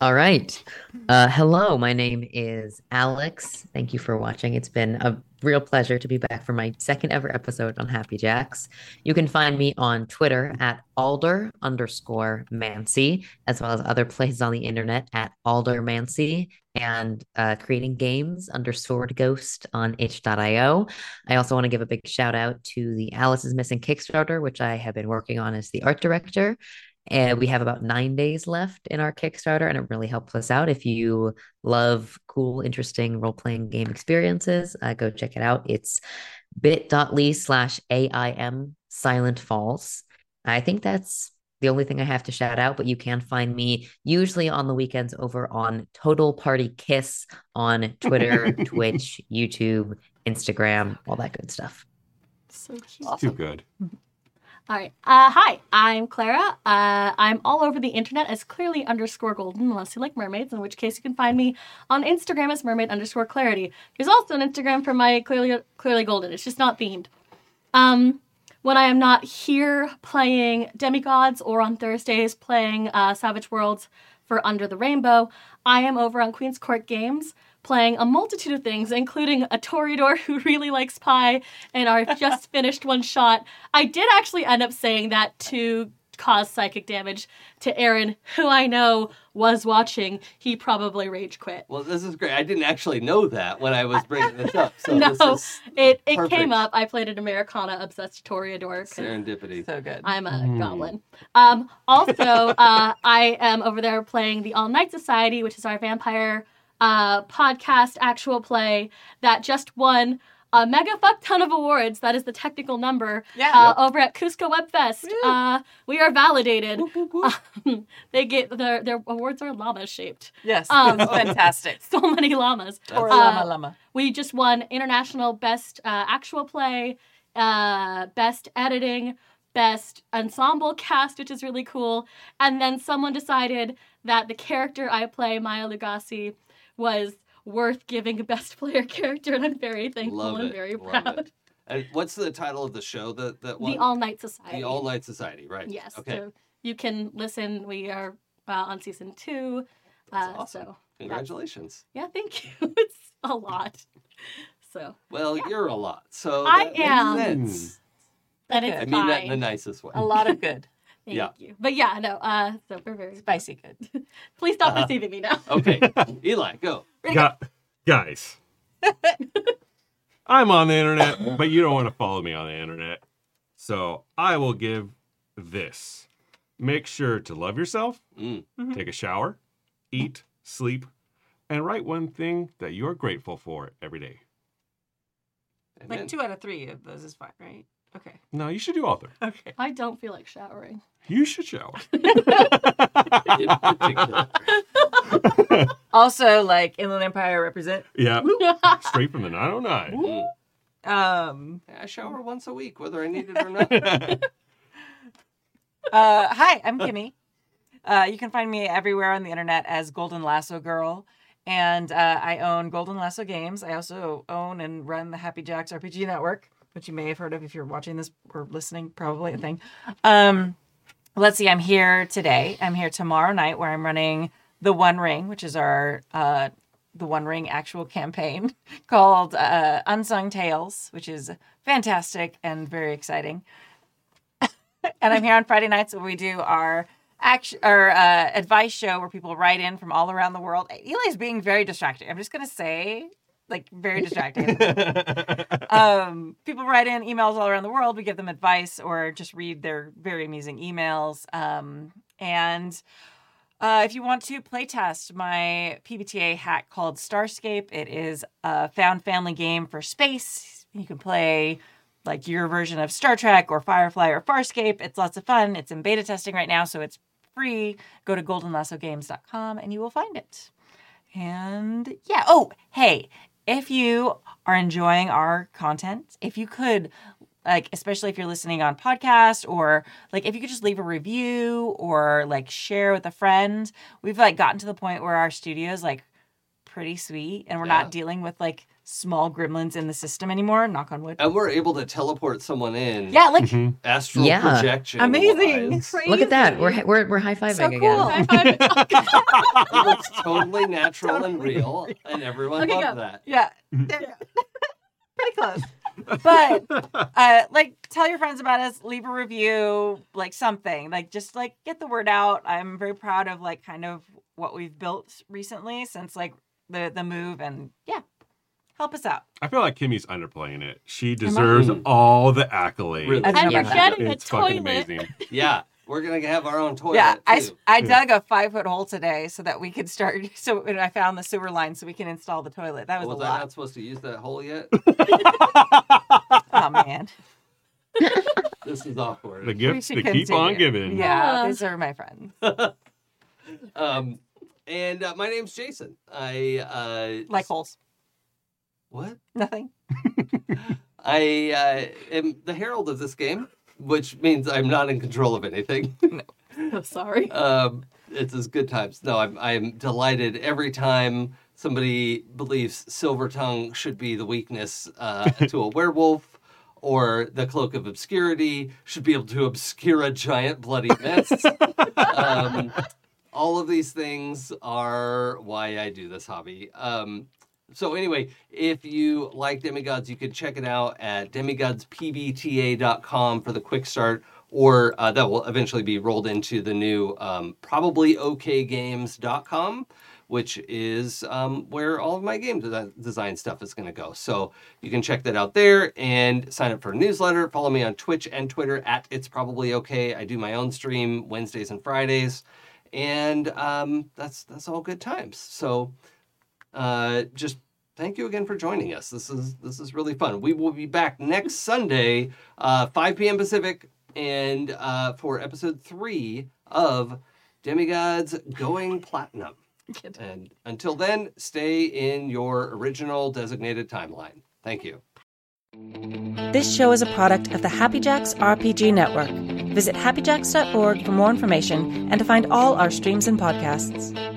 All right. Uh, hello, my name is Alex. Thank you for watching. It's been a real pleasure to be back for my second ever episode on Happy Jacks. You can find me on Twitter at alder underscore Mancy, as well as other places on the internet at alder Mancy and uh, creating games under Sword Ghost on itch.io. I also want to give a big shout out to the Alice is Missing Kickstarter, which I have been working on as the art director. And we have about nine days left in our Kickstarter, and it really helps us out. If you love cool, interesting role playing game experiences, uh, go check it out. It's bit.ly slash AIM Silent Falls. I think that's the only thing I have to shout out, but you can find me usually on the weekends over on Total Party Kiss on
*laughs*
Twitter, Twitch, YouTube, Instagram, all that good stuff.
So cute.
Too good.
All right. Uh, hi, I'm Clara. Uh, I'm all over the internet as clearly underscore golden, unless you like mermaids, in which case you can find me on Instagram as mermaid underscore clarity. There's also an Instagram for my clearly clearly golden. It's just not themed. Um, when I am not here playing demigods or on Thursdays playing uh, Savage Worlds for Under the Rainbow, I am over on Queen's Court Games playing a multitude of things, including a Toreador who *laughs* really likes pie and our
*laughs*
just finished one shot. I did actually end up saying that to cause psychic damage to Aaron, who I know was watching. He probably rage quit.
Well, this is great. I didn't actually know that when I was bringing this up. So
*laughs* No.
Oh, this
It it
Perfect.
came up. I played an Americana obsessed Toreador.
is serendipity.
So good.
I'm a
Hmm.
goblin. Um, also, uh, I am over there playing the All Night Society, which is our vampire uh, podcast actual play that just won a mega fuck ton of awards. That is the technical number
Yeah.
uh, over at Cusco Webfest. Uh, we are validated. Um, they get their their awards are llama shaped. *laughs*
yes.
um,
it's *laughs* fantastic.
So many llamas.
Or
Uh,
llama llama.
We just won international best uh, actual play, uh, best editing, best ensemble cast, which is really cool. And then someone decided that the character I play, Maya Lugasi, was worth giving best player *laughs* character, and I'm very thankful
Love
and
it.
very
Love it.
proud. *laughs*
And what's the title of the show? That that one.
The All Night Society.
The All Night Society, right?
Yes.
Okay.
So you can listen. We are uh, on season two.
That's
uh,
awesome.
So
Congratulations.
yeah, thank *laughs* you. it's a lot. So
Well, you're a lot. So
I
that makes
am.
sense.
and
Okay.
it's
I
I
mean that
fine.
in the nicest way.
A lot of good.
Thank
Yeah.
you. But yeah, no, uh, so we're very.
*laughs* Spicy *laughs* good.
Please stop
Uh-huh.
receiving me now.
*laughs* Okay, Eli, go.
Gu-
*laughs*
guys, I'm on the internet, but you don't want to follow me on the internet. So I will give this. Make sure to love yourself,
Mm.
take a shower, eat, sleep, and write one thing that you're grateful for every day.
Amen.
Like two out of three of those is fine, right? Okay.
No, you should do all three.
Okay.
I don't feel like showering.
You should shower.
In particular.
Also, like Inland Empire represent.
yeah, *laughs* straight from the 909.
Mm.
Um,
*laughs* I shower once a week, whether I need it or
*laughs*
not.
uh, hi, I'm Kimmy. Uh, you can find me everywhere on the internet as Golden Lasso Girl. And uh, I own Golden Lasso Games. I also own and run the Happy Jacks RPG Network, which you may have heard of if you're watching this or listening, probably a thing. Um, let's see, I'm here today. I'm here tomorrow night where I'm running The One Ring, which is our uh, The One Ring actual campaign *laughs* called uh, Unsung Tales, which is fantastic and very exciting. and I'm here on Friday nights where we do our action or uh, advice show where people write in from all around the world. Eli's being very distracting. I'm just gonna say, like, very distracting. um, people write in emails all around the world. We give them advice or just read their very amusing emails. Um, and uh, if you want to playtest my PBTA hack called Starscape, it is a found family game for space. You can play like your version of Star Trek or Firefly or Farscape. It's lots of fun. It's in beta testing right now, so it's free. Go to goldenlassogames.com and you will find it. And yeah, oh, hey, if you are enjoying our content, if you could like especially if you're listening on podcast or like if you could just leave a review or like share with a friend. We've like gotten to the point where our studios like pretty sweet, and we're
Yeah.
not dealing with like small gremlins in the system anymore. Knock on wood.
And we're able to teleport someone in.
Yeah, like
Mhm.
Astral
Yeah.
projection.
Amazing.
wise.
Look at that. We're hi- we're, we're high fiving *laughs*
so cool.
again.
It looks
*laughs*
totally natural and real, and everyone
Okay,
loved
go.
that.
Yeah,
Mm-hmm.
there you go. *laughs* pretty close. But uh, like, tell your friends about us. Leave a review, like something, like just like get the word out. I'm very proud of like kind of what we've built recently since like the the move, and yeah, help us out.
I feel like Kimmy's underplaying it. She deserves
Mm.
all the accolades.
Really?
And
Yeah.
we're
getting a
it's fucking
toilet.
amazing.
*laughs* Yeah, we're gonna have our own toilet.
yeah, I, s-
too.
I dug a five foot hole today so that we could start. *laughs* So when I found the sewer line so we can install the toilet. That was
was
a
I
lot.
not supposed to use that hole
*laughs*
yet?
Oh man,
this is awkward.
The
We
gifts
should
that keep on
continue.
giving.
Yeah,
Yeah.
these are my friends.
Um, and uh, my name's Jason. I uh,
Like holes,
what?
nothing.
I uh, am the herald of this game, which means I'm not in control of anything.
Oh, sorry.
um, it's as good times. No, I'm I'm delighted every time somebody believes silver tongue should be the weakness uh, to a *laughs* werewolf. Or the cloak of obscurity should be able to obscure a giant bloody mess. um, all of these things are why I do this hobby. Um, so anyway, if you like Demigods, you can check it out at demigodspbta.com for the quick start, or uh, that will eventually be rolled into the new um, probably okgames.com, which is um, where all of my game de- design stuff is going to go. So you can check that out there and sign up for a newsletter. Follow me on Twitch and Twitter at It's Probably Okay. I do my own stream Wednesdays and Fridays, and um, that's that's all good times. So uh, just thank you again for joining us. This is this is really fun. We will be back next Sunday, uh, 5 p.m. Pacific, and uh, for episode three of Demigods Going Platinum. And until then, stay in your original designated timeline. Thank you.
This show is a product of the Happy Jacks RPG Network. Visit happyjacks.org for more information and to find all our streams and podcasts.